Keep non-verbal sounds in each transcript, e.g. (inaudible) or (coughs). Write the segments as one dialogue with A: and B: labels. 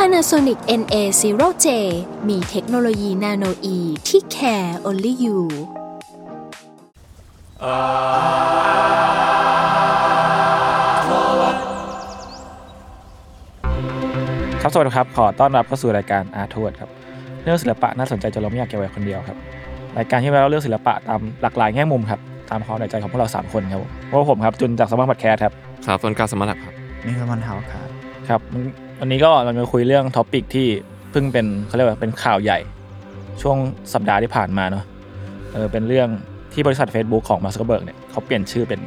A: Panasonic NA0J มีเทคโนโลยีนาโนอีที่ care only you
B: ครับสวัสดีครับ ขอต้อนรับเข้าสู่รายการอาร์ทวดครับ เรื่องศิลปะน่าสนใจจนเราไม่อยากเก็บไว้คนเดียวครับรายการที่เราเล่าเรื่องศิลปะตามหลากหลายแง่มุมครับตามความในใจของพวกเราสามคนครับผมเพราะว่าผมครับจุนจากสมาร์ทพอดแคสต์ครับ
C: ครับต้นกล้าสมรรถครับ
D: มีสมันเทาครับ
B: ครับวันวันนี้ก็เราจะมาคุยเรื่องท็อปิกที่เพิ่งเป็นเขาเรียกว่าเป็นข่าวใหญ่ ช่วงสัปดาห์ที่ผ่านมาเนาะเออเป็นเรื่องที่บริษัท Facebook ของมาร์คซักเบิร์กเนี่ยเขาเปลี่ยนชื่อเป็น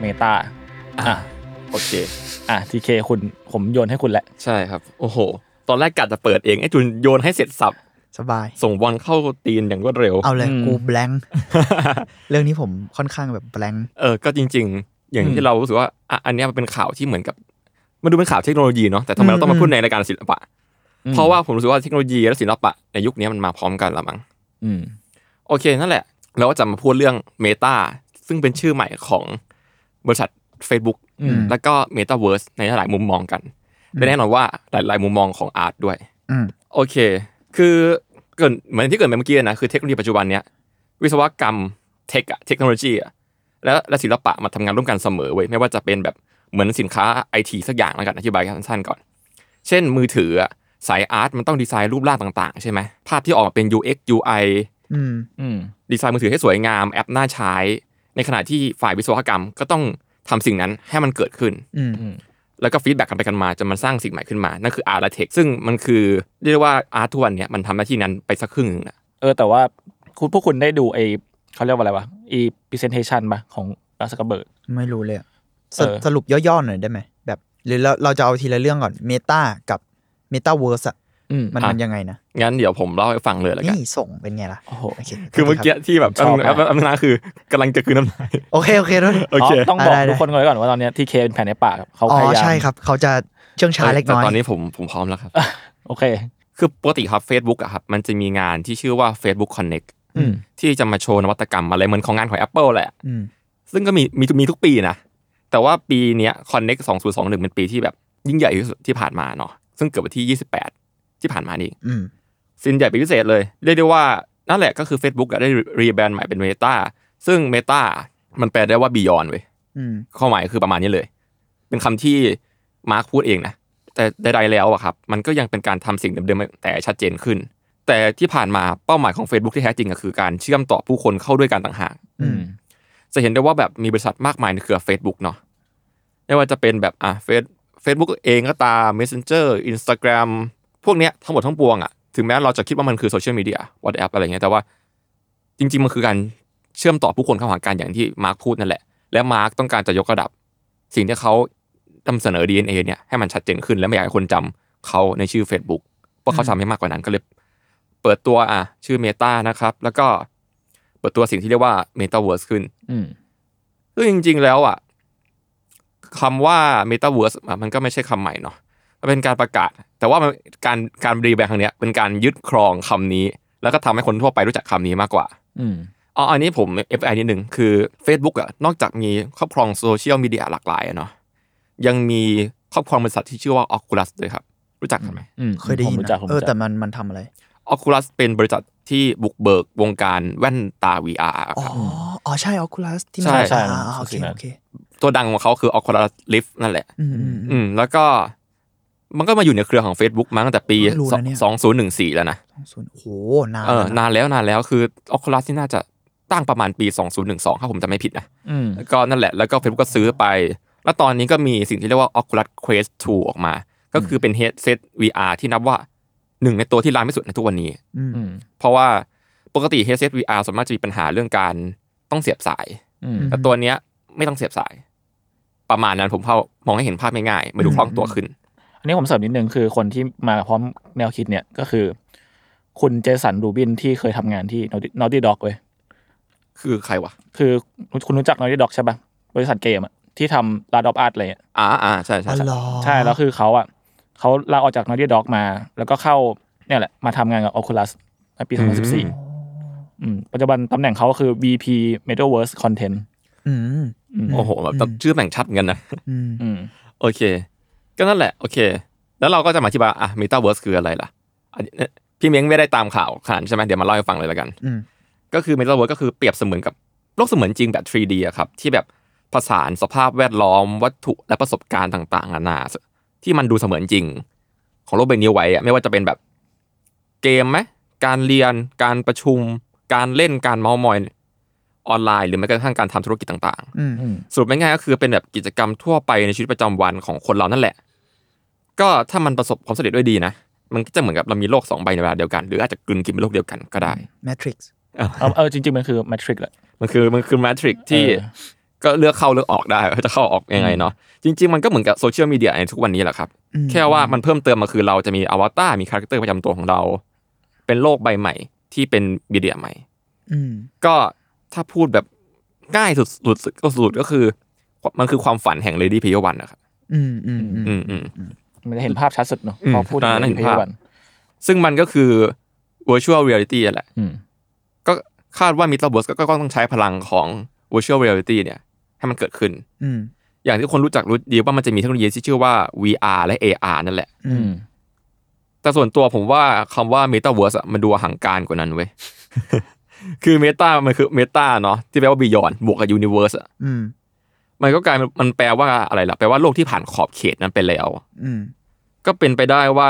B: เมตาอ่ะ
C: โอเค
B: อ่ะทีเคคุณผมโยนให้คุณแหละ
C: ใช่ครับ โอ้โห ตอนแรกกะจะเปิดเองไอ้จุนโยนให้เสร็จสับ
D: สบาย
C: ส่งบอลเข้าตีนอย่างรวดเร็ว
D: เอาเลย
B: อืม
D: กูแบง เรื่องนี้ผมค่อนข้างแบบแบง
C: (laughs) เออ ก็จริง ๆ อย่างที่เรารู้สึกว่าอ่ะอันเนี้ยมันเป็นข่าวที่เหมือนกับ มันดูเป็นข่าวเทคโนโลยีเนาะ แต่ทำไมเราต้องมาพูดในรายการศิลปะ
B: อืม
C: เพราะว่าผมรู้สึกว่าเทคโนโลยีและศิลปะในยุคนี้มันมาพร้อมกันละมั้ง
B: อืม
C: โอเค นั่นแหละ เราก็จะมาพูดเรื่องเมตาซึ่งเป็นชื่อใหม่ของบริษัท Facebook
B: อืม
C: แล้วก็ Metaverse ในหลายๆมุมมองกันและแน่นอนว่าหลายๆมุมมองของอาร์ตด้วย
D: อืม
C: โอเค คือเกิดเหมือนที่เกิดไปเมื่อกี้เลยนะ คือเทคโนโลยีปัจจุบันเนี้ยวิศวกรรมเทคอะเทคโนโลยีอะแล้วและศิลปะมาทำงานร่วมกันเสมอเว้ยไม่ว่าจะเป็นแบบเหมือนสินค้าไอทีสักอย่างแล้วกันอธิบายสั้นๆก่อน เช่นมือถืออะสายอาร์ตมันต้องดีไซน์รูปร่างต่างๆ ใช่ไหมภาพที่ออกมาเป็น UX UI
D: อืม
B: อืม
C: ดีไซน์มือถือให้สวยงามแอปน่าใช้ ในขณะที่ฝ่ายวิศวกรรมก็ต้องทำสิ่งนั้นให้มันเกิดขึ้น
D: อืม
C: แล้วก็ฟีดแบ็กกันไปกันมาจนมันสร้างสิ่งใหม่ขึ้นมา นั่นคืออาร์ตและเทคซึ่งมันคือเรียกได้ว่าอาร์ตทุกวันเนี่ยมันทำหน้าที่นั้นไปสักครึ่งหนึงนะ
B: เออแต่ว่าคุณพวกคุณได้ดูไอเขาเรียกว่าอะไรวะอี presentation ปะของมาร์คซักเบิร์
D: ไม่รู้เลยอะส
B: เออ
D: สรุปย่อๆหน่อยได้ไหมแบบหรือเราเราจะเอาทีละเรื่องก่อนเมตากับเมตาเวิร์สอะ
B: อืม
D: มัน
C: อ่ะ
D: มันยังไงนะ
C: งั้นเดี๋ยวผมเล่าให้ฟังเลยแล้วกัน
D: นี่ส่งเป็นไงล่ะ
B: โอ้โห
D: เค
C: คือเมื่อกี้ที่แบบ
B: ชอบมาก
C: (laughs) แอปแอปนาคือกำลังจะคืนน้ำลาย
D: โอเค โอเคด้วย
C: โอเค
B: ต้องบอก
D: ได้ได้
B: ทุกคนก่อนไว้ก่อนว่าตอนเนี้ที่เคเป็นแผนในปากครับเขา
D: อ๋อย
B: พายาม
D: ใช่ครับ เขาจะเชื่องช้าเล็กน้อย
C: แต่ตอนนี้ผมผมพร้อมแล้วครับ
B: โอเค
C: คือปกติครับ Facebook อะครับมันจะมีงานที่ชื่อว่า Facebook Connect
B: อืม
C: ที่จะมาโชว์นวัตกรรมอะไรเหมือนของงานของ Apple แหละ
D: อืม
C: ซึ่งก็มีมีมีทุกปีนะ แต่ว่าปีเนี้ย Connect 2021เป็นปีที่แบบยิ่งใหญ่ที่สุดที่ผ่านมาเนาะซึ่งเกิดวันที่ 28 ที่ผ่านมานี่เอง
D: อืม
C: สินใหญ่เป็นพิเศษเลย เรียกได้ว่า นั่นแหละก็คือ Facebook อะได้รีแบรนด์ใหม่เป็น Meta ซึ่ง Meta มันแปลได้ว่า Beyond เว้ย
D: อืม
C: ข้อหมายคือประมาณนี้เลย เป็นคำที่มาร์คพูดเองนะ แต่ใดๆแล้วอะครับ มันก็ยังเป็นการทำสิ่งเดิมๆ แต่ชัดเจนขึ้น แต่ที่ผ่านมาเป้าหมายของ Facebook ที่แท้จริงก็คือการเชื่อมต่อผู้คนเข้าด้วยกันต่างหาก
B: อืม
C: จะเห็นได้ว่าแบบมีบริษัทมากมายในเครือ Facebook เนาะไม่ว่าจะเป็นแบบอ่ะเฟซเฟซบุ๊กเองก็ตาม Messenger Instagram พวกเนี้ยทั้งหมดทั้งปวงอะ่ะถึงแม้เราจะคิดว่ามันคือโซเชียลมีเดีย WhatsApp อะไรเงี้ยแต่ว่าจริง ๆ มันคือการเชื่อมต่อผู้คนเข้าหากันอย่างที่มาร์คพูดนั่นแหละ และมาร์คต้องการจะยกระดับ สิ่งที่เขานำเสนอ DNA เนี่ยให้มันชัดเจนขึ้นและไม่อยากให้คนจำเขาในชื่อ Facebook เพราะเขาทำให้มากกว่านั้นก็เลย เปิดตัวอ่ะชื่อ Meta นะครับ แล้วก็เปิดตัวสิ่งที่เรียกว่า Metaverse ขึ้น
B: อืม
C: ซึ่งจริงๆ แล้วอ่ะคำว่า Metaverse อ่ะมันก็ไม่ใช่คำใหม่เนาะมันเป็นการประกาศ แต่ว่ามันการการรีแบรนด์ครั้งเนี้ยเป็นการยึดครองคำนี้ แล้วก็ทำให้คนทั่วไปรู้จักคำนี้มากกว่า
B: อืม
C: อ๋ออันนี้ผม FI นิดนึงคือ Facebook อ่ะนอกจากมีครอบครองโซเชียลมีเดียหลากหลายอะเนาะยังมีครอบครองบริษัทที่ชื่อว่า Oculus ด้วยครับ รู้จักกันไหม
B: อืม
D: เคยได้ยิ
B: ผ
D: น
B: มรู้จัก
D: นะ
B: ผม
D: เออ
B: รู้
D: แต่
B: จัก
D: มันมันทำอะไร
C: Oculus เป็นบริษัทที่บุกเบิกวงการแว่นตา VR ครับ
D: อ๋ออ๋อใช่ออคูลัสที่มั
C: ใช่
D: น
B: ใช่
D: อ่าโอเค
B: สิ่งนั้น
D: โอเค
C: ตัวดังของเขาคือ Oculus Rift นั่นแหละ
D: อืมอืม
C: อื
D: อืม
C: มแล้วก็มันก็มาอยู่ในเครือของ Facebook มาตั้งแต่ปี
D: เพิ่งรู้นะเนี่ย
C: สองศูนย์หนึ่งสี่แล้วนะ
D: สองศูนย์โอ้โหนาน
C: เออ
D: แล้วนะ
C: นานแล้วนานแล้วคือ Oculus ที่น่าจะตั้งประมาณปี 2012 ถ้าผมจำไม่ผิดนะ
B: อืม
C: แล้วก็นั่นแหละแล้วก็ Facebook ก็ซื้อไป แล้วตอนนี้ก็มีสิ่งที่เรียกว่า Oculus Quest 2 ออกมา ก็คือเป็น headset VR ที่นับว่าหนึ่งในตัวที่ล้ำที่สุดในทุกวันนี้
D: อืม
B: อืม
C: เพราะว่าปกติ headset VR ส่วนมากจะมีปัญหาเรื่องการต้องเสียบสาย
B: อืม
C: แต่ตัวเนี้ยไม่ต้องเสียบสาย ประมาณนั้นผมเข้ามองให้เห็นภาพง่ายๆไม่ดูคล่องตัวขึ้น
B: อันนี้ผมเสริมนิดนึงคือคนที่มาพร้อมแนวคิดเนี่ยก็คือ คุณเจสันรูบินที่เคยทำงานที่นอตตี้ด็อกเว้ย
C: คือใครวะ
B: คือคุณรู้จักนอตตี้ด็อกใช่ปะบริษัทเกมอะที่ทำลาดอ f อาร์ตอะไรอะ
C: อ่าอ่าใช่ใช่
D: อ๋อ
C: ใช่
D: เหรอ
B: ใช่แล้วคือเขาอ่ะเขาลาออกจาก Naughty Dog มา แล้วก็เข้าเนี่ยแหละ มาทำงานกับ Oculus ในปี 2014อืมปัจจุบันตำแหน่งเขาก็คือ VP Metaverse Content
D: อืม
B: อืม
C: โอ้โหแบบ
D: อืม
C: ชื่อแม่งชัดเหมือนกันนะ
D: อืม
B: อืม
C: โอเค ก็นั่นแหละ โอเค แล้วเราก็จะมาอธิบายอ่ะเมตาเวิร์สคืออะไรล่ะอันนี้พี่เม้งไม่ได้ตามข่าวขนาดนั้นใช่ไหมเดี๋ยวมาเล่าให้ฟังเลยละกัน
D: อืม
C: ก็คือเมตาเวิร์สก็คือเปรียบเสมือนกับโลกเสมือนจริงแบบ 3D อะครับ ที่แบบผสานสภาพแวดล้อม วัตถุและประสบการณ์ต่างๆนานาที่มันดูเสมือนจริง ของโลกใบนี้ไว้อะไม่ว่าจะเป็นแบบเกมไหมการเรียนการประชุม การเล่นการเมาส์มอยออนไลน์ หรือแม้กระทั่งการทำธุรกิจต่าง ๆ
D: อืม
B: อืม
C: สรุปง่ายๆก็คือเป็นแบบกิจกรรมทั่วไปในชีวิตประจำวันของคนเรานั่นแหละ ก็ถ้ามันประสบความสำเร็จด้วยดีนะ มันก็จะเหมือนกับเรามีโลกสองใบในเวลาเดียวกัน หรืออาจจะกลืนกินเป็นโลกเดียวกันก็ได้
D: Matrix
B: เอาเอาจริง ๆ มันคือ Matrix แหละ
C: มันคือมันคือแมทริกที่
B: เออ
C: ก็เลือกเข้าเลือกออกได้ว่าจะเข้าออกยังไงเนาะจริง ๆ มันก็เหมือนกับโซเชียลมีเดียในทุกวันนี้แหละครับ
D: อืม
C: แค่ว่ามันเพิ่มเติมมาคือเราจะมีอวตารมีคาแรคเตอร์ประจำตัวของเรา เป็นโลกใบใหม่ที่เป็นมีเดียใหม่
D: อืม
C: ก็ถ้าพูดแบบง่ายสุดสุดก็สุดก็คือ มันคือความฝันแห่งเลดี้พีวันนะครับ
D: อืม อืม อืม
C: อืมอืม
B: มันจะเห็นภาพชัดสุดเนอะ
C: อืม
B: พอพูดถึง
C: ตอนนั้นเห็น
B: เพล
C: ภาพ
B: วัน
C: ซึ่งมันก็คือ virtual reality แหละ
B: อืม
C: ก็คาดว่า metaverse ก็ก็ต้องใช้พลังของ virtual reality เนี่ย ให้มันเกิดขึ้น
D: อืม
C: อย่างที่คนรู้จักรู้ดีว่ามันจะมีเทคโนโลยีที่ชื่อว่า VR และ AR นั่นแหละ
D: อื
B: อื
D: ม
B: ม
C: แต่ส่วนตัวผมว่าคำว่า metaverse อะมันดูห่างการกว่านั้นเว้ย (laughs) คือ meta มันคือ meta เนาะที่แปลว่า beyond บวกกับ universe อะ
D: อืม
C: มันก็กลายเป็นมันแปลว่าอะไรล่ะแปลว่าโลกที่ผ่านขอบเขตนั้นไปแล้ว
D: อืม
C: ก็เป็นไปได้ว่า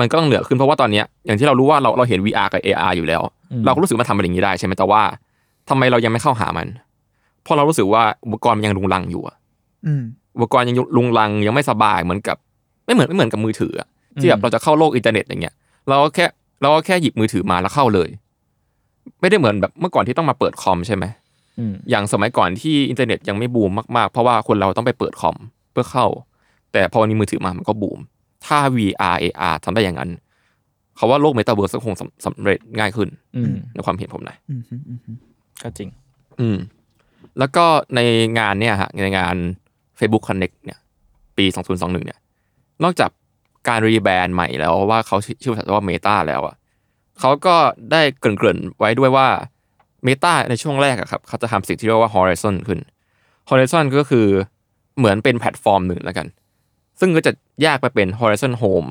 C: มันก็ต้องเหนือขึ้นเพราะว่าตอนเนี้ยอย่างที่เรารู้ว่าเราเราเห็น VR กับ AR อยู่แล้ว เราก็รู้สึกมันทำเป็นอย่างนี้ได้ใช่ไหมแต่ว่าทำไมเรายังไม่เข้าหามัน เพราะเรารู้สึกว่าอุปกรณ์มันยังลุงลังอยู่อะ
D: อืม
C: อุปกรณ์ยังลุงลังยังไม่สบายเหมือนกับ ไม่เหมือนไม่เหมือนกับมือถืออะที่แบบเราจะเข้าโลกอินเทอร์เน็ตอย่างเงี้ยเราก็แค่เราก็แค่หยิบมือถือมาแล้วเข้าเลย ไม่ได้เหมือนแบบเมื่อก่อนที่ต้องมาเปิดคอมใช่ไหม
B: อืม
C: อย่างสมัยก่อนที่อินเทอร์เน็ตยังไม่บูมมากๆ เพราะว่าคนเราต้องไปเปิดคอมเพื่อเข้า แต่พอวันนี้มือถือมามันก็บูม ถ้า VR AR ทำได้อย่างนั้นเขาว่าโลกเมตาเวิร์สก็คงสำสำเร็จง่ายขึ้น
B: อืม
C: ในความเห็นผมนะ
D: อืม อืม อืม
B: ก็จริง
C: อืมแล้วก็ในงานเนี่ยฮะในงาน Facebook Connect เนี่ยปี 2021เนี่ยนอกจากการรีแบรนด์ใหม่แล้วว่าเขาชื่อชื่อบริษัทว่า Meta แล้วอะเขาก็ได้เกริ่นๆไว้ด้วยว่า Meta ในช่วงแรกอะครับเขาจะทำสิ่งที่เรียกว่า Horizon ขึ้น Horizon ก็คือเหมือนเป็นแพลตฟอร์มหนึ่งแล้วกัน ซึ่งก็จะแยกไปเป็น Horizon Home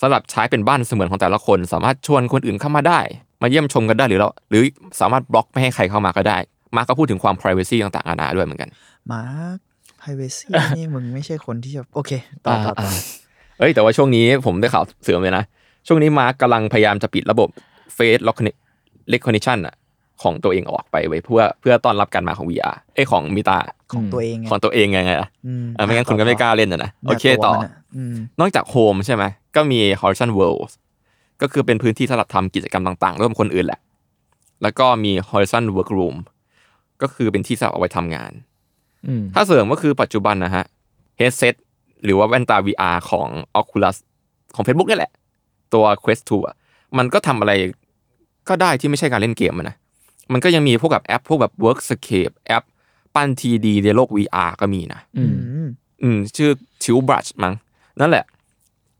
C: สำหรับใช้เป็นบ้านเสมือนของแต่ละคน สามารถชวนคนอื่นเข้ามาได้ มาเยี่ยมชมกันได้หรือเราหรือสามารถบล็อกไม่ให้ใครเข้ามาก็ได้ มาร์คก็พูดถึงความ p r i เวซีต่างๆนานาด้วยเหมือนกัน
D: มาร์คไฮเวซี่นี่มึงไม่ใช่คนที่จะโอเค ต่อต่อต่อ
C: เอ้ยแต่ว่าช่วงนี้ผมได้ข่าวเสือมเลยนะ ช่วงนี้มาร์คกำลังพยายามจะปิดระบบเฟสล็อกเลคคอนดิชันอะของตัวเองออกไปไว้ยเพื่อเพื่อต้อนรับการมาของ VR เอ้ยของมิตา
D: ของตัวเองไง
C: ของตัวเองไงไงล่ะ
D: อืม
C: อ่ะไม่งั้นคุณก็ไม่กล้าเล่นอะนะโอเค
D: นี่ย
C: ต่อ
D: วมันอะอืม
C: นอกจากโฮมใช่ไหมก็มี Horizon World ก็คือเป็นพื้นที่สำหรับทำกิจกรรมต่างๆ ร่วมคนอื่นแหละ แล้วก็มี Horizon Workroom ก็คือเป็นที่สำหรับเอาไว้ทำงาน
B: อืม
C: ถ้าเสริมก็คือปัจจุบันนะฮะ headset หรือว่าแว่นตา VR ของ Oculus ของ Facebook นี่แหละ ตัว Quest 2อะมันก็ทำอะไรก็ได้ที่ไม่ใช่การเล่นเกมอะนะ มันก็ยังมีพวกแบบแอป พวกแบบ Workscape แอป ปั้น 3D ในโลก VR ก็มีนะ
B: อื
D: อื
B: ม
D: ม
C: อืมชื่อชิวบรัชมั้งนั่นแหละ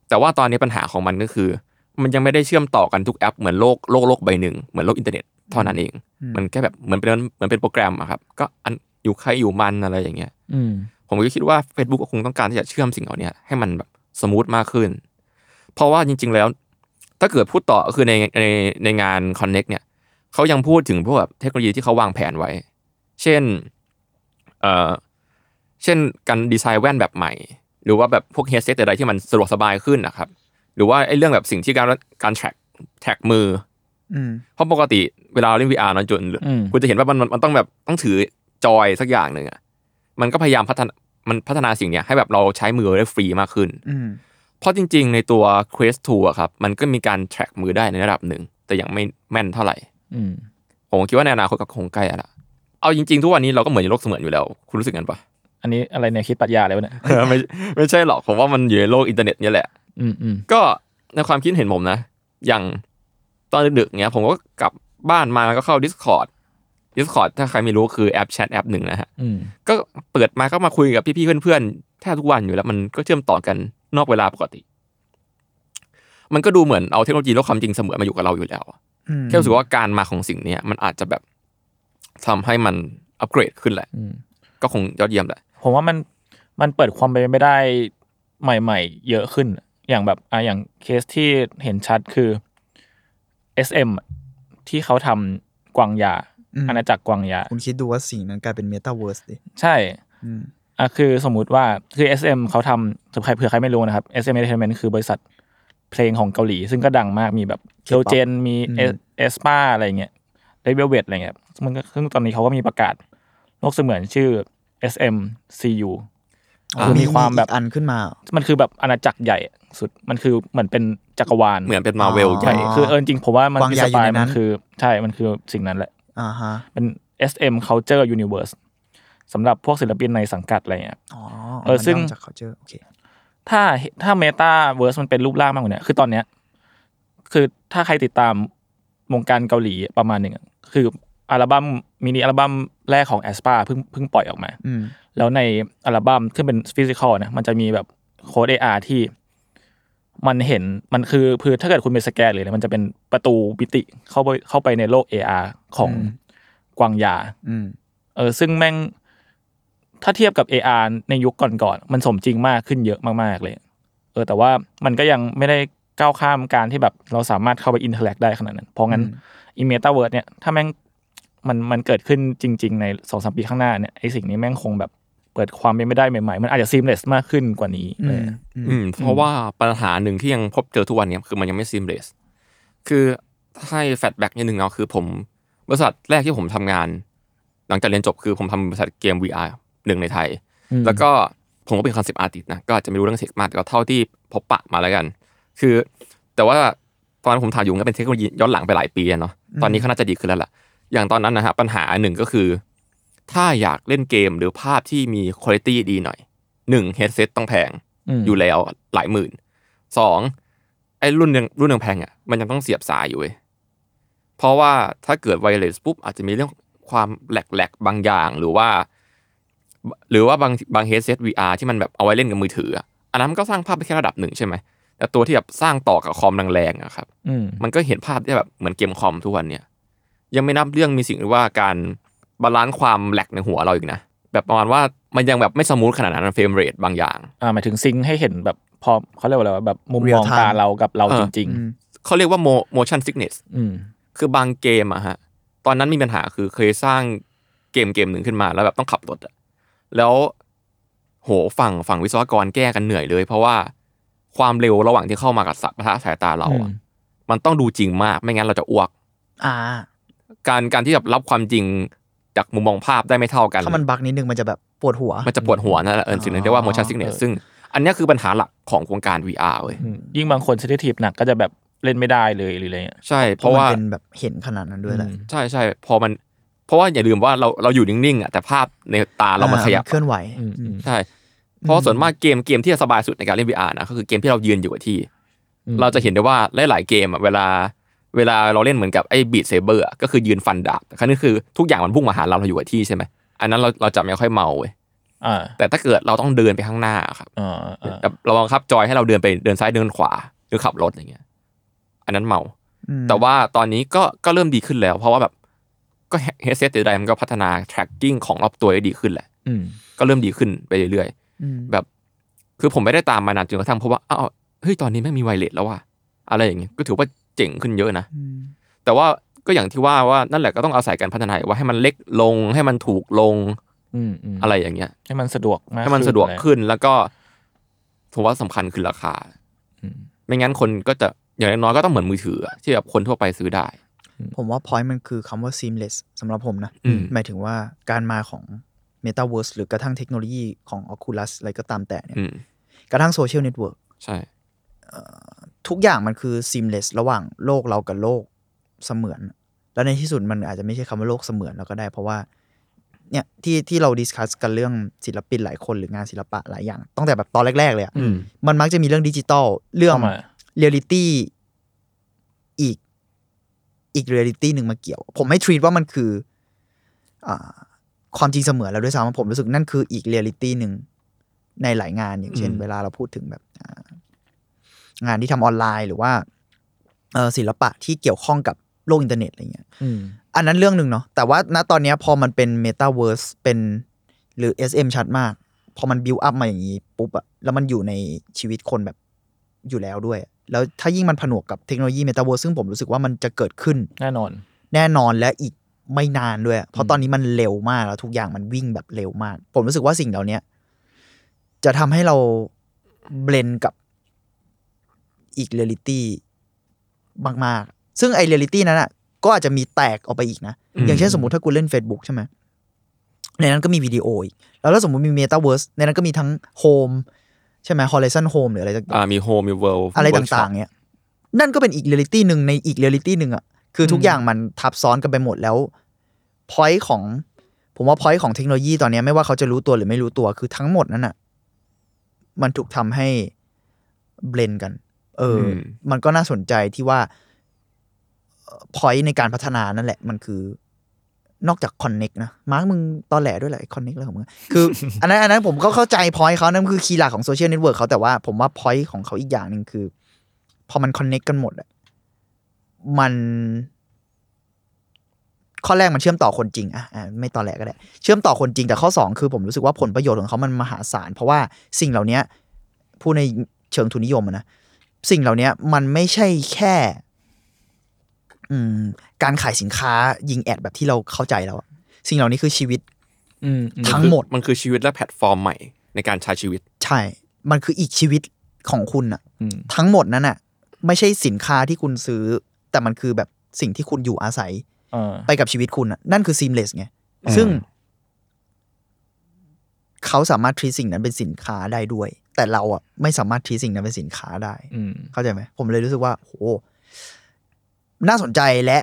C: แต่ว่าตอนนี้ปัญหาของมันก็คือ มันยังไม่ได้เชื่อมต่อกันทุกแอปเหมือนโลกโลกโลกใบหนึ่งเหมือนโลกอินเทอร์เน็ตเท่านั้นเอง
D: อืม
C: มันแค่แบบเหมือนเป็นเหมือนเป็นโปรแกรมอะครับ ก็อันอยู่ใครอยู่มันอะไรอย่างเงี้ย
B: อืม
C: ผมก็คิดว่า Facebook ก็คงต้องการที่จะเชื่อมสิ่งเหล่านี้ให้มันแบบสมูทมากขึ้น เพราะว่าจริง ๆ แล้ว ถ้าเกิดพูดต่อก็คือในในในงาน Connect เนี่ยเขายังพูดถึงพวกแบบเทคโนโลยีที่เขาวางแผนไว้ เช่นเอ่อเช่นการดีไซน์แว่นแบบใหม่ หรือว่าแบบพวกเฮดเซตอะไรที่มันสะดวกสบายขึ้นนะครับ หรือว่าไอ้เรื่องแบบสิ่งที่การการแท็กแท็กมือ
D: อืม
C: เพราะปกติเวลาเราเล่น VR เนอะจน
B: อืม
C: คุณจะเห็นว่ามันมันมันต้องแบบต้องถือจอยสักอย่างหนึ่งอ่ะ มันก็พยายามพัฒนามันพัฒนาสิ่งเนี้ยให้แบบเราใช้มือได้ฟรีมากขึ้น
D: อืม
C: เพราะจริงๆ ในตัว Quest 2อะครับ มันก็มีการ track มือได้ในระดับหนึ่ง แต่ยังไม่แม่นเท่าไหร่
B: อืม
C: ผมคิดว่าในอนาคตก็คงใกล้อะละเอาจริงๆ ทุกวันนี้เราก็เหมือนในโลกเสมือนอยู่แล้ว คุณรู้สึกกันปะ
B: อันนี้อะไรเนี่ยคิดปรัชญาเลยวะเนี่ย
C: (laughs) ไม่ไม่ใช่หรอกผมว่ามันอยู่ในโลกอินเทอร์เน็ตเนี่ยแหละ
B: อืมอืม
C: ก็ในความคิดเห็นผมนะ อย่าง ตอนดึกๆเนี้ยผมก็กลับบ้านมาแล้วก็เข้า Discord Discord ถ้าใครไม่รู้คือแอปแชทแอปหนึ่งนะฮะ
B: อืม
C: ก็เปิดมาก็มาคุยกับพี่ๆเพื่อนๆแทบทุกวันอยู่แล้ว มันก็เชื่อมต่อกันนอกเวลาปกติ มันก็ดูเหมือนเอาเทคโนโลยีและความจริงเสมอมาอยู่กับเราอยู่แล้วอะ
D: อืม
C: แค่รู้สึกว่าการมาของสิ่งเนี้ยมันอาจจะแบบทำให้มันอัปเกรดขึ้นแหละ
B: อืม
C: ก็คงยอดเยี่ยมแหละ
B: ผมว่ามันมันเปิดความเป็นไปไม่ได้ใหม่ ๆ เยอะขึ้น อย่างแบบอ่ะอย่างเคสที่เห็นชัดคือ SM อะที่เขาทำกวางยาอาณาจักรกวางยา
D: คุณคิดดูว่าสิ่งนั้นกลายเป็นเมตาเวิร์สดิ
B: ใช่
D: อืม
B: อ่ะคือสมมุติว่าคือ SM เขาทำสำหรับใครเผื่อใครไม่รู้นะครับ SM Entertainment คือบริษัทเพลงของเกาหลี ซึ่งก็ดังมากมีแบบเดลเจนมีเอสปาอะไรเงี้ยเดวิลเวทอะไรเงี้ยมันก็ซึ่งตอนนี้เขาก็มีประกาศโลกเสมือนชื่อ SM CU
C: อ่า
B: คือมีความแบบ
D: อีกอันขึ้นมา
B: มันคือแบบอาณาจักรใหญ่สุด มันคือเหมือนเป็นจักรวาล
C: เหมือนเป็นมาเวล
D: อ๋อ
C: ใหญ่
B: คือเออจริงๆผมว่ามัน
D: วาง
B: อิน
D: ยา
B: ส
D: อยู่
B: ปาย
D: ในนั้
B: มัน นคือ ใช่ มันคือสิ่งนั้นแหละ
D: อ่าฮะ
B: เป็น SM Culture Universe สำหรับพวกศิลปินในสังกัดอะไรเงี้ย
D: อ๋อ
B: เออ
D: มัน
B: ซึ่ง
D: นอกจากเขาเจอโอเค
B: ถ้าถ้าเมตาเวิร์สมันเป็นรูปร่างมากกว่าเนี้ยคือตอนเนี้ย คือถ้าใครติดตามวงการเกาหลีประมาณหนึ่งอะคืออัลบั้มมินิอัลบั้มแรกของแอสปาเพิ่งเพิ่งปล่อยออกมา
D: อืม
B: แล้วในอัลบั้มที่เป็นฟิสิกอลนะมันจะมีแบบโค้ด AR ที่มันเห็นมันคือคือถ้าเกิดคุณไปสแกนเลยนะมันจะเป็นประตูปิติเข้าไปเข้าไปในโลก AR ของ
D: อืม
B: กวางยา
D: อืม
B: เออซึ่งแม่งถ้าเทียบกับ AR ในยุคก่อนๆมันสมจริงมากขึ้นเยอะมากๆเลย เออแต่ว่ามันก็ยังไม่ได้ก้าวข้ามการที่แบบเราสามารถเข้าไปอินเทอร์แอคได้ขนาดนั้น เพราะงั้น
D: อืม
B: อีเมตาเวิร์ดเนี่ยถ้าแม่งมันมันเกิดขึ้นจริง ๆ ในสองสามปีข้างหน้าเนี่ยไอสิ่งนี้แม่งคงแบบเปิดความเป็นไม่ได้ใหม่ๆ มันอาจจะซีมเลสมากขึ้นกว่านี้
D: อื
B: เอ
D: ม
B: อ
D: อืม
C: อืมเพราะว่าปัญหาหนึ่งที่ยังพบเจอทุกวันเนี่ยคือมันยังไม่ซีมเลสคือให้แฟลชแบ็กนิดนึงเนาะคือผมบริษัทแรกที่ผมทำงาน หลังจากเรียนจบคือผมทำบริษัทเกม VR หนึ่งในไทย แล้วก็ผมก็เป็นคอนเซปต์อาร์ติสต์นะก็อาจจะไม่รู้เรื่องเทคมากแต่ก็เท่าที่พบปะมาแล้วกัน คือ แต่ว่าตอนนนผมถ่ายอยู่มันก็เป็นเทคโนโลยีย้อนหลังไปหลายปีอะเนาะตอนนี้เขาน่าจะดีขึ้นแล้วล่ะ อย่างตอนนั้นนะฮะปัญหาหนึ่งก็คือ ถ้าอยากเล่นเกมหรือภาพที่มีคุณภาพดีหน่อยหนึ่งเฮดเซตต้องแพง
B: ม
C: อยู่แล้วหลายหมื่นสองไอ้รุ่นหนึ่งรุ่นหนึ่งแพงอ่ะมันยังต้องเสียบสายอยู่เว้ยเพราะว่าถ้าเกิดไวเลสปุ๊บอาจจะมีเรื่องความแหลกๆบางอย่างหรือว่า หรือว่าบางบางเฮดเซต VR ที่มันแบบเอาไว้เล่นกับมือถืออะอันนั้นมันก็สร้างภาพไปแค่ระดับหนึ่งใช่ไหมแต่ตัวที่แบบสร้างต่อกับคอมแรงๆอะครับ
B: อืม
C: มันก็เห็นภาพได้แบบเหมือนเกมคอมทุกวันเนี่ย ยังไม่นับเรื่องมีสิ่งที่ว่าการบาลานซ์ความแหลกในหัวเราอีกนะแบบประมาณว่ามันยังแบบไม่สมูทขนาดนั้นเฟรมเรทบางอย่าง
B: อ่าหมายถึงซิงค์ให้เห็นแบบพอเขาเรียกว่าอะไรวะแบบมุมมอง
D: Real time
B: ตาเรากับเรา
C: เอ
B: จ
C: อ
B: ริง
D: อืม
C: เขาเรียกว่า mo- motion sickness
B: ๆ อืม
C: คือบางเกมอะฮะ ตอนนั้นมีปัญหาคือเคยสร้างเกมเกมหนึ่งขึ้นมาแล้วแบบต้องขับรถอะแล้วโหฝั่งฝั่งวิศวกรแก้กันเหนื่อยเลย เพราะว่าความเร็วระหว่างที่เข้ามากับสัตว์ประทะสายตาเราอะ
B: อืม
C: มันต้องดูจริงมากไม่งั้นเราจะอ้วก
D: อ่า
C: การการที่แบบรับความจริงจากมุมมองภาพได้ไม่เท่ากัน
D: ถ้ามันบักนิดนึงมันจะแบบปวดหัว
C: มันจะปวดหัวนั่นแหละเออสิ่งนั้นเรียกว่า motion
B: เอ
C: sickness
B: อ
C: ซึ่งอันเนี้ยคือปัญหาหลักของวงการ VR เว้ย
B: อืมยิ่งบางคนเซนซิทีฟหนักก็จะแบบเล่นไม่ได้เลยหรืออะไรเงี้ย
C: ใช่
D: เพ
C: เพ
D: ราะ
C: ราะ
D: ว่า
C: ว่า
D: เป็นแบบเห็นขนาดนั้นด้วยแหละ
C: ใช่ใช่พอมันเพราะว่าอย่าลืมว่าเราเราอยู่นิ่งๆอ่ะแต่ภาพในตาเรามันขยับ
D: อ่เคลื่อนไหว
B: อืม
D: อืม
C: ใช่เพราะส่วนมากเกมเกมที่สบายสุดในการเล่น VR นะก็คือเกมที่เรายืนอยู่กับที่
B: อืม
C: เราจะเห็นได้ว่าหลายๆเกมอ่ะเวลา เวลาเราเล่นเหมือนกับไอ้บีดเซเบอร์ก็คือยืนฟันดาบแต่ครั้งนี้คือทุกอย่างมันพุ่งมาหาเราเราอยู่กับที่ใช่ไหมอันนั้นเราเราจะไม่ค่อยเมาเว้ย
B: อ่า
C: แต่ถ้าเกิดเราต้องเดินไปข้างหน้าครับ
B: อ่าอ่า
C: แบบเราบังคับจอยให้เราเดินไปเดินซ้ายเดินขวาหรือขับรถอย่างเงี้ย อันนั้นเมา แต่ว่าตอนนี้ก็ก็เริ่มดีขึ้นแล้ว เพราะว่าแบบก็เฮดเซตใดๆมันก็พัฒนา tracking ของรอบตัวได้ดีขึ้นแหละ
B: อืม
C: ก็เริ่มดีขึ้นไปเรื่อยๆ แบบ คือผมไม่ได้ตามมานานจนกระทั่งเพราะว่าอ้าวเฮ้ยตอนนี้ไม่งมีไวเลสแล้วว่ะอะไรอย่างเงี้ยก็ถือว่าเจ๋งขึ้นเยอะนะ แต่ว่าก็อย่างที่ว่าว่านั่นแหละก็ต้องอาศัยการพัฒนาว่าให้มันเล็กลงให้มันถูกลง
B: อืมอืม
C: อะไรอย่างเงี้ย
B: ให้มันสะดวกาก
C: ให้มันสะดวก
B: อไร
C: ขึ้นแล้วก็ผมว่าสำคัญคือราคา
B: อืม
C: ไม่งั้นคนก็จะอย่างน้อยๆก็ต้องเหมือนมือถืออะที่แบบคนทั่วไปซื้อได้
D: ผมว่าพอยต์มันคือคำว่า seamless สำหรับผมนะ
C: อืม
D: หมายถึงว่าการมาของ Metaverse หรือกระทั่งเทคโนโลยีของ Oculus อะไรก็ตามแต่เนี่ย
C: อืม
D: กระทั่ง Social Network
C: ใช่
D: ทุกอย่างมันคือ seamless ระหว่างโลกเรากับโลกเสมือน แล้วในที่สุดมันอาจจะไม่ใช่คำว่าโลกเสมือนแล้วก็ได้ เพราะว่าเนี่ยที่ที่เราดิสคัสกันเรื่องศิลปินหลายคนหรืองานศิลปะหลายอย่างตั้งแต่แบบตอนแรก ๆ เลยอะ
C: อืม
D: มันมักจะมีเรื่องดิจิตอลเรื่อง
B: เข้ามา
D: เรียลิตี้อีก อีกเรียลิตี้หนึ่งมาเกี่ยว ผมไม่ทรีตว่ามันคืออ่าความจริงเสมอแล้วด้วยซ้ำผมรู้สึกนั่นคืออีกเรียลิตี้หนึ่งในหลายงานอย่างเช่น
C: อืม
D: เวลาเราพูดถึงแบบอ่างานที่ทำออนไลน์หรือว่าเอ่อศิลปะที่เกี่ยวข้องกับโลกอินเทอร์เน็ตอะไรเงี้ย
B: อืม
D: อันนั้นเรื่องหนึ่งเนาะแต่ว่าณตอนเนี้ยพอมันเป็นเมตาเวิร์สเป็นหรือ SM ชัดมาก พอมันบิวอัพมาอย่างนี้ปุ๊บอะแล้วมันอยู่ในชีวิตคนแบบอยู่แล้วด้วย แล้วถ้ายิ่งมันผนวกกับเทคโนโลยีเมตาเวิร์สซึ่งผมรู้สึกว่ามันจะเกิดขึ้น
B: แน่นอน
D: แน่นอนและอีกไม่นานด้วย เพ
B: อื
D: ราะ
B: ม
D: ตอนนี้มันเร็วมากแล้วทุกอย่างมันวิ่งแบบเร็วมาก ผมรู้สึกว่าสิ่งเหล่าเนี้ยจะทำให้เราเบลนกับอีกเรียลิตี้มากๆ ซึ่งไอเรียลิตี้นั้นอะก็อาจจะมีแตกออกไปอีกนะ
C: อืม
D: อย่างเช่นสมมติถ้ากูเล่น Facebook ใช่ไหมในนั้นก็มีวิดีโออีก แล้วถ้าสมมติมีเมตาเวิร์สในนั้นก็มีทั้งโฮมใช่ไหมฮอล i ซ o นโฮมหรืออะไรสักอย่าง
C: อ่ามีโฮมมีเวิลด์
D: อะไรต่างๆ เนี่ยนั่นก็เป็นอีกเรียลิตี้หนึ่งในอีกเรียลิตี้หนึ่งอะคือทุกอย่างมันทับซ้อนกันไปหมดแล้วพอยต์ของ ผมว่าพอยต์ของเทคโนโลยีตอนเนี้ยไม่ว่าเขาจะรู้ตัวหรือไม่รู้ตัวคือทั้งหมดนั้นอะมันถูกทำให้เบลนกัน เอออ
C: ม
D: มันก็น่าสนใจที่ว่า พอยต์ในการพัฒนานั่นแหละ มันคือนอกจากคอนเน็กนะ มาร์กมึงตอแหลด้วยแหละคอนเน็กแล้วของมึงอะคือ (laughs) อันนั้นอันนั้นผมก็เข้าใจพอยต์เขานั่นคือคีย์หลักของโซเชียลเน็ตเวิร์กเขาแต่ว่าผมว่าพอยต์ของเขาอีกอย่างหนึ่งคือ พอมันคอนเน็กกันหมดอะมัน ข้อแรกมันเชื่อมต่อคนจริงอะอ่ะไม่ตอแหลก็ได้ เชื่อมต่อคนจริงแต่ข้อ 2 คือผมรู้สึกว่าผลประโยชน์ของเขามันมหาศาล เพราะว่าสิ่งเหล่านี้ผู้ในเชิงทุนนิยมอะนะสิ่งเหล่านี้มันไม่ใช่แค่ อืมการขายสินค้ายิงแอดแบบที่เราเข้าใจแล้วอะสิ่งเหล่านี้คือชีวิต
B: อืมอืม
D: ทั้งหมด
C: มันคือชีวิตและแพลตฟอร์มใหม่ในการใช้ชีวิต
D: ใช่ มันคืออีกชีวิตของคุณอะ
B: อืม
D: ทั้งหมดนั้นอะไม่ใช่สินค้าที่คุณซื้อ แต่มันคือแบบสิ่งที่คุณอยู่อาศัย
B: เออ
D: ไปกับชีวิตคุณอะนั่นคือ seamless ไง
C: อืม
D: ซึ่ง เขาสามารถทรีสิ่งนั้นเป็นสินค้าได้ด้วย แต่เราอะไม่สามารถทรีสิ่งนั้นเป็นสินค้าได้
B: อืม
D: เข้าใจไหม ผมเลยรู้สึกว่า โห น่าสนใจและ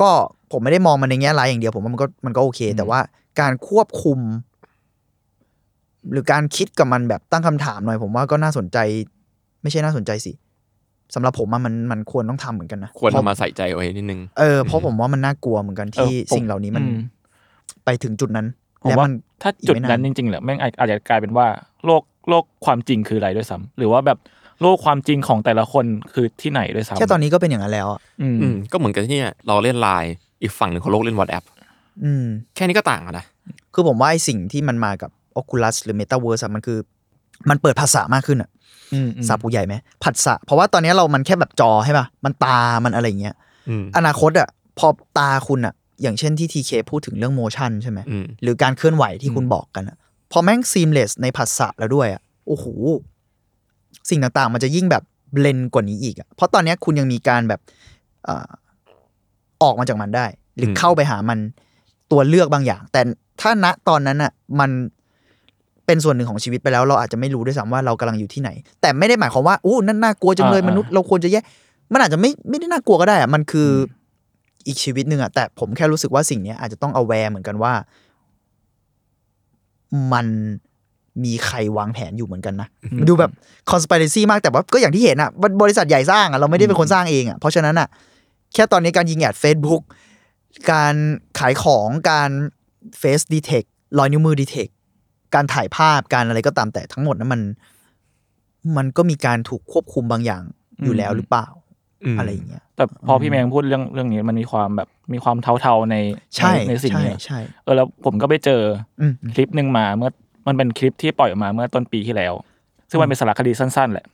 D: ก็ผมไม่ได้มองมันในแง่ร้ายอย่างเดียว ผมว่ามันก็มันก็โอเค
B: อืม
D: แต่ว่าการควบคุม หรือการคิดกับมันแบบตั้งคำถามหน่อย ผมว่าก็น่าสนใจ ไม่ใช่น่าสนใจสิสำหรับผมอะมันมันควรต้องทำเหมือนกันนะ
C: ควร
D: เพาะ
C: นำมาใส่ใจไว้นิดนึง
D: เออเพราะผมว่ามันน่ากลัวเหมือนกันที่
B: เออผม
D: สิ่งเหล่านี้มัน
B: อืม
D: ไปถึงจุดนั้น
B: ผม
D: แล้ว
B: ว่า
D: มัน
B: ถ้า
D: อีก
B: จุด
D: ไม่นาน
B: นั้นจริงๆแหละแม่งอาจอาจจะกลายเป็นว่าโลกโลกความจริงคืออะไรด้วยซ้ำหรือว่าแบบโลกความจริงของแต่ละคนคือที่ไหนด้วยซ้ำ
D: แค่ตอนนี้ก็เป็นอย่างนั้นแล้วอะ
B: อืม
C: อืมก็เหมือนกันที่เนี่ยเราเล่นไลน์อีกฝั่งหนึ่งของโลกเล่นวอทแอป
D: อืม
C: แค่นี้ก็ต่างกันนะ
D: คือผมว่าไอสิ่งที่มันมากับ Oculus หรือ Metaverse อะมันคือ มันเปิดภาษามากขึ้นอะ
B: อืม
D: สาปูใหญ่ไหมผัสสะเพราะว่าตอนนี้เรามันแค่แบบจอใช่ป่ะมันตามันอะไรอย่างเงี้ย
C: อืม
D: อนาคตอะพอตาคุณอะอย่างเช่นที่ TK พูดถึงเรื่อง motion ใช่ไหม
C: อืม
D: หรือการเคลื่อนไหวที่คุณบอกกันอะพอแม่ง seamless ในภาษาแล้วด้วยอะโอ้โห สิ่งต่างๆ มันจะยิ่งแบบเบลนกว่านี้อีกอะเพราะตอนเนี้ยคุณยังมีการแบบเอ่อออกมาจากมันได้ หรือเข้าไปหามันตัวเลือกบางอย่าง แต่ถ้าณตอนนั้นอะมันเป็นส่วนหนึ่งของชีวิตไปแล้ว เราอาจจะไม่รู้ด้วยซ้ำว่าเรากำลังอยู่ที่ไหน แต่ไม่ได้หมายความว่าอู้นั่นน่ากลัวจังเลยมนุษย์เราควรจะแยก มันอาจจะไม่ไม่ได้น่ากลัวก็ได้อะมันคือออีกชีวิตหนึ่งอะแต่ผมแค่รู้สึกว่าสิ่งเนี้ยอาจจะต้อง aware เหมือนกันว่า มันมีใครวางแผนอยู่เหมือนกันนะ มันดูแบบ conspiracy มากแต่ว่าก็อย่างที่เห็นอะบริษัทใหญ่สร้างอะเราไม่ได้เป็นคนสร้างเองอะเพราะฉะนั้นอะแค่ตอนนี้การยิงแอด Facebook การขายของการ face detect รอยนิ้วมือ detect การถ่ายภาพการอะไรก็ตามแต่ทั้งหมดนั้นมัน มันก็มีการถูกควบคุมบางอย่างอยู่แล้วหรือเปล่า
C: ม
D: อะไรอย่างเงี้ย
B: แต่พอพี่แมงพูดเรื่องเรื่องนี้มันมีความแบบมีความเทาๆใน
D: ใช่
B: ในในสิ่ง
D: ใช่
B: เนี้ย
D: ใช่
B: เออแล้วผมก็ไปเจอ
D: อืม
B: คลิปหนึ่งมาเมื่อมันเป็นคลิปที่ปล่อยออกมาเมื่อต้นปีที่แล้ว ซึ่งมันเป็นสารคดีสั้น ๆ แหละ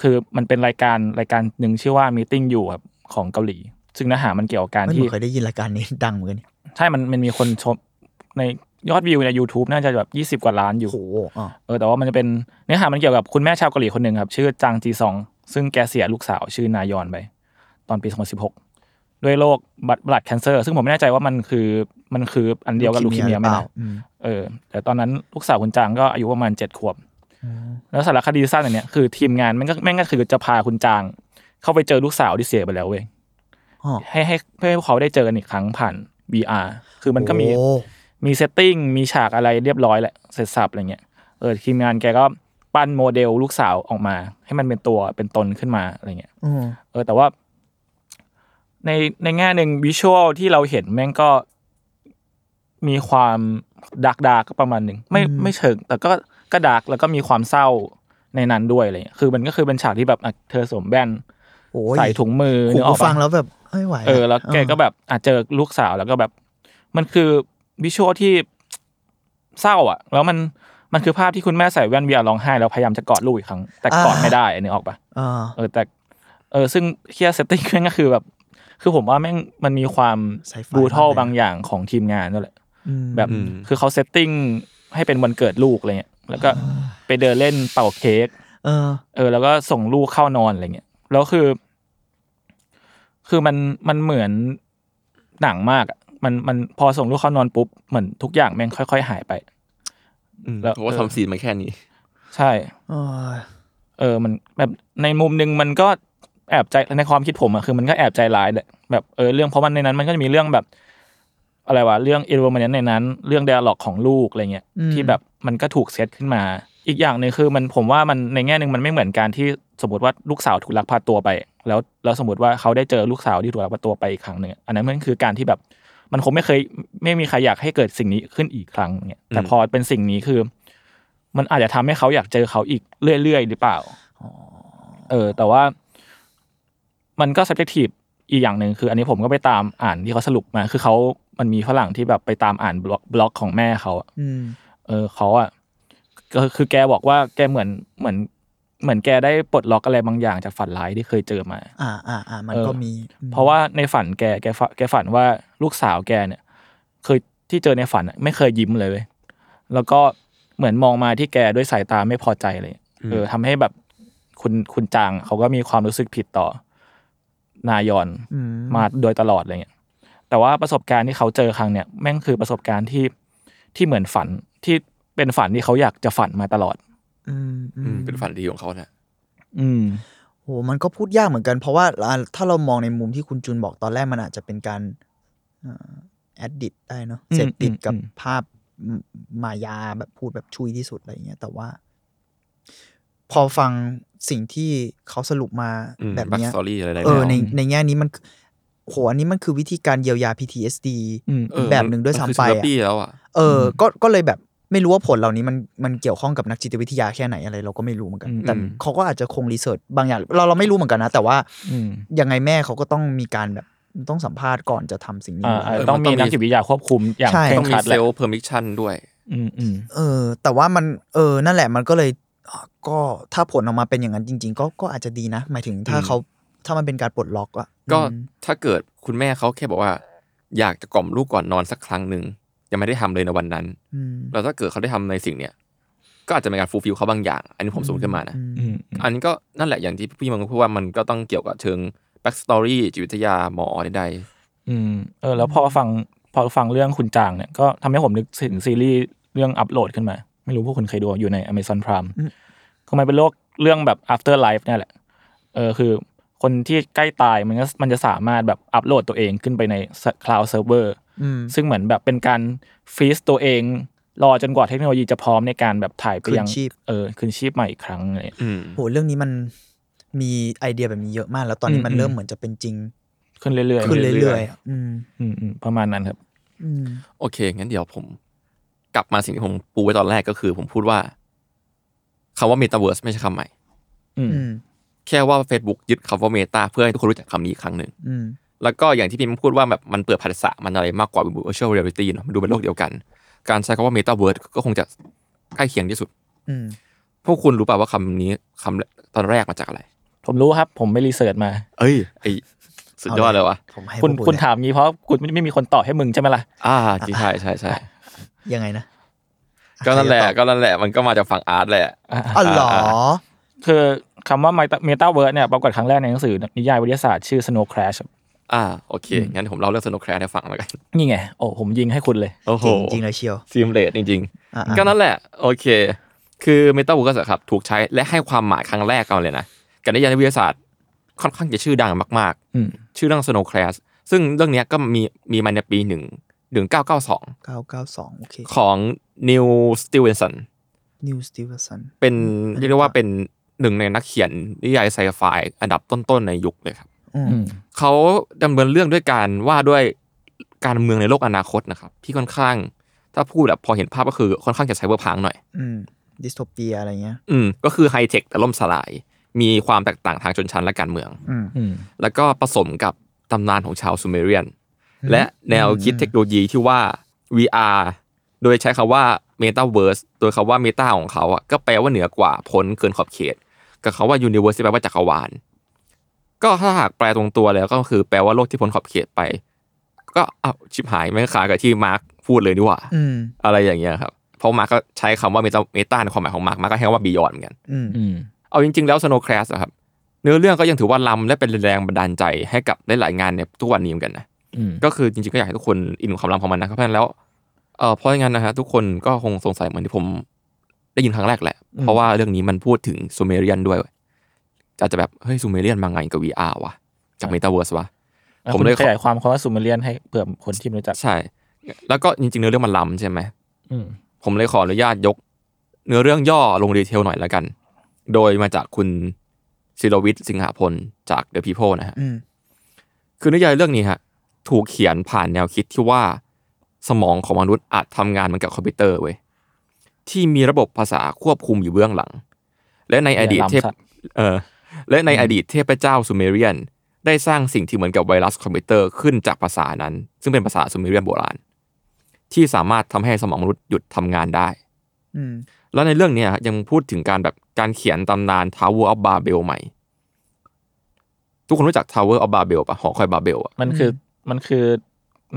B: คือมันเป็นรายการรายการหนึ่งชื่อว่ามีติ้งอยู่ครับของเกาหลี ซึ่งเนื้อหามันเกี่ยวกับการ
D: ไม่เห
B: ที่
D: มือนเคยได้ยินรายการนี้ดังเหมือนกันเนี่ย
B: ใช่ มันมันมีคนชมในยอดวิวใน YouTube น่าจะแบบยี่สิบ20 กว่าล้านอยู่
D: โอ้โหอ่ะ
B: เออแต่ว่ามันจะเป็นเนื้อหามันเกี่ยวกับคุณแม่ชาวเกาหลีคนหนึ่งครับ ชื่อจางจีซอง ซึ่งแกเสียลูกสาวชื่อนายอนไป ตอนปี 2016 ด้วยโรคบัตรบลัดแคนเซอร์ ซึ่งผมไม่แน่ใจว่ามันคือมันคืออันเดียวกับลูคีเมียไหม
D: เปล่า
B: นะ
D: อืม
B: เออแต่ตอนนั้นลูกสาวคุณจางก็อายุประมาณเจ็ดขวบ แล้วสารคดีสั้นอันเนี้ยคือทีมงานแม่งก็แม่งก็คือจะพาคุณจาง เข้าไปเจอลูกสาวที่เสียไปแล้วเว้ย
D: อ๋อ
B: ให้ให้เพื่อให้เขาได้เจอกันอีกครั้งผ่าน VR คือมันก็มี
D: โอ้
B: มีเซตติ้งมีฉากอะไรเรียบร้อยแหละ เสร็จสับอะไรเงี้ยเออทีมงานแกก็ปั้นโมเดลลูกสาวออกมา ให้มันเป็นตัวเป็นตนขึ้นมาอะไรเงี้ย
D: อืม
B: เออแต่ว่า ในในแง่หนึ่งวิชวลที่เราเห็นแม่งก็มีความดาร์กดาร์กประมาณหนึ่งไม่
D: อืม
B: ไม่เชิง แต่ก็ก็ดาร์กแล้วก็มีความเศร้าในนั้นด้วยอะไรเงี้ยคือมันก็คือเป็นฉากที่แบบอ่ะเธอสวมแว่น
D: โอ้ย
B: ใส่ถุงมือ
D: หู
B: นึกออก
D: ฟั
B: ปะ
D: งแล้วแบบเฮ้ยไหวะ
B: เออแล้วแกก็แบบอาจเจอลูกสาวแล้วก็แบบ มันคือวิชวลที่ เศร้าอ่ะ แล้วมันมันคือภาพที่คุณแม่ใส่แว่นเวียร้องไห้แล้วพยายามจะกอดลูกอีกครั้ง แต่กอดไม่ได้อันนี้ออกปะ
D: เออ
B: เออแต่ เออซึ่งเคียเซตติ้งแม่งก็คือแบบ คือผมว่าแม่งมันมีความ
D: ไซไฟ
B: บรูทัล
D: มกเลย
B: บางอย่างของทีมงานนั่นแหละ
D: อืม
B: แบบ
C: อืม
B: คือเขาเซตติ้งให้เป็นวันเกิดลูกอะไรเงี้ยแล้วก็ไปเดินเล่นเป่าเค้ก
D: เออ
B: เออแล้วก็ส่งลูกเข้านอนอะไรเงี้ยแล้วคือ คือมันมันเหมือนหนังมากอะมันมันพอส่งลูกเข้านอนปุ๊บเหมือนทุกอย่างแม่งค่อย ๆ หายไป
C: อืม
B: แล้ว
C: เพราะว่าทำซีนมาแค่นี้
B: ใช่
D: โอ้ย
B: เออมันแบบในมุมหนึ่งมันก็แอบใจในความคิดผมอะคือมันก็แอบใจร้ายแหละแบบเออเรื่องเพราะมันในนั้นมันก็จะมีเรื่องแบบ อะไรวะเรื่องอินโวมันในนั้น เรื่อง d ด a l ล็อกของลูกอะไรเงี้ย
D: อืม
B: ที่แบบมันก็ถูกเซตขึ้นมา อีกอย่างหนึ่งคือมันผมว่ามันในแง่หนึ่งมันไม่เหมือนการที่สมมติว่าลูกสาวถูกลักพาตัวไป แล้วแล้วสมมติว่าเขาได้เจอลูกสาวที่ถูกลักพาตัวไปอีกครั้งหนึ่งอะอันนั้นมันคือการที่แบบมันคงไม่เคยไม่มีใครอยากให้เกิดสิ่งนี้ขึ้นอีกครั้งเนี่ยแต่
C: อืม
B: พอเป็นสิ่งนี้คือ มันอาจจะทำให้เขาอยากเจอเขาอีกเรื่อยๆ หรือเปล่า เออ แต่ว่ามันก็ subjective อีกอย่างหนึ่งคือ อันนี้ผมก็ไปตามอ่านที่เขาสรุปมา คือเขามันมีฝรั่งที่แบบไปตามอ่านบล็อกบล็อกของแม่เขาอะ
D: อืม
B: เออเขาอ่ะก็คือแกบอกว่าแกเหมือนเหมือนเหมือนแกได้ปลดล็อกอะไรบางอย่างจากฝันร้ายที่เคยเจอมา
D: อ่าอ่าอ่ามัน
B: เออ
D: ก็มีอืม
B: เพราะว่าในฝันแกแกฝันแกฝันว่าลูกสาวแกเนี่ยเคยที่เจอในฝันอะไม่เคยยิ้มเลยเว้ยแล้วก็เหมือนมองมาที่แกด้วยสายตาไม่พอใจเลย เออทำให้แบบคุณคุณจางเขาก็มีความรู้สึกผิดต่อ นายอน
D: อื
B: มาโดยตลอดอะไรเงี้ยแต่ว่าประสบการณ์ที่เขาเจอครั้งเนี่ยแม่งคือประสบการณ์ที่ที่เหมือนฝันที่เป็นฝันที่เขาอยากจะฝันมาตลอด
D: อืมอื
C: อื
D: ม
C: มเป็นฝันดีของเขาแหละ
B: อืม
D: โหมันก็พูดยากเหมือนกัน เพราะว่าอ่าถ้าเรามองในมุมที่คุณจุนบอกตอนแรกมันอาจจะเป็นการแอดดิ t ได้เนาะ
B: อืม
D: เสพติด
B: อืม
D: กับ
B: อืม
D: ภาพมายาแบบพูดแบบชุยที่สุดอะไรอย่างเงี้ยแต่ว่า พอฟังสิ่งที่เขาสรุปมา
C: แบ
D: แบบ บ
C: บัค
D: เนี้ย
C: สตอรี่อะไรๆ
D: เออใน
C: แล้ว
D: ในแง่นี้มันโหอันนี้มันคือวิธีการเยียวยา PTSD
B: อืม
C: เออ
D: แบบหนึ่งด้วย
C: มัคือ
D: ซ้ำไป
C: เทอรา
D: อะ
C: แล้วอ่ะ
D: เออก็ก็เลยแบบไม่รู้ว่าผลเหล่านี้มันมันเกี่ยวข้องกับนักจิตวิทยาแค่ไหนอะไรเราก็ไม่รู้เหมือนกัน
B: อืม
D: แต่
C: อืม
D: เขาก็อาจจะคงรีเสิร์ชบางอย่างเราเราไม่รู้เหมือนกันนะ แต่ว่า
B: อืม
D: ยังไงแม่เขาก็ต้องมีการแบบต้องสัมภาษณ์ก่อนจะทำสิ่งนี้
B: อ่า
D: อ
B: อาจ
D: ยู่แล้ว
B: จะต้องมีนักจิตวิทยาควบคุมอย่าง
D: ใช่
B: เคร่
C: ต้อง
B: ค
C: งมี
B: รัด
C: เซ
B: แหละ
C: ลล์เพอร์มิชันด้วย
B: อืมอืม
D: เออ แต่ว่ามันเออนั่นแหละมันก็เลยอ่ะก็ถ้าผลออกมาเป็นอย่างนั้นจริง ๆ ก็ก็อาจจะดีนะ หมายถึงถ้า
C: อืม
D: เขาถ้ามันเป็นการปลดล็อกอะ
C: ก็
D: อืม
C: ถ้าเกิดคุณแม่เขาแค่บอกว่า อยากจะกล่อมลูกก่อนนอนสักครั้งหนึ่งยังไม่ได้ทำเลยในวันนั้น
D: อืม
C: แล้วถ้าเกิดเขาได้ทำในสิ่งเนี้ยก็อาจจะเป็นการฟูลฟิลเขาบางอย่าง อันนี้ผมสมมติขึ้นมานะ
D: อืม
B: อืม
C: อันนี้ก็นั่นแหละอย่างที่พี่มังพูดว่ามันก็ต้องเกี่ยวกับเชิงแบ็กสตอรี่จิตวิทยาหมอใด
B: อืมเออ แล้วพอฟังพอฟังเรื่องคุณจางเนี่ยก็ทำให้ผมนึกถึงซีรีส์เรื่องอัพโหลดขึ้นมา ไม่รู้พวกคุณเคยดูอยู่ใน Amazon Prime
D: อืม
B: คือมันเป็นโลกเรื่องแบบ after life เนี่ยแหละ เออคือคนที่ใกล้ตายมันก็มันจะสามารถแบบอัพโหลดตัวเองขึ้นไปใน cloud server
D: อืม
B: ซึ่งเหมือนแบบเป็นการฟรีซตัวเอง รอจนกว่าเทคโนโลยีจะพร้อมในการแบบถ่ายไปยัง
D: คืนชีพ
B: เออคืนชีพใหม่อีกครั้งอะไรอย่างเงี้ย
C: ๆอืม
D: โหเรื่องนี้มันมีไอเดียแบบนี้เยอะมาก แล้วตอนนี้
B: อืม
D: มันเริ่
B: อื
D: ม
B: ม
D: เหมือนจะเป็นจริง
B: ขึ้นเรื่อยๆ
D: ขึ้น
C: เรื่
D: เรื่
C: อ
D: อย ยๆอะอืม
B: อืมอืมประมาณนั้นครับ
D: อืม
C: โอเค งั้นเดี๋ยวผม กลับมาสิ่งที่ผมปูไว้ตอนแรกก็คือ ผมพูดว่าคำว่าเมตาเวิร์สไม่ใช่คำใหม่
B: อืม
D: อืม
C: แค่ว่า Facebook ยึดคำว่าเมตาเพื่อให้ทุกคนรู้จักคำนี้อีกครั้งหนึ่ง
D: อืม
C: แล้วก็อย่างที่พี่มันพูดว่าแบบมันเปิดภาษามันอะไรมากกว่า virtual reality เนอะมันดูเป็นโลกเดียวกัน การใช้คำว่า metaverse ก็คงจะใกล้เคียงที่สุด
D: อืม
C: พวกคุณรู้ป่าว่าคำนี้คำตอนแรกมาจากอะไร
B: ผมรู้ครับ ผมไปรีเสิร์ชมา
C: เอ้ยไอสุดยอดเลยวะ
D: ผมให้
B: คุณ
D: พวก
B: คุณ
D: เลย
B: ถามงี้เพราะคุณไม่ไม่มีคนตอบให้มึงใช่ไหมล่ะ
C: อ่าจริงใช่ใช่ใช่
D: ยังไงนะ
C: ก็นั่นแหละ
D: ใครจตอบ
C: ก็นั่นแหละมันก็มาจากฝั่งอาร์ตแหละ
D: อ๋อเหรอ
B: คือคำว่าเมตาเวิร์สเนี่ยปรากฏครั้งแรกในหนังสือนิยายวิทยาศาสตร์ชื่อ Snow Crash ครับ
C: อ่าโอเค งั้นผมเล่าเรื่องสนุกแคร์ให้ฟังแล้วกัน
B: นี่ไง โอ้ผมยิงให้คุณเลย
C: โอ้โห
D: จริงจริงเลยเชียว
C: ซีมเลดจริง
D: อ่ะ
C: ๆ ก็นั่นแหละ โอเค คือเมตาเวิร์สครับ ถูกใช้และให้ความหมายครั้งแรกเอาเลยนะกับนิยายวิทยาศาสตร์ค่อนข้างจะชื่อดังมาก
B: อืม
C: ๆ ชื่อเรื่อง Snow Crash ซึ่งเรื่องเนี้ยก็มีมีมาในปีหนึ่งหนึ่งเก้าเก้าสอง
D: เก้าเก้าสองโอเค
C: ของ Neil Stevenson
D: นิวสตีเวสัน
C: เป็น
D: อืม
C: เรียกได้ว่าเป็นหนึ่งในนักเขียนนิยายไซไฟอันดับต้น ๆ ในยุคเลยครับ
D: โ อืม
B: อืม
C: เขาดำเนินเรื่องด้วยการว่าด้วยการเมืองในโลกอนาคตนะครับ ที่ค่อนข้าง ถ้าพูดแบบพอเห็นภาพก็คือค่อนข้างจะไซเบอร์พังหน่อย
D: อืมดิสโทเปียอะไรเงี้ย
C: อืมก็คือไฮเทคแต่ล่มสลาย มีความแตกต่างทางชนชั้นและการเมือง
D: อืม
B: อืม
C: แล้วก็ผสมกับตำนานของชาวซูเมเรียน และแนวคิดเทคโนโลยีที่ว่า VR โดยใช้คำว่า Metaverse โดยคำว่า Meta ของเขาอ่ะก็แปลว่าเหนือกว่าพ้นเกินขอบเขต กับคำว่า Universe ที่แปลว่าจักรวาล ก็ถ้าหากแปลตรงตัวแล้วก็คือแปลว่าโลกที่พ้นขอบเขตไป ก็อ้าวชิบหายไม่ขายกับที่มาร์คพูดเลยดีกว่า
D: อืม
C: อะไรอย่างเงี้ยครับ เพราะมาร์คก็ใช้คำว่า Meta Meta ในความหมายของมาร์คมาร์คก็ใช้คำว่า Beyond เหมือนกัน
D: อืม
B: อืม
C: เอาจริงๆแล้ว Snow Crash อะครับเนื้อเรื่องก็ยังถือว่าล้ำและเป็นแรงบันดาลใจให้กับหลายๆงานในทุกวันนี้เหมือนกันนะ
B: อืม
C: ก็คือจริงๆก็อยากให้ทุกคนอินกับความล้ำของมันนะครับเพราะฉะนั้นแล้วเอ่อเพราะงั้นนะฮะทุกคนก็คงสงสัยเหมือนที่ผมได้ยินครั้งแรกแหละ เพราะว่าเรื่องนี้มันพูดถึงซูเมเรียนด้วยอาจจะแบบเฮ้ยซูเมเรียนมาไงกับ VR วะกับ Metaverse วะ ผ
B: ผม ม
C: เล
B: เลย ย
C: ข
B: ข
C: อ
B: ยายความคำว่าซูเมเรียนให้เผื่อคนที่ไม่รู้จัก
C: ใช่ แล้วก็จริงๆเนื้อเรื่องมันล้ำใช่ไหม
B: อืม
C: ผมเลยขออนุญาตยก เนื้อเรื่องย่อลงดีเทลหน่อยแล้วกัน โดยมาจากคุณศิรวิทย์สิงหพลจาก The People นะฮะ
D: อืม
C: คือนิยายเรื่องนี้ฮะถูกเขียนผ่านแนวคิดที่ว่าสมองของมนุษย์อาจทำงานเหมือนกับคอมพิวเตอร์เว้ยที่มีระบบภาษาควบคุมอยู่เบื้องหลัง และในอดีตเทพ
B: อย่าล้ำสัตว์
C: เออและในอดีตเทพเจ้าซูเมเรียน ได้สร้างสิ่งที่เหมือนกับไวรัสคอมพิวเตอร์ขึ้นจากภาษานั้น ซึ่งเป็นภาษาซูเมเรียนโบราณ ที่สามารถทำให้สมองมนุษย์หยุดทำงานได้
D: อืม
C: แล้วในเรื่องเนี้ยยังพูดถึงการแบบการเขียนตำนาน Tower of Babel ใหม่ ทุกคนรู้จัก Tower of Babel ปะหอคอยบาเบลอะ
B: มันคือมันคือ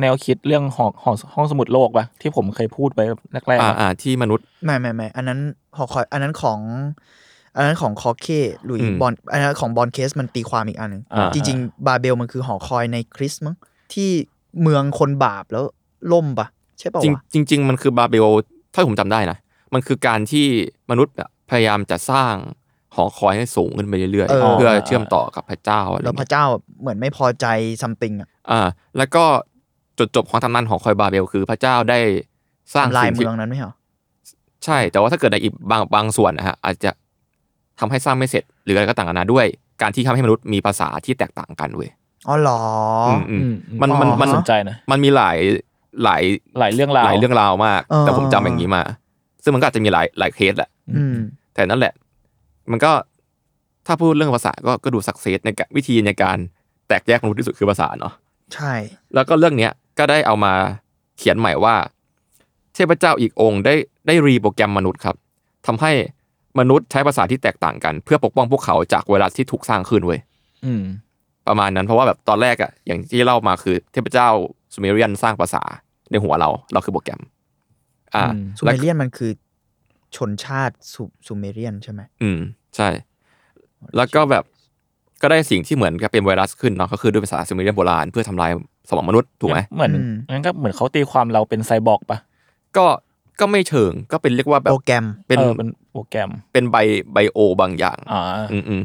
B: แนวคิดเรื่องหองหอห้องสมุดโลกปะที่ผมเคยพูดไปแรกๆ
C: อ่า
B: อะ
C: อ่าที่มนุษย์
D: ไม่ไม่ไม่อันนั้นหอคอย อันนั้นของ อันนั้นของคอเคหรือ
C: อืม
D: บอลอันนั้นของบอลเคสมันตีความอีกอันหนึ่ง
C: อ่า
D: จริง ๆ บาเบลมันคือหอคอยในคริสต์มั้งที่เมืองคนบาปแล้วล่มปะใช่ปะวะ
C: จริงจริง ๆ มันคือบาเบลถ้าผมจำได้นะ มันคือการที่มนุษย์อะพยายามจะสร้างหอคอยให้สูงขึ้นไปเรื่อยๆ เพื่อเชื่อมต่อกับพระเจ้าอะไร
D: แล้วพ
C: เงี้ย
D: ระเจ้าเหมือนไม่พอใจซัมติงอ่ะ
C: อ่า แล้วก็จุดจบของตำนานหอคอยบาเบล คือพระเจ้าได้สร้าง
D: ลาย
C: สิ่งที่
D: เมืองนั้นไม่เหรอ
C: ใช่ แต่ว่าถ้าเกิดในอีกบางบางส่วนนะฮะอาจจะทำให้สร้างไม่เสร็จ หรืออะไรก็ต่างกันานาด้วย การที่ทำให้มนุษย์มีภาษาที่แตกต่างกันเว้ย
D: อ๋อเหรออ
C: มอืม
B: อื
C: มันมัน
D: อ๋อ
C: มัน
B: สนใจนะ
C: มันมีหลายหลาย
B: หลายเรื่องราว
C: หลายเรื่องราวมาก
D: เออ
C: แต่ผมจำอย่างนี้มา ซึ่งมันก็อาจจะมีหลายหลายเคสแหละ
D: อืม
C: แต่นั่นแหละ มันก็ถ้าพูดเรื่องภาษาก็ก็ดูสักเซสในการวิธีในการแตกแยกมนุษย์ที่สุดคือภาษาเนาะ
D: ใช่
C: แล้วก็เรื่องเนี้ยก็ได้เอามาเขียนใหม่ว่า เทพเจ้าอีกองค์ได้ได้รีโปรแกรมมนุษย์ครับทำให้มนุษย์ใช้ภาษาที่แตกต่างกัน เพื่อปกป้องพวกเขาจากไวรัสที่ถูกสร้างขึ้นเว้ย
B: อืม
C: ประมาณนั้นเพราะว่าแบบตอนแรกอะอย่างที่เล่ามาคือเทพเจ้าซูเมเรียนสร้างภาษาในหัวเรา เราคือโปรแกรม อ่า
B: อืม
D: ซู
C: แล้
D: เม
C: ว
D: เรียนมันคือชนชาติซูซูเมเรียนใช่ไหม
C: อืมใช่ แล้วก็แบบก็ได้สิ่งที่เหมือนกับเป็นไวรัสขึ้นเนาะก็คือด้วยภาษาซูเมเรียนโบราณเพื่อทำลายสมองมนุษย์ถูกไหม
B: เหมือนงั้นก็เหมือนเขาตีความเราเป็นไซบอร์กปะ
C: ก็ก็ไม่เชิงก็เป็นเรียกว่าแบบ
D: โปรแกรม
C: เป็น
B: ออเป็นโปรแกรม
C: เป็นใบไบโอบางอย่าง
B: อ่า
C: อืมอืม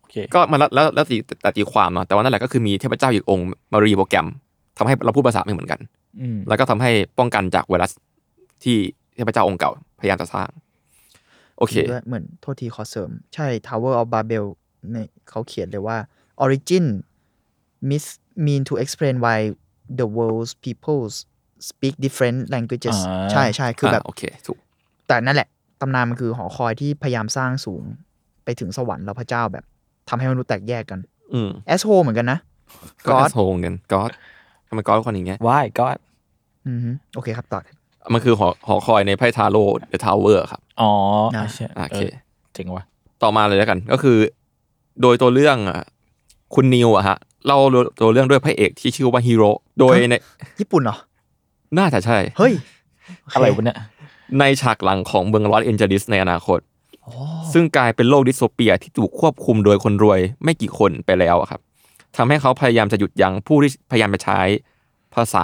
B: โอเค
C: ก็มันแล้วแล้วแล้วตีแต่ตีความเนาะแต่ว่านั่นแหละก็คือมีเทพเจ้าอีกองค์มารีโปรแกรมทำให้เราพูดภาษาไม่เหมือนกัน
B: อืม
C: แล้วก็ทำให้ป้องกันจากไวรัสที่เทพเจ้าองค์เก่าพยายามจะสร้าง โอเค
D: ด้วยเหมือนโทษทีขอเสริม ใช่ Tower of Babel เนี่ยเขาเขียนเลยว่า origin mis mean to explain why the world's peoples speak different languages ใช่ใช่คือแบบ
C: าโอเคถูก
D: แต่นั่นแหละ ตำนานมันคือหอคอยที่พยายามสร้างสูงไปถึงสวรรค์แล้วพระเจ้าแบบทำให้มนุษย์แตกแยกกัน
C: อืม
D: แอสโฮเหมือนกันนะ
C: ก็
D: God
C: โทงกันก็ทำไมก็คนอย่างเงี้ย
B: ว้ายก็
D: อือฮึโอเคครับต่อ
C: มันคือหอหอคอยในไพ่ทาโร่เดอะทาวเวอร์ครับ
B: อ๋อ
D: นะ
B: ใช่
C: อ่ะโอ
B: เอ
C: เค
B: อเจ๋งว่ะ
C: ต่อมาเลยแล้วกันก็คือ โดยตัวเรื่องอะคุณนิวอะฮะเล่าตัวเรื่องด้วยพระเอกที่ชื่อว่าฮิโร่โดยใน
D: ญี่ปุ่นเหรอ
C: น่าจะใช่
D: เฮ้ยโเค
B: อะไรวะเนี่ย
C: ในฉากหลังของเมืองลอสแอนเจลิสในอนาคต
D: โอ้
C: ซึ่งกลายเป็นโลกดิสโทเปียที่ถูกควบคุมโดยคนรวยไม่กี่คนไปแล้วอะครับทำให้เขาพยายามจะหยุดยั้งผู้ที่พยายามจะใช้ภาษา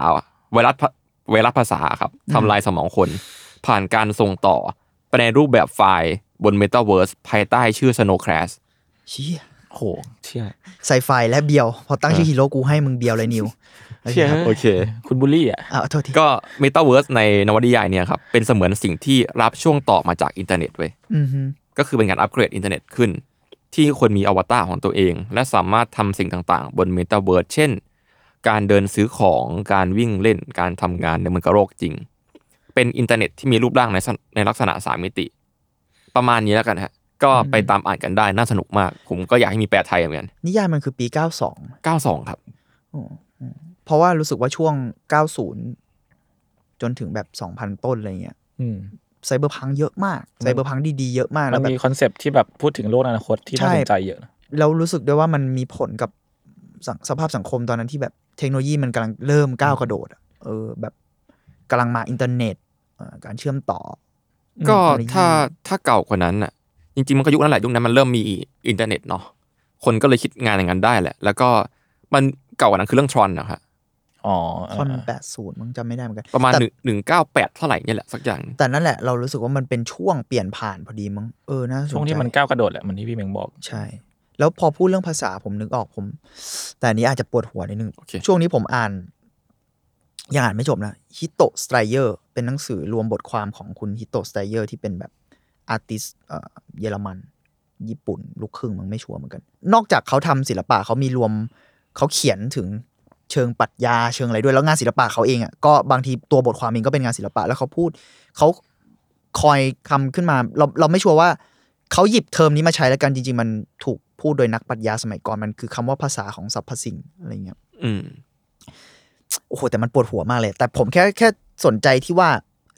C: ไวรัสพะไวรัสภาษาครับทำลายสมองคน ผ่านการส่งต่อไปในรูปแบบไฟล์บนเมตาเวิร์สภายใต้ชื่อ Snow Crash
D: เชี่ย
B: โหเชี่ย
D: ไซไฟและเบียว พอตั้งชื่อฮีโร่กูให้มึงเบียวเลยนิวโอเคครับ
C: โอเค
B: คุณบูลลี่อ่ะ
D: อ่าโทษที
C: ก็เมตาเวิร์สในนวนิยายเนี่ยครับเป็นเสมือนสิ่งที่รับช่วงต่อมาจากอินเทอร์เน็ตเว้ย
D: อือฮึ
C: ก็คือเป็นการอัปเกรดอินเทอร์เน็ตขึ้น ที่คนมีอวตารของตัวเอง และสามารถทำสิ่งต่างๆ บนเมตาเวิร์สเช่น การเดินซื้อของการวิ่งเล่นการทำงานในเมืองกระโรกจริง เป็นอินเทอร์เน็ตที่มีรูปร่างในสในลักษณะสามมิติ ประมาณนี้แล้วกันฮะก็ไปตามอ่านกันได้น่าสนุกมาก ผมก็อยากให้มีแปลไทยเหมือนกัน
D: นิยายมันคือปี 92
C: 92 ครับ
D: อ๋ออืมเพราะว่ารู้สึกว่าช่วง 90 จนถึงแบบ 2,000 ต้นอะไรเงี้ย
B: อืม
D: ไซเบอร์พังก์เยอะมาก
B: มัน
D: ไซเบอร์พังก์ดีๆ เยอะมาก
B: มั
D: แล้
B: น
D: วแบบ
B: มีคอนเซปต์ที่แบบพูดถึงโลกอนาคตที่น่า
D: ใช่
B: สนใจเยอะนะ
D: เรารู้สึกด้วยว่ามันมีผลกับสังสภาพสังคมตอนนั้นที่แบบเทคโนโลยีมันกำลังเริ่มก้าวกระโดดอะเออแบบกำลังมาอินเทอร์เน็ตเอ่อการเชื่อมต่อ
C: ก็
D: อืม
C: ถ้าถ้าเก่ากว่านั้นอ่ะ จริงๆ มันก็ยุคนั้นแหละยุคนั้นมันเริ่มมีอินเทอร์เน็ตเนาะคนก็เลยคิดงานอย่างนั้นได้แหละ แล้วก็มันเก่ากว่านั้นคือเรื่องทรอนนะครับ
B: อ๋อ
D: คอน
B: อ่า
D: แปดศูนย์มึงจำไม่ได้เหมือนกัน
C: ประมาณ
D: แต่
C: หนึ่งหนึ่งเก้าแปดเท่าไหร่เนี่ยแหละสักอย่าง
D: แต่นั่นแหละเรารู้สึกว่ามันเป็นช่วงเปลี่ยนผ่านพอดีมั้งเออน่าสนใจ
B: ช่วงที่มันก้าวกระโดดแหละเหมันที่พี่เมงบอก
D: ใช่ แล้วพอพูดเรื่องภาษาผมนึกออกผม แต่อันนี้อาจจะปวดหัวนิดนึง
C: โอเค
D: ช่วงนี้ผมอ่าน ยังอ่านไม่จบนะฮิโตสไตรเยอร์เป็นหนังสือรวมบทความของคุณฮิโตสไตรเยอร์ที่เป็นแบบอาร์ติสเยอรมัน ญี่ปุ่น ลูกครึ่งมึงไม่ชัวร์เหมือนกัน นอกจากเขาทำศิลปะเขามีรวมเขาเขียนถึงเชิงปรัชญาเชิงอะไรด้วยแล้วงานศิลปะเขาเองอ่ะก็บางทีตัวบทความเองก็เป็นงานศิลปะแล้วเขาพูด เขาคอยคำขึ้นมาเราเราไม่ชัวร์ว่าเขาหยิบเทอมนี้มาใช้แล้วกันจริง ๆ มันถูกพูดโดยนักปรัชญาสมัยก่อนมันคือคำว่าภาษาของสรรพสิ่งอะไรเงี้ย
C: อืม
D: โอ้โห แต่มันปวดหัวมากเลย แต่ผมแค่แค่สนใจที่ว่า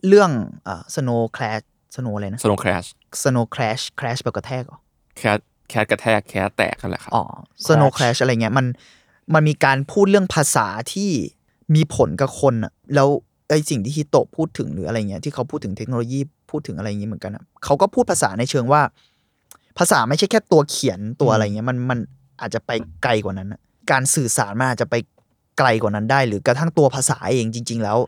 D: เรื่องอ่า snow crash snow อะไรนะ
C: สโนว์แครช
D: snow crash crash แบบกระแทกเหรอ
C: แคทแคทกระแทกแคทแตกกันแหละครับ
D: อ๋อ snow crash อะไรเงี้ยมันมันมีการพูดเรื่องภาษาที่มีผลกับคนอะแล้วไอสิ่งที่ฮิโตะพูดถึงหรืออะไรเงี้ยที่เขาพูดถึงเทคโนโลยีพูดถึงอะไรเงงี้ยเหมือนกันอะเขาก็พูดภาษาในเชิงว่า ภาษาไม่ใช่แค่ตัวเขียนตัวอะไรเงี้ยมันมันอาจจะไปไกลกว่านั้นอะการสื่อสารมันอาจจะไปไกลกว่านั้นได้ หรือกระทั่งตัวภาษาเองจริง ๆ แล้ว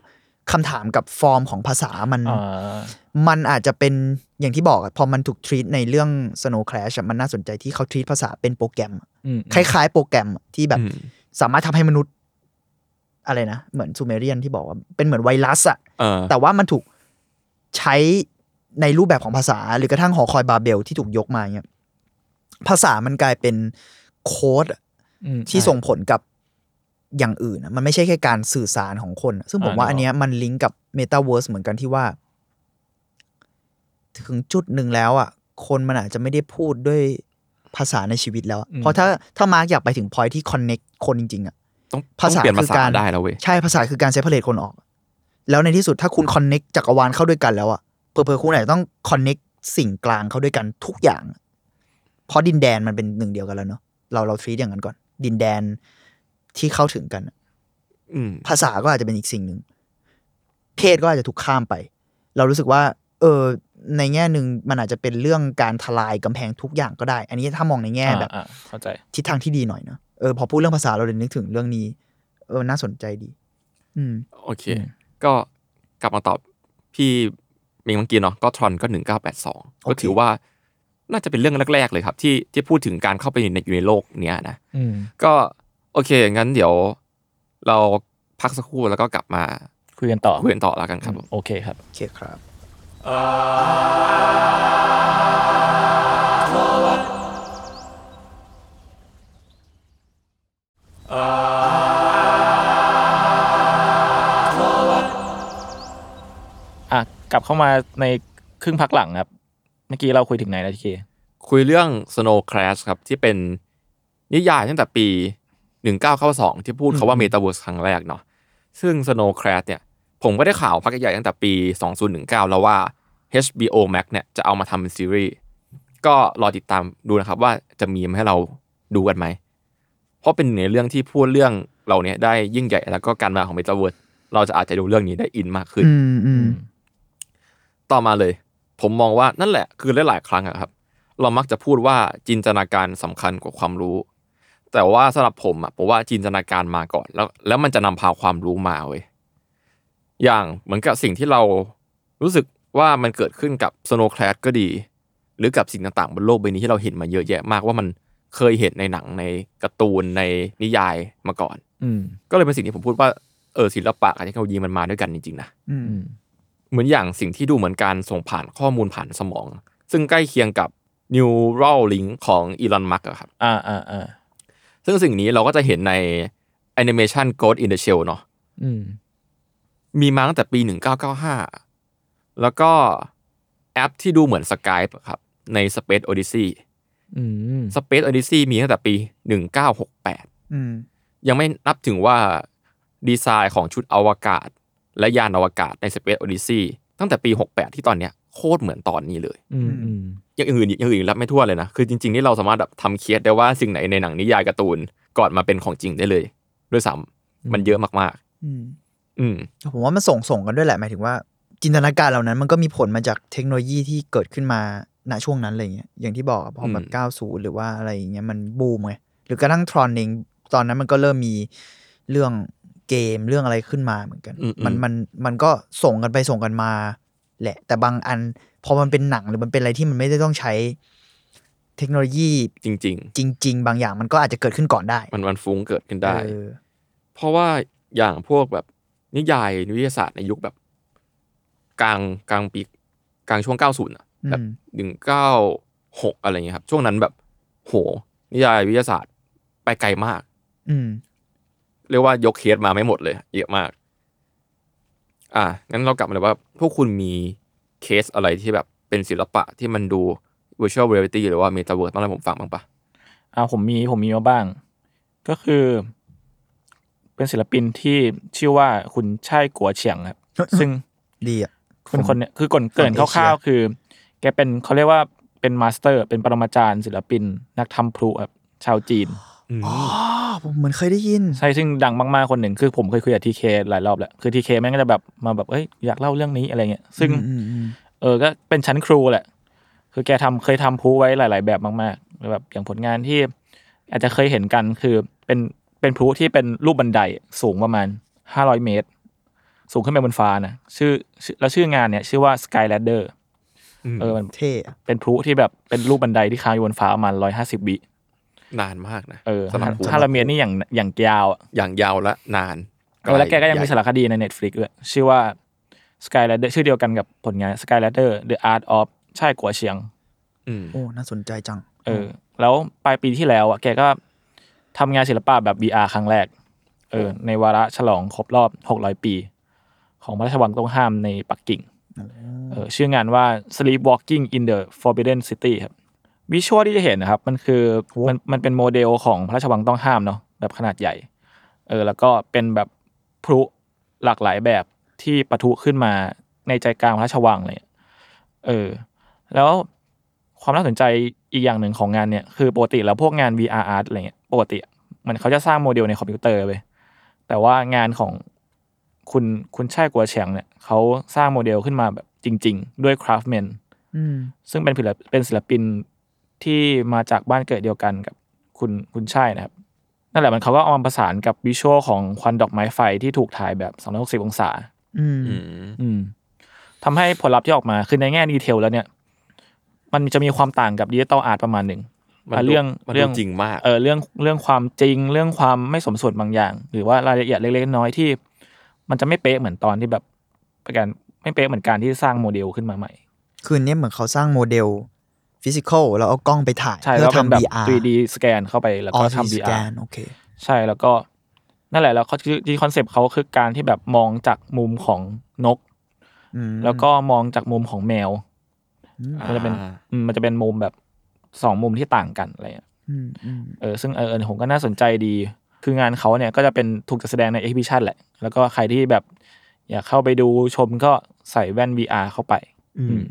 D: คำถามกับฟอร์มของภาษามัน
B: อ่า
D: มันอาจจะเป็นอย่างที่บอกอะพอมันถูกทรีตในเรื่อง Snow Crash อะมันน่าสนใจที่เขาทรีตภาษาเป็นโปรแกรมอะ
B: อืม
D: คล้ายๆ โปรแกรมอะที่แบบ
C: อืม
D: สามารถทำให้มนุษย์อะไรนะ เหมือนซูเมเรียนที่บอกว่าเป็นเหมือนไวรัสอะ
C: เออ
D: แต่ว่ามันถูกใช้ในรูปแบบของภาษา หรือกระทั่งหอคอยบาเบลที่ถูกยกมาเนี่ยภาษามันกลายเป็นโค้ดอะ
B: อืม
D: ที่ส่งผลกับอย่างอื่นอะมันไม่ใช่แค่การสื่อสารของคนอะซึ่งผม
B: อ่า
D: ว่า
B: นึกออก
D: อันเนี้ยมันลิงก์กับเมตาเวิร์สเหมือนกันที่ว่า ถึงจุดหนึ่งแล้วอ่ะ คนมันอาจจะไม่ได้พูดด้วยภาษาในชีวิตแล้วอะเพราะถ้าถ้ามาร์กอยากไปถึงพอยที่คอนเน็กคนจริง ๆ อ่ะ
C: ต้อง
D: ภา
C: ต้
D: ษา
C: องเปลี่ยนภา
D: คือ
C: ษาก
D: การ
C: ได้แล้วเว้ย
D: ใช่ภาษาคือการเซ p เ r เ t ตคนออก แล้วในที่สุดถ้าคุณคอนเน็กจักรวาลเข้าด้วยกันแล้วอ่ะเพอเพอๆคุณอาจจะต้องคอนเน็กสิ่งกลางเข้าด้วยกันทุกอย่างอะเพราะดินแดนมันเป็นหนึ่งเดียวกันแล้วเนาะเราเราทรีตอย่างนั้นก่อน ดินแดนที่เข้าถึงกันอะ
C: อืม
D: ภาษาก็อาจจะเป็นอีกสิ่งหนึ่งเพศก็อาจจะถูกข้ามไป เรารู้สึกว่า เออ ในแง่หนึ่งมันอาจจะเป็นเรื่องการทลายกำแพงทุกอย่างก็ได้ อันนี้ถ้ามองในแง่
B: อ่า
D: แบบ
B: อ่าเข้าใจ
D: ทิศทางที่ดีหน่อยเนอะเออพอพูดเรื่องภาษาเราเลยนึกถึงเรื่องนี้ เออน่าสนใจดี อืม
C: โอเค
B: อืม
C: ก็กลับมาตอบพี่มิงเมื่อกี้เนาะก็ทรอนก็หนึ่งเก้าแปดสองก็ถือว่าน่าจะเป็นเรื่องแรก ๆ เลยครับ ที่ที่พูดถึงการเข้าไปอยู่ในอยู่ในโลกเนี้ยนะ
B: อืม
C: ก็โอเค งั้นเดี๋ยวเราพักสักครู่แล้วก็กลับมา
B: คุยกันต่อ
C: คุยกันต่อแล้วกันครับผม
B: โอเคครับ
D: โอเคครับ
B: อ่ะกลับเข้ามาในครึ่งพักหลังครับ เมื่อกี้เราคุยถึงไหนนะทีเค
C: คุยเรื่อง Snow Crash ครับ ที่เป็นนิยายตั้งแต่ปี 1992 ที่พูดคาว่า Metaverse ครั้งแรกเนาะซึ่ง Snow Crash เนี่ย ผมก็ได้ข่าวพักใหญ่ๆตั้งแต่ปี 2019 แล้วว่า HBO Max เนี่ยจะเอามาทำเป็นซีรีส์ ก็รอติดตามดูนะครับว่าจะมีมาให้เราดูกันไหม เพราะเป็นหนึ่งในเรื่องที่พูดเรื่องเราเนี่ยได้ยิ่งใหญ่แล้วก็การมาของ Metaverse เราจะอาจจะดูเรื่องนี้ได้อินมากขึ้น
D: อืมอืม
C: ต่อมาเลย ผมมองว่านั่นแหละคือหลายๆครั้งอะครับ เรามักจะพูดว่าจินตนาการสำคัญกว่าความรู้ แต่ว่าสำหรับผมอะผมว่าจินตนาการมาก่อนแล้ว แล้วมันจะนำพาความรู้มาเว้ยอย่างเหมือนกับสิ่งที่เรารู้สึกว่ามันเกิดขึ้นกับสโนว์แคลดก็ดี หรือกับสิ่งต่างๆบนโลกใบนี้ที่เราเห็นมาเยอะแยะมากว่ามันเคยเห็นในหนังในการ์ตูนในนิยายมาก่อน
B: อืม
C: ก็เลยเป็นสิ่งที่ผมพูดว่าเออศิลปะกับเทคโนโลยีมันมาด้วยกันจริงๆนะ
D: อืม
B: อืม
C: เหมือนอย่างสิ่งที่ดูเหมือนการส่งผ่านข้อมูลผ่านสมอง ซึ่งใกล้เคียงกับ neural link ของอีลอนมัสก์ครับ
B: อ่าอ่าอ่า
C: ซึ่งสิ่งนี้เราก็จะเห็นใน Animation Ghost in the Shell เนาะ
D: อืม
C: มีมาตั้งแต่ปี 1995 แล้วก็แอปที่ดูเหมือน Skype อะครับใน Space Odyssey
D: อืม
C: Space Odyssey มีตั้งแต่ปี 1968
D: อืม
C: ยังไม่นับถึงว่าดีไซน์ของชุดอวกาศ และยานอวกาศใน Space Odyssey ตั้งแต่ปี 68 ที่ตอนเนี้ยโคตรเหมือนตอนนี้เลย
B: อืมอืม
C: อย่างอื่นอีกอย่างอื่นรับไม่ทั่วนเลยนะ คือจริงๆ นี่เราสามารถแบบทำเคสได้ว่าสิ่งไหนในหนังนิยายการ์ตูนก่อนมาเป็นของจริงได้เลย ด้วยซ้ำมันเยอะมาก
D: อืม
C: ๆ อืม
D: ผมว่ามันส่งส่งกันด้วยแหละหมายถึงว่า จินตนาการเหล่านั้นมันก็มีผลมาจากเทคโนโลยีที่เกิดขึ้นมาณช่วงนั้นอะไรเงี้ยอย่างที่บอกอะพอแบ
C: อื
D: บ
C: ม
D: 90 หรือว่าอะไรอย่างเงี้ยมันบูมไงหรือกระทั่งทรอนเองตอนนั้นมันก็เริ่มมีเรื่องเกมเรื่องอะไรขึ้นมาเหมือนกัน
C: อืมอืม
D: มันมันมันก็ส่งกันไปส่งกันมา แหละ แต่บางอันพอมันเป็นหนังหรือมันเป็นอะไรที่มันไม่ได้ต้องใช้เทคโนโลยี
C: จริง
D: จริง ๆ บางอย่างมันก็อาจจะเกิดขึ้นก่อนได้
C: ๆ มันมันฟุ้งเกิดขึ้นได้
D: เออ
C: เพราะว่าอย่างพวกแบบนิยายวิทยาศาสตร์ในยุคแบบกลางกลางปีกลางช่วง 90อะ
D: อื
C: แบบ
D: ม
C: 196 อะไรเงี้ยครับ ช่วงนั้นแบบโห นิยายวิทยาศาสตร์ไปไกลมาก
D: อืม
C: เรียกว่ายกเคสมาไม่หมดเลย เยอะมาก อ่ะงั้นเรากลับมาเลยว่า พวกคุณมีเคสอะไรที่แบบเป็นศิลปะที่มันดู virtual reality หรือว่า metaverse บ้างอะไรผมฟังบ้างปะ
B: อ่าผมมีผมมีมาบ้าง ก็คือ เป็นศิลปินที่ชื่อว่าคุณช่ายกัวเฉียงครับ
D: (coughs)
B: ซึ่ง
D: ดีอ่ะ
B: เป็นคนเนี่ยคือก่อนเกริน
D: เอ
B: ค
D: เชีย
B: ร่าวๆคือ แกเป็นเขาเรียกว่าเป็นมาสเตอร์ เป็นปรมาจารย์ศิลปิน นักทำพลุครับชาวจีน
C: อืม
D: อ๋อผมเหมือนเคยได้ยิน
B: ใช่ซึ่งดังมากๆคนหนึ่งคือผมเคยคุยกับทีเคหลายรอบแหละคือทีเคแม่งก็จะแบบมาแบบเอ้ยอยากเล่าเรื่องนี้อะไรเงี้ยซึ่ง
D: อืมอืม
B: เออก็เป็นชั้นครูแหละ คือแกทำเคยทำพลุไว้หลาย ๆ แบบมากๆแบบอย่างผลงานที่ อาจจะเคยเห็นกันคือเป็นเป็นพลุที่เป็นรูปบันไดสูงประมาณห้าร้อยเมตร สูงขึ้นไปบนฟ้านะชื่อชื่อแล้วชื่องานเนี่ยชื่อว่า Sky Ladder
C: อืม
B: เออมัน
D: เท่อะ
B: เป็นพลุที่แบบเป็นรูปบันไดที่ค้างอยู่บนฟ้าประมาณร้อยห้าสิบวิ
C: นานมากนะ
B: เออ
C: สำหรับผม
B: ถ้าเราเมียนนี่อย่างอย่างยาวอะ
C: อย่างยาวและนาน
B: เออแล้วแกก็ยังมีสารคดีใน Netflix ด้วยชื่อว่า Sky Ladder ชื่อเดียวกันกับผลงาน Sky Ladder The Art of ช่ายกัวเชียง
C: อืม
D: โอ้น่าสนใจจัง
B: เออ แล้วปลายปีที่แล้วอ่ะแกก็ทำงานศิลปะแบบ VR ครั้งแรก เออ ในวาระฉลองครบรอบ 600 ปี ของพระราชวังต้องห้ามในปักกิ่ง เออชื่องานว่า Sleepwalking in the Forbidden City ครับวิชวลที่จะเห็นนะครับ มันคือมันมันเป็นโมเดลของพระราชวังต้องห้ามเนาะแบบขนาดใหญ่ เออ แล้วก็เป็นแบบพลุหลากหลายแบบที่ปะทุขึ้นมาในใจกลางพระราชวังเลย เออ แล้วความน่าสนใจอีกอย่างหนึ่งของงานเนี่ย คือปกติแล้วพวกงาน VR art อะไรเงี้ยปกติ มันเขาจะสร้างโมเดลในคอมพิวเตอร์ไปแต่ว่างานของคุณคุณช่ายกัวเฉียงเนี่ยเขาสร้างโมเดลขึ้นมาแบบจริง ๆ ด้วยคราฟแมน
D: อืม
B: ซึ่งเป็นศิลปเป็นศิลปินที่มาจากบ้านเกิดเดียวกันกับคุณคุณช่ายนะครับ นั่นแหละมันเขาก็เอามาประสานกับวิชวลของควันดอกไม้ไฟที่ถูกถ่ายแบบ 360 องศา
D: อืม
C: อืม
B: อืมทำให้ผลลัพธ์ที่ออกมาคือในแง่ดีเทลแล้วเนี่ย มันจะมีความต่างกับดิจิตอลอาร์ตประมาณหนึ่ง
C: มัน
B: อ่ะ
C: ดู
B: เรื่อง
C: มันดู
B: เรื่อง
C: จริงมาก
B: เออเรื่องเรื่องความจริง เรื่องความไม่สมส่วนบางอย่าง หรือว่ารายละเอียดเล็กๆน้อยๆที่ มันจะไม่เป๊ะเหมือนตอนที่แบบประการไม่เป๊ะเหมือนการที่สร้างโมเดลขึ้นมาใหม่
D: คืนนี้เหมือนเขาสร้างโมเดลฟิสิก a l แล้วเอากล้องไปถ่าย
B: ใช่
D: เพื่
B: แล้
D: อ
B: วเป็น
D: ทำ
B: แบบ
D: VR
B: 3D สแกนเข้าไปแล้วก็
D: อ๋อ 3D
B: ทำ
D: สแก
B: VR
D: นโอเค
B: ใช่แล้วก็นั่นแหละแล้วเขาที่คอนเซปต์เขาคือการที่แบบมองจากมุมของนก
D: อืม
B: แล้วก็มองจากมุมของแมว
D: อืม
B: มันจะเป็น
C: อ่า
B: อืมมันจะเป็นมุมแบบสองมุมที่ต่างกันอะไรเงี้ย
D: อืมอืม
B: เออซึ่งเออเออผมก็น่าสนใจดี คืองานเขาเนี่ยก็จะเป็นถูกจัดแสดงในเอ็กซิบิชันแหละ แล้วก็ใครที่แบบอยากเข้าไปดูชมก็ใส่แว่น VR เข้าไป
C: อืม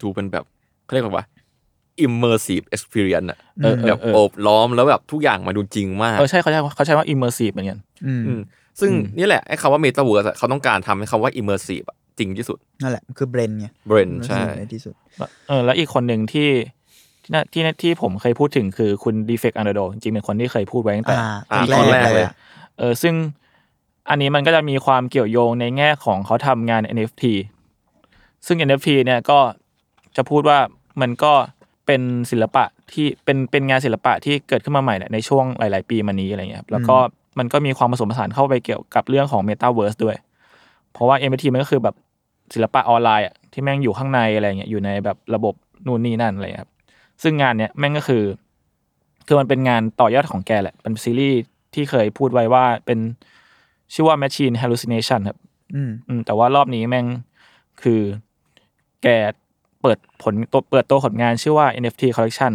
C: ดูเป็นแบบเขาเรียกว่า immersive experience อะ
B: เออเออ
C: แบบ
B: เออ
C: โอบล้อมแล้วแบบทุกอย่างมาดูจริงมาก
B: เออใช่เขาใช้เขาใช้ว่า immersive เหมือนกัน
D: อืม
C: อืมซึ่งนี่แหละไอ้คำว่า metaverse อะเขาต้องการทำให้คำว่า immersive อะจริงที่สุด
D: นั่นแหละ คือเบรนไง
C: brain ใช่
D: ในที่สุด
B: แล้วเออแล้วอีกคนหนึ่งที่ที่น่าที่น่าที่ผมเคยพูดถึงคือคุณ Defect Underdo จริงๆเป็นคนที่เคยพูดไว้ตั้งแต่
D: อ่า
C: อ่า
D: ตอนแรก
C: ตอนแรก
D: เล
C: เลย ย
D: อะ
B: เออซึ่งอันนี้มันก็จะมีความเกี่ยวโยงในแง่ของเขาทำงาน NFT ซึ่ง NFT เนี่ยก็จะพูดว่ามันก็เป็นศิลปะที่เป็นเป็นงานศิลปะที่เกิดขึ้นมาใหม่เนี่ยในช่วงหลาย ๆ ปีมานี้อะไรเงี้ยครับแล้วก็มันก็มีความผสมผสานเข้าไปเกี่ยวกับเรื่องของ Metaverse ด้วย เพราะว่า NFT มันก็คือแบบศิลปะออนไลน์อะที่แม่งอยู่ข้างในอะไรเงี้ยอยู่ในแบบระบบนู่นนี่นั่นอะไรเงี้ยครับ ซึ่งงานเนี้ยแม่งก็คือ คือมันเป็นงานต่อยอดของแกแหละ เป็นซีรีส์ที่เคยพูดไว้ว่าเป็นชื่อว่า Machine Hallucination ครับ
D: อืม
B: อืมแต่ว่ารอบนี้แม่งคือแกเปิดผลตัวเปิดตัวผลงานชื่อว่า NFT collection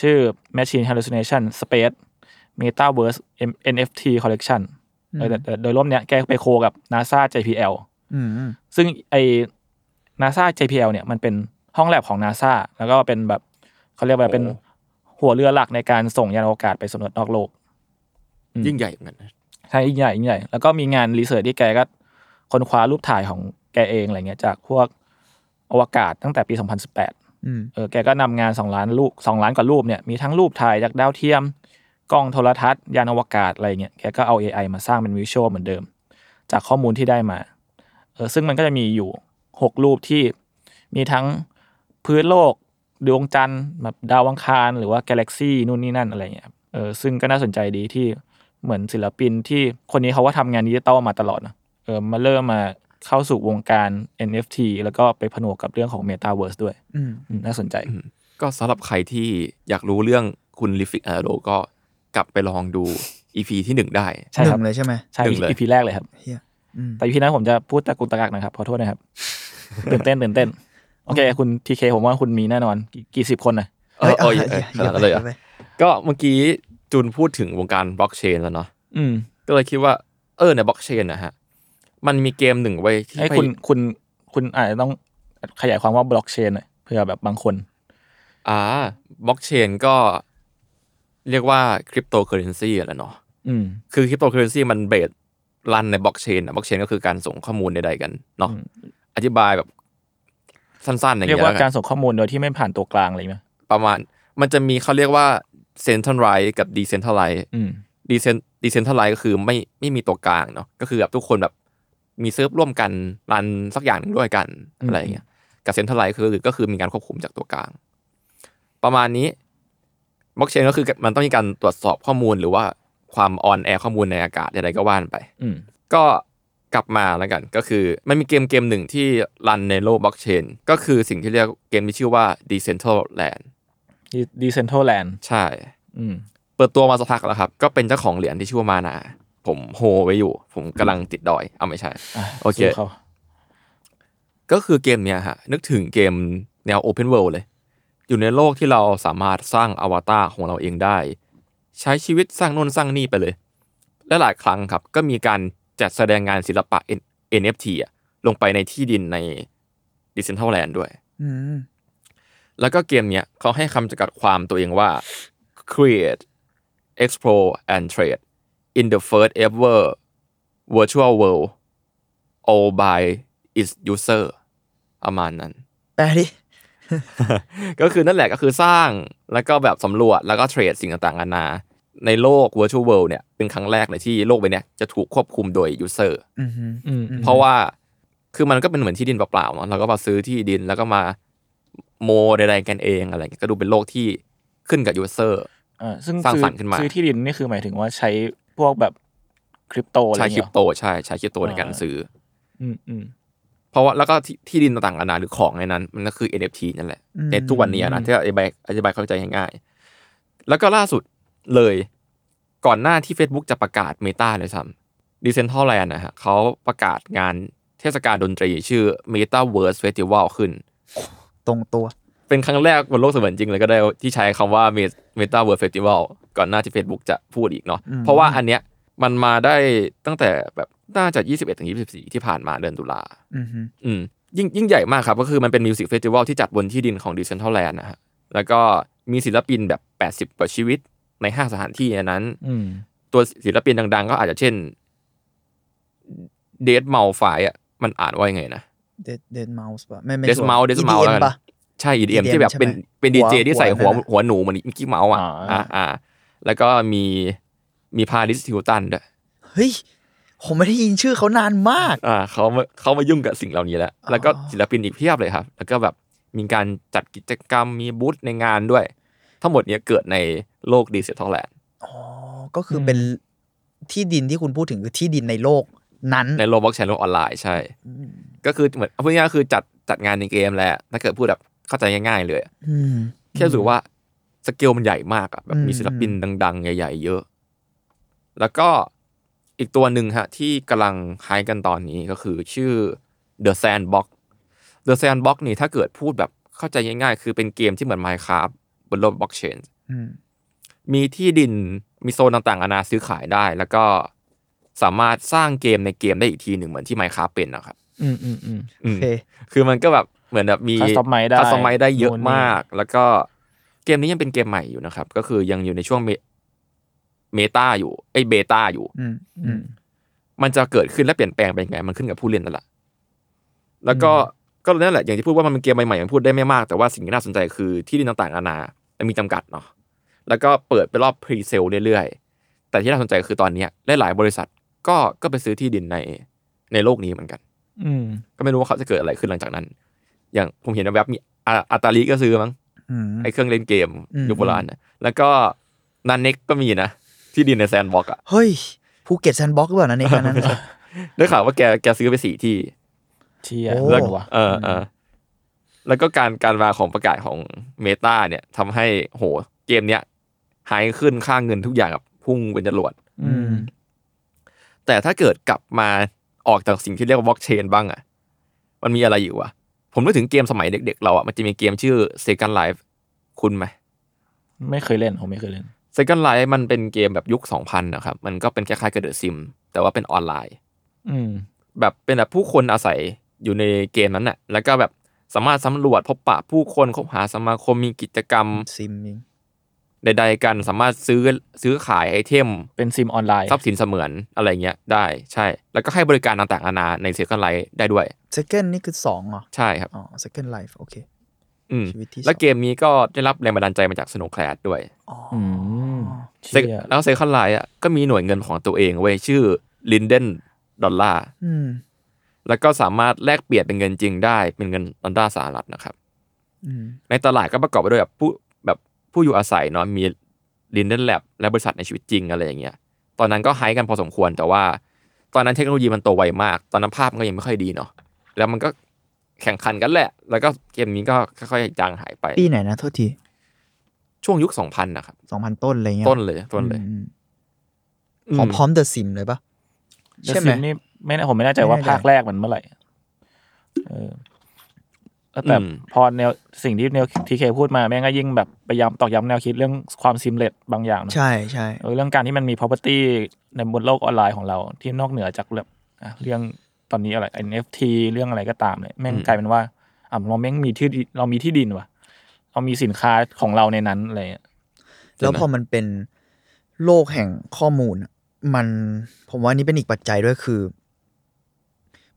B: ชื่อ Machine Hallucination Space Metaverse M- NFT collection เออแต่แต่โดยรวมเนี้ยแกไปโคกับ NASA JPL
D: อืมอืม
B: ซึ่งไอ NASA JPL เนี่ยมันเป็นห้องแลบของ NASA แล้วก็เป็นแบบเขาเรียกว่าเป็น
C: โอ้
B: หัวเรือหลักในการส่งยานอวกาศไปสำรวจนอกโลก อืม
C: ยิ่งใหญ่เหมือนกันนะ
B: ใช่ยิ่งใหญ่ยิ่งใหญ่ แล้วก็มีงานรีเสิร์ชที่แกก็ค้นคว้ารูปถ่ายของแกเองอะไรเงี้ยจากพวกอวกาศตั้งแต่ปี 2018
D: อืม
B: เออแกก็นำงาน 2 ล้านรูป2ล้านกว่ารูปเนี่ยมีทั้งรูปถ่ายจากดาวเทียม กล้องโทรทัศน์ ยานอวกาศอะไรเงี้ยแกก็เอา AI มาสร้างเป็นวิชวลเหมือนเดิม จากข้อมูลที่ได้มาเออซึ่งมันก็จะมีอยู่ 6 รูปที่มีทั้งพื้นโลก ดวงจันทร์แบบดาวอังคาร หรือว่ากาแล็กซี่นู่นนี่นั่นอะไรเงี้ยครับเออซึ่งก็น่าสนใจดีที่เหมือนศิลปินที่คนนี้เขาก็ทำงานดิจิตอลมาตลอดนะเออมาเริ่มมาเข้าสู่วงการ NFT แล้วก็ไปผนวกกับเรื่องของ Metaverse ด้วย
D: อืม
B: อืมน่าสนใจ
C: ก็สำหรับใครที่อยากรู้เรื่องคุณลิฟิกอาโดก็กลับไปลองดู EP ที่หนึ่งได้
B: ใช่
D: ห
B: ครั
D: นึ่
B: บ
D: งเลยใช่ไหม
B: ใช่
C: หนึ่งเลย
B: อีพีแรกเลยครับ
D: เฮียอืม
B: แต่อีพีนั้นผมจะพูดตะกุกตะกักนะครับ ขอโทษ
C: (laughs)
B: นะครับ ตื่นเต้นตื่นเต้น โอเค คุณทีเคผมว่าคุณมีแน่นอน กี่กี่สิบคนนะ
C: เออเออ
D: หี้
C: เออข
D: หี้
C: นาดนั้นเลยเหรอ
D: หี้ไป
C: ก็เมื่อกี้จุนพูดถึงวงการบล็อกเชนแล้วเนาะ
B: อืม
C: ก็เลยคิดว่า เออในบล็อกเชนนะฮะ มันมีเกมหนึ่งไว้ยที่
B: ไอ้ย
C: ไป
B: คุณคุณคุณอาจจะต้องขยายความว่าบล็อกเชนหน่อยเผื่อแบบบางคน
C: อ่าบล็อกเชนก็เรียกว่าคริปโตเคอเรนซีแหละเนาะ
B: อืม
C: คือคริปโตเคอเรนซีมันเบสรันในบล็อกเชนอะบล็อกเชนก็คือการส่งข้อมูลใดๆกันเนาะ
B: อืม
C: อธิบายแบบสั้นๆอย่าง
B: เรียก
C: เงี้ย
B: ว่า
C: แล้ว
B: กา
C: กั
B: ร
C: น
B: ส่งข้อมูลโดยที่ไม่ผ่านตัวกลางอะไรไหม
C: ประมาณ มันจะมีเขาเรียกว่าเซนทรัลไรกับดีเซนทรัลไร
B: อืม
C: ดีเซนดีเซนทัลไลก็คือไม่ไม่มีตัวกลางเนาะก็คือแบบทุกคนแบบมีเซิร์ฟร่วมกันรันสักอย่างหนึ่งด้วยกัน
B: อืม
C: อะไรอย่างเงี้ยกับเซนทัลไลคือก็คือมีการควบคุมจากตัวกลาง ประมาณนี้บล็อกเชนก็คือมันต้องมีการตรวจสอบข้อมูลหรือว่าความออนแอร์ข้อมูลในอากาศอะไรก็ว่านไป
B: อืม
C: ก็กลับมาแล้วกันก็คือมันมีเกมเกมหนึ่งที่รันในโลกบล็อกเชนก็คือสิ่งที่เรียกเกมที่ชื่อว่า Decentraland
B: ดีเซนทรัลแลนด์
C: ใช่
B: อืม
C: เปิดตัวมาสักพักแล้วครับ ก็เป็นเจ้าของเหรียญที่ชื่อว่ามานา ผมโฮไว้อยู่ ผมกำลังติดดอย เอาไม่ใช่
B: อ่ะ
C: โอเค
B: สู้เขา
C: ก็คือเกมเนี้ยฮะ นึกถึงเกมแนว Open World เลย อยู่ในโลกที่เราสามารถสร้างอวตารของเราเองได้ ใช้ชีวิตสร้างโน่นสร้างนี่ไปเลย และหลายครั้งครับ ก็มีการจัดแสดงงานศิลปะ N- NFT อะลงไปในที่ดินใน d e c e n t r a l a n d ด้วย
D: อืม
C: แล้วก็เกมเนี้ยเขาให้คำจำกัดความตัวเองว่า create explore and trade in the first ever virtual world all by its user ประมาณนั้น
D: แปลดิ
C: ก็คือนั่นแหละก็คือสร้างแล้วก็แบบสำรวจแล้วก็เทรดสิ่งต่างๆนานา ในโลก virtual world เนี่ยเป็นครั้งแรกเลยที่โลกใบเนี้ยจะถูกควบคุมโดย user
D: อืมฮึ
B: อืม
C: เพราะว่าคือมันก็เป็นเหมือนที่ดินเปล่าๆเนาะเราก็มาซื้อที่ดินแล้วก็มาโมใดๆกันเองอะไรเงี้ยก็ดูเป็นโลกที่ขึ้นกับยูเซอร์
B: อ่าซึ่ง
C: สร้าง
B: ซื้อ
C: สรรค์ขึ้นมา
B: ซื้อที่ดินนี่คือหมายถึงว่าใช้พวกแบบคริปโตอะไร
C: ใช้คริ
B: เงี้ยเหร
C: ป
B: อ
C: โตใช่ใช้คริปโตในการซื้อ
B: อืมอืม
C: เพราะว่าแล้วก็ที่ที่ดินต่างๆนานาหรือของในนั้น มันก็คือ NFT นั่นแหละในทุกวันนี้นะที่อธิบายอธิบายเข้าใจง่ายๆแล้วก็ล่าสุดเลยก่อนหน้าที่ Facebook จะประกาศ Meta เลยซ้ำ Decentraland นะฮะเขาประกาศงานเทศกาลดนตรีชื่อ Metaverse Festival ขึ้น
D: ตรงตัว
C: เป็นครั้งแรกบนโลกเสมือนจริงเลยก็ได้ที่ใช้คำว่า Met- Meta World Festival ก่อนหน้าที่ Facebook จะพูดอีกเนาะ
D: อืม
C: เพราะว่าอันเนี้ยมันมาได้ตั้งแต่แบบน่าจะ 21ถึง24 ที่ผ่านมาเดือนตุลา
D: อืมฮึ
C: อืมยิ่งยิ่งใหญ่มากครับ ก็คือมันเป็นมิวสิกเฟสติวัลที่จัดบนที่ดินของ Decentraland นะฮะแล้วก็มีศิลปินแบบ 80กว่าชีวิตใน 5 สถานที่อันนั้น
B: อืม
C: ตัวศิลปินดังๆ ก็อาจจะเช่นเดดเมาไฟอ่ะมันอ่านว่ายังไงนะ
D: เดดเดดเมาส์ป่ะไม่ไม่
C: Dead
D: ชัวร์
C: Mouse Dead Mouse แล้วกัน
D: EDM ป่ะ
C: ใช่ EDM
D: EDM
C: ที่แบบ
D: ใช่ไหม
C: เป็นเป็นดีเจ
D: หัว
C: ที่ใส่หัว
D: หัว
C: หัว
D: นั่นน่ะ
C: หนูเหมือนมิกกี้เมาส์อ่ะ
B: อ่า
C: อ่าอ่าแล้วก็มีมีพาริสทิวตันด้วย
D: เฮ้ย ผมไม่ได้ยินชื่อเขานานมาก
C: อ่าเขามาเขามายุ่งกับสิ่งเหล่านี้แล้ว
D: อ๋อ
C: แล้วก็ศิลปินอีกเพียบเลยครับ แล้วก็แบบมีการจัดกิจกรรมมีบูธในงานด้วย ทั้งหมดเนี้ยเกิดในโลกดีเซทอลแลนด์
D: อ๋อ ก็คืออ
B: ม
D: เป็นที่ดินที่คุณพูดถึงคือที่ดินในโลกนั้น
C: ในโลกบล็อกเชนโลกออนไลน์ใช่ ก็คือเหมือนเอาพูดง่ายๆคือจัดจัดงานในเกมแหละถ้าเกิดพูดแบบเข้าใจง่ายๆเลย
D: อืม
C: แค่รู้สึกว่าสเกลมันใหญ่มากอะแบบมี
D: อืม
C: ศิลปินดัง ๆ ใหญ่ ๆ เยอะ แล้วก็อีกตัวหนึ่งฮะ ที่กำลังไฮป์กันตอนนี้ก็คือชื่อ The Sandbox The Sandbox นี่ถ้าเกิดพูดแบบเข้าใจง่ายๆ คือเป็นเกมที่เหมือน Minecraft บนโลกบล็อกเชน
D: อืม
C: มีที่ดินมีโซนต่างๆอาณาซื้อขายได้ แล้วก็สามารถสร้างเกมในเกมได้อีกทีหนึ่งเหมือนที่ไมค้าเป็นนะครับ
B: อืมอืมอืม
C: อื
D: โอ
C: ม
D: เค
C: คือมันก็แบบเหมือนแบบมี
B: Customize ได้
C: คัสตอมไมได้เยอะ
B: นู่นนี่
C: มาก แล้วก็เกมนี้ยังเป็นเกมใหม่อยู่นะครับ ก็คือยังอยู่ในช่วงเมเมตาอยู่ไอยเบต้าอยู่
D: อืมอืม
C: มันจะเกิดขึ้นและเปลี่ยนแปลงไปยังไง มันขึ้นกับผู้เล่นนั่นแหละแล้วก็ก็นั่นแหละอย่างที่พูดว่ามันเป็นเกมใหม่ๆมันพูดได้ไม่มากแต่ว่าสิ่งที่น่าสนใจคือที่ดินต่างๆนานามันมีจำกัดเนาะแล้วก็เปิดไปรอบพรีเซลเรื่อยๆ แต่ที่น่าสนใจคือตอนเนี้ยหลายๆบริษัทก็ก็ไปซื้อที่ดินในในโลกนี้เหมือนกัน
B: อืม
C: ก็ไม่รู้ว่าเขาจะเกิดอะไรขึ้นหลังจากนั้น อย่างผมเห็นแวบๆมีอาอาตาลีก็ซื้อมั้ง
D: อืม
C: ไอ้เครื่องเล่นเกม
D: อืม
C: ยุคโบราณนะแล้วก็นันเน็กก็มีนะที่ดินในแซนด์บ็อกซ์อะ
D: เฮ้ยภูเก็ตแซนด์บ็อกซ์หรือเปล่านะเนี่ยอันนั้น
C: ได้ข่าวว่าแกแกซื้อไปสี่ที่
B: เชี่ย
D: โอ้
B: เลิศว่ะ
C: เออเออแล้วก็การการวางของประกาศของเมตาเนี่ยทำให้โหเกมเนี้ยหายขึ้นค่าเงินทุกอย่างแบบพุ่งเป็นจรวด
B: อืม
C: แต่ถ้าเกิดกลับมาออกจากสิ่งที่เรียกว่าบล็อกเชนบ้างอะ่ะ มันมีอะไรอยู่วะผมนึกถึงเกมสมัยเด็กๆเราอะ่ะมันจะมีเกมชื่อ Second Life คุณไหม
B: ไม่เคยเล่น ผมไม่เคยเล่น
C: Second Life มันเป็นเกมแบบยุค 2000 นะครับ มันก็เป็นคล้ายๆกับเดอะซิม แต่ว่าเป็นออนไลน์
B: อืม
C: แบบเป็นแบบผู้คนอาศัยอยู่ในเกมนั้นน่ะ แล้วก็แบบสามารถสำรวจพบปะผู้คนคบหาสมาคมมีกิจกรรม
D: ซิมจริง
C: ใดๆกัน สามารถซื้อซื้อขายไอเทม
B: เป็นซิมออนไลน์
C: ทรัพย์สินเสมือนอะไรเงี้ยได้ใช่ แล้วก็ให้บริการต่างๆนานาในเซคันไลท์ได้ด้วย
D: เซคเกนนี่คือสองเหรอ
C: ใช่ครับ
D: อ๋อเซคเกนไลฟ์โอเค
C: อืม
D: ชีวิตที่สอง
C: แล้วเกมนี้ก็ได้รับแรงบันดาลใจมาจากสโนว์แคลดด้วย
D: อ๋อ
B: อืม
C: เซ็ก
B: เชี่ย
C: แล้วเซคันไลท์อ่ะก็มีหน่วยเงินของตัวเองเว้ยชื่อลินเดนดอลลาร์
D: อืม
C: แล้วก็สามารถแลกเปลี่ยนเป็นเงินจริงได้เป็นเงินดอลลาร์สหรัฐนะครับ
D: อืม
C: ในตลาดก็ประกอบไปด้วยแบบผู้แบบผู้อยู่อาศัยเนาะมีลินเดนแลบและบริษัทในชีวิตจริงอะไรอย่างเงี้ยตอนนั้นก็ไฮป์กันพอสมควรแต่ว่า ตอนนั้นเทคโนโลยีมันโตไวมาก ตอนนั้นภาพมันก็ยังไม่ค่อยดีเนาะแล้วมันก็แข่งขันกันแหละ แล้วก็เกมนี้ก็ค่อยๆจางหายไป
D: ปีไหนนะโทษที
C: ช่วงยุค 2000 นะครับ
D: สองพันต้นอะไรเงี้ย
C: ต้นเลยต้นเลย
D: อืม
C: ม
D: ของพร้อมเดอะซิมเลยปะ
B: เดอะ
D: ใช่ไหม
B: ซิมนี่ไม่แน่ผมไม่แน่ใจว่า
D: ไม่แน่ใจ
B: ภาคแรกมันเมื่อไหร่เออแล้วแต่พอแนวสิ่งที่แนวทีเคพูดมาแม่งก็ยิ่งแบบพยายามตอกย้ำแนวคิดเรื่องความซิมเลตบางอย่างเนอะ
D: ใช่ใช่
B: เออเรื่องการที่มันมี property ในบนโลกออนไลน์ของเรา ที่นอกเหนือจากเรื่องอ่ะเรื่องตอนนี้อะไร NFT เรื่องอะไรก็ตามเลยแม่งกลายเป็นว่าอ่ะเราแม่งมีที่ดินเรามีที่ดินว่ะ เรามีสินค้าของเราในนั้นอะไรอย่างเงี้ย
D: แล้วพอมันเป็นโลกแห่งข้อมูลอะมันผมว่านี่เป็นอีกปัจจัยด้วยคือ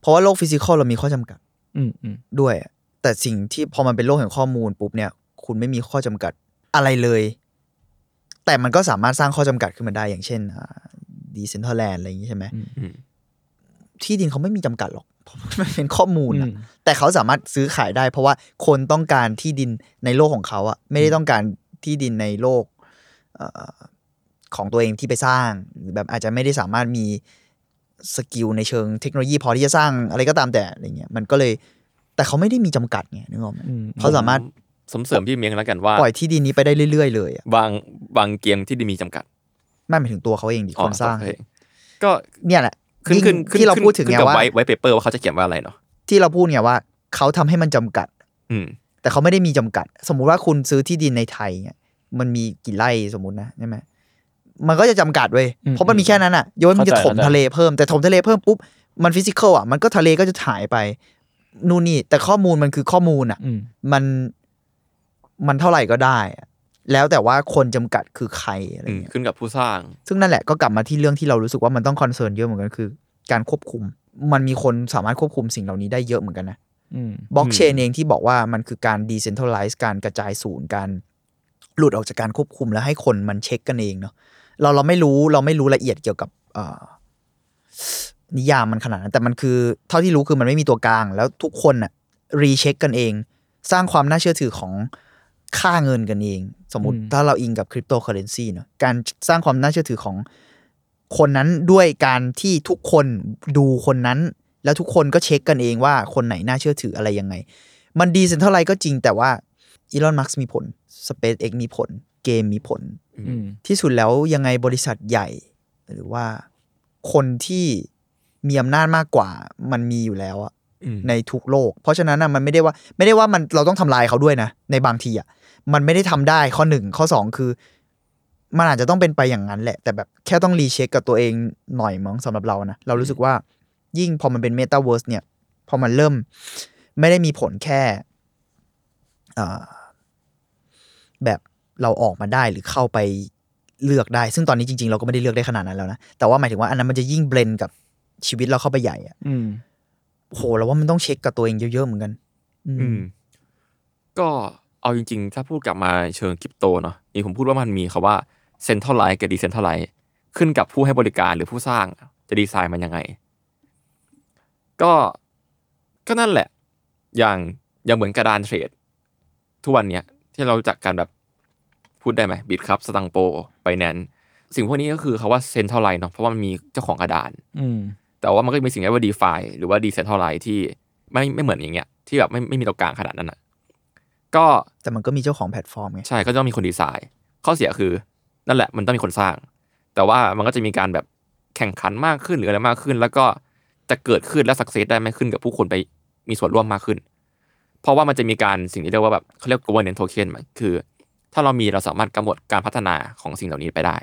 D: เพราะว่าโลกฟิสิกอลเรามีข้อจำกัด
B: อืมอืม
D: ด้วยอะแต่สิ่งที่พอมันเป็นโลกแห่งข้อมูลปุ๊บเนี่ย คุณไม่มีข้อจำกัดอะไรเลย แต่มันก็สามารถสร้างข้อจำกัดขึ้นมาได้อย่างเช่นดีเซนท r ลแลนด์อะไรอย่างนี้ใช่ไหม
B: อืม
C: อืม
D: ที่ดินเขาไม่มีจำกัดหรอกเพราะมันเป็นข้อมูล
B: อื
D: อะ
B: ม
D: แต่เขาสามารถซื้อขายได้ เพราะว่าคนต้องการที่ดินในโลกของเขาอะไม่ได้ต้องการที่ดินในโลกเอ่อของตัวเองที่ไปสร้างหรือแบบอาจจะไม่ได้สามารถมีสกิลในเชิงเทคโนโลยีพอที่จะสร้างอะไรก็ตามแต่อะไรเงี้ยมันก็เลยแต่เขาไม่ได้มีจำกัดไงนึกออกไหม
B: อืม
D: เขาสามารถ
C: ผมผมเสริมพี่เมียงแล้วกันว่า
D: ปล่อยที่ดินนี้ไปได้เรื่อย ๆ เลยอ่ะ
C: บางบางเกมที่มีจำกัด
D: ไม่หมายถึงตัวเขาเองดิคนสร้าง
C: อ๋อก็
D: เนี่ยแหละ
C: ขึ้น
D: ยิ่ง
C: ขึ้นขึ้น
D: ที่เราพูดถึง
C: ขึ้
D: ไง
C: นกับ
D: ว่า
C: ไว้ไว้เปเปอร์ว่าเขาจะเขียนว่าอะไรเนาะ
D: ที่เราพูดไงว่าเขาทำให้มันจำกัด
C: อืม
D: แต่เขาไม่ได้มีจำกัด สมมุติว่าคุณซื้อที่ดินในไทยเนี่ยมันมีกี่ไร่สมมตินะใช่ไหมมันก็จะจำกัดเว้ย
B: อืม
D: เพราะมันมีแค่นั้นอ่ะยนมันจะถ
B: เข้าม ใจ
D: ทะเลเพิ่มแต่ถมทะเลเพิ่มปุ๊บมันฟิสิกอลอ่ะมันก็ทะเลก็จะหายไปนู่นนี่แต่ข้อมูลมันคือข้อมูลอ่ะ
B: อืม
D: มันมันเท่าไหร่ก็ได้อะแล้วแต่ว่าคนจำกัดคือใครอะไร
C: อืม
D: เงี้ย
C: ขึ้นกับผู้สร้าง
D: ซึ่งนั่นแหละก็กลับมาที่เรื่องที่เรารู้สึกว่ามันต้องคอนเซิร์นเยอะเหมือนกันคือ การควบคุม มันมีคนสามารถควบคุมสิ่งเหล่านี้ได้เยอะเหมือนกันนะ
B: อืม
D: บล็อกเชนเองที่บอกว่ามันคือการดีเซนท r a ไลซ์การกระจายศูนย์การหลุดออกจากการควบคุมแล้วให้คนมันเช็คกันเองเนาะเราเราไม่รู้เราไม่รู้ละเอียดเกี่ยวกับเอ่อนิยามมันขนาดนั้นแต่มันคือเท่าที่รู้คือมันไม่มีตัวกลาง แล้วทุกคนอะรีเช็คกันเอง สร้างความน่าเชื่อถือของค่าเงินกันเอง สมมติ
B: อืม
D: ถ้าเราอิงกับคริปโตเคอเรนซีเนาะการสร้างความน่าเชื่อถือของคนนั้นด้วยการที่ทุกคนดูคนนั้น แล้วทุกคนก็เช็คกันเองว่าคนไหนน่าเชื่อถืออะไรยังไง มันดีเซนเท่าไรก็จริงแต่ว่า อีลอนมัสมีผล SpaceX มีผล เกมมีผล
B: อืม
D: ที่สุดแล้วยังไงบริษัทใหญ่ หรือว่าคนที่มีอำนาจมากกว่ามันมีอยู่แล้วอะ
C: อืม
D: ในทุกโลก เพราะฉะนั้นน่ะมันไม่ได้ว่าไม่ได้ว่ามันเราต้องทำลายเขาด้วยนะ ในบางทีอะมันไม่ได้ทำได้ข้อหนึ่งข้อสองคือ มันอาจจะต้องเป็นไปอย่างนั้นแหละ แต่แบบแค่ต้องรีเช็คกับตัวเองหน่อยมั้งสำหรับเรานะ เรารู้สึกว่ายิ่งพอมันเป็นเมตาเวิร์สเนี่ย พอมันเริ่มไม่ได้มีผลแค่อ่า แบบเราออกมาได้หรือเข้าไปเลือกได้ ซึ่งตอนนี้จริง ๆ เราก็ไม่ได้เลือกได้ขนาดนั้นแล้วนะ แต่ว่าหมายถึงว่าอันนั้นมันจะยิ่งเบลนกับชีวิตเราเข้าไปใหญ่อะ
B: อืม
D: โหเราว่ามันต้องเช็คกับตัวเองเยอะ ๆ เหมือนกัน อืม
C: อืมก็เอาจริง ๆ ถ้าพูดกลับมาเชิงคริปโตเนาะนี่ผมพูดว่ามันมีคาว่าเซนท r a l ไล z ์กับดีเซนท r a l ไล z ์ขึ้นกับผู้ให้บริการหรือผู้สร้างจะดีไซน์มันยังไง ก็ก็นั่นแหละ อย่างอย่างเหมือนกระดานเทรด ทุกวันเนี้ยที่เรารู้จักกันแบบพูดได้ไหมบิตครับสตังโปไปแนนสิ่งพวกนี้ก็คือคาว่าเซนท r a l ไล z ์เนาะเพราะว่ามันมีเจ้าของกระดาน
B: อืม
C: แต่ว่ามันก็จะมีสิ่งที่เรียกว่า DeFi หรือว่า Decentralized ที่ไม่ไม่เหมือนอย่างเงี้ย ที่แบบไม่ไม่มีตัวกลางขนาดนั้นอ่ะ ก็
D: แต่มันก็มีเจ้าของแพลตฟอร์มไง
C: ใช่ก็ต้องมีคนดีไซน์ ข้อเสียคือนั่นแหละมันต้องมีคนสร้าง แต่ว่ามันก็จะมีการแบบแข่งขันมากขึ้นหรืออะไรมากขึ้น แล้วก็จะเกิดขึ้นและสักเซสได้มากขึ้นกับผู้คนไปมีส่วนร่วมมากขึ้น เพราะว่ามันจะมีการสิ่งที่เรียกว่าแบบเขาเรียก governance token มันคือ ถ้าเรามีเราสามารถกำหนดการพัฒนาของสิ่งเหล่านี้ไปได้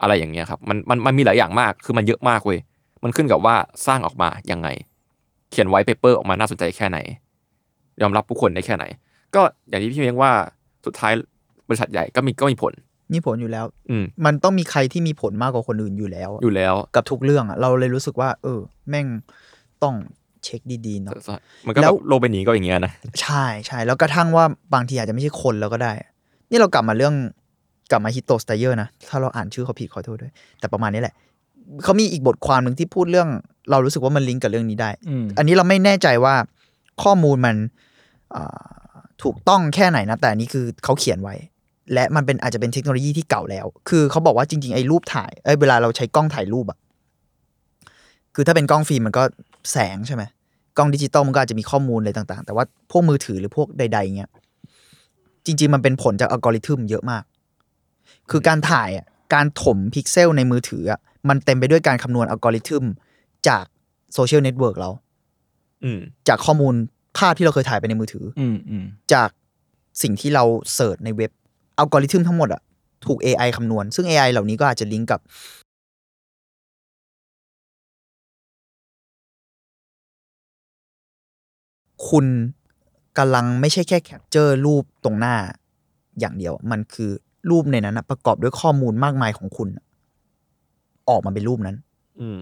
C: อะไรอย่างเงี้ยครับมันมันมันมีหลายอย่างมากคือมันเยอะมากเว้ย มันขึ้นกับว่าสร้างออกมายังไง เขียนไว้เปเปอร์ออกมาน่าสนใจแค่ไหน ยอมรับผู้คนได้แค่ไหน ก็อย่างที่พี่เม้งว่าสุดท้ายบริษัทใหญ่ก็มีก็มีผล
D: มีผลอยู่แล้ว
C: อืม
D: มันต้องมีใครที่มีผลมากกว่าคนอื่นอยู่แล้ว
C: อยู่แล้ว
D: กับทุกเรื่องอะเราเลยรู้สึกว่า เออ แม่งต้องเช็คดีๆเนาะ
C: มันก็
D: แล้
C: แบบ
D: ว
C: โลกใบนี้ก็อย่างเงี้ยนะ
D: ใช่ใช่แล้วกระทั่งว่าบางทีอาจจะไม่ใช่คนแล้วก็ได้ นี่เรากลับมาเรื่องกลับมาฮิตโตสไตเยอร์นะ ถ้าเราอ่านชื่อเขาผิดขอโทษด้วย แต่ประมาณนี้แหละ เขามีอีกบทความหนึ่งที่พูดเรื่อง เรารู้สึกว่ามันลิงก์กับเรื่องนี้ได้
B: อืม
D: อันนี้เราไม่แน่ใจว่าข้อมูลมันอ่าถูกต้องแค่ไหนนะ แต่อันนี้คือเขาเขียนไว้ และมันเป็นอาจจะเป็นเทคโนโลยีที่เก่าแล้ว คือเขาบอกว่าจริง ๆ ไอ้รูปถ่ายเอ้ยเวลาเราใช้กล้องถ่ายรูปอะคือถ้าเป็นกล้องฟิล์มมันก็แสงใช่ไหม กล้องดิจิตอลมันก็อาจจะมีข้อมูลอะไรต่างๆ แต่ว่าพวกมือถือหรือพวกใดๆเงี้ย จริง ๆ มันเป็นผลจากอัลกอริทึมเยอะมาก คือการถ่ายอะการถมพิกเซลในมือถืออะมันเต็มไปด้วยการคำนวณอัลกอริทึมจากโซเชียลเน็ตเวิร์กเรา
C: อืม
D: จากข้อมูลภาพที่เราเคยถ่ายไปในมือถือ
B: อืมอืม
D: จากสิ่งที่เราเสิร์ชในเว็บอัลกอริทึมทั้งหมดอะถูก AI คำนวณ ซึ่ง AI เหล่านี้ก็อาจจะลิงก์กับคุณกำลังไม่ใช่แค่แคปเจอร์รูปตรงหน้าอย่างเดียว มันคือรูปในนั้นอะประกอบด้วยข้อมูลมากมายของคุณ ออกมาเป็นรูปนั้น
C: อืม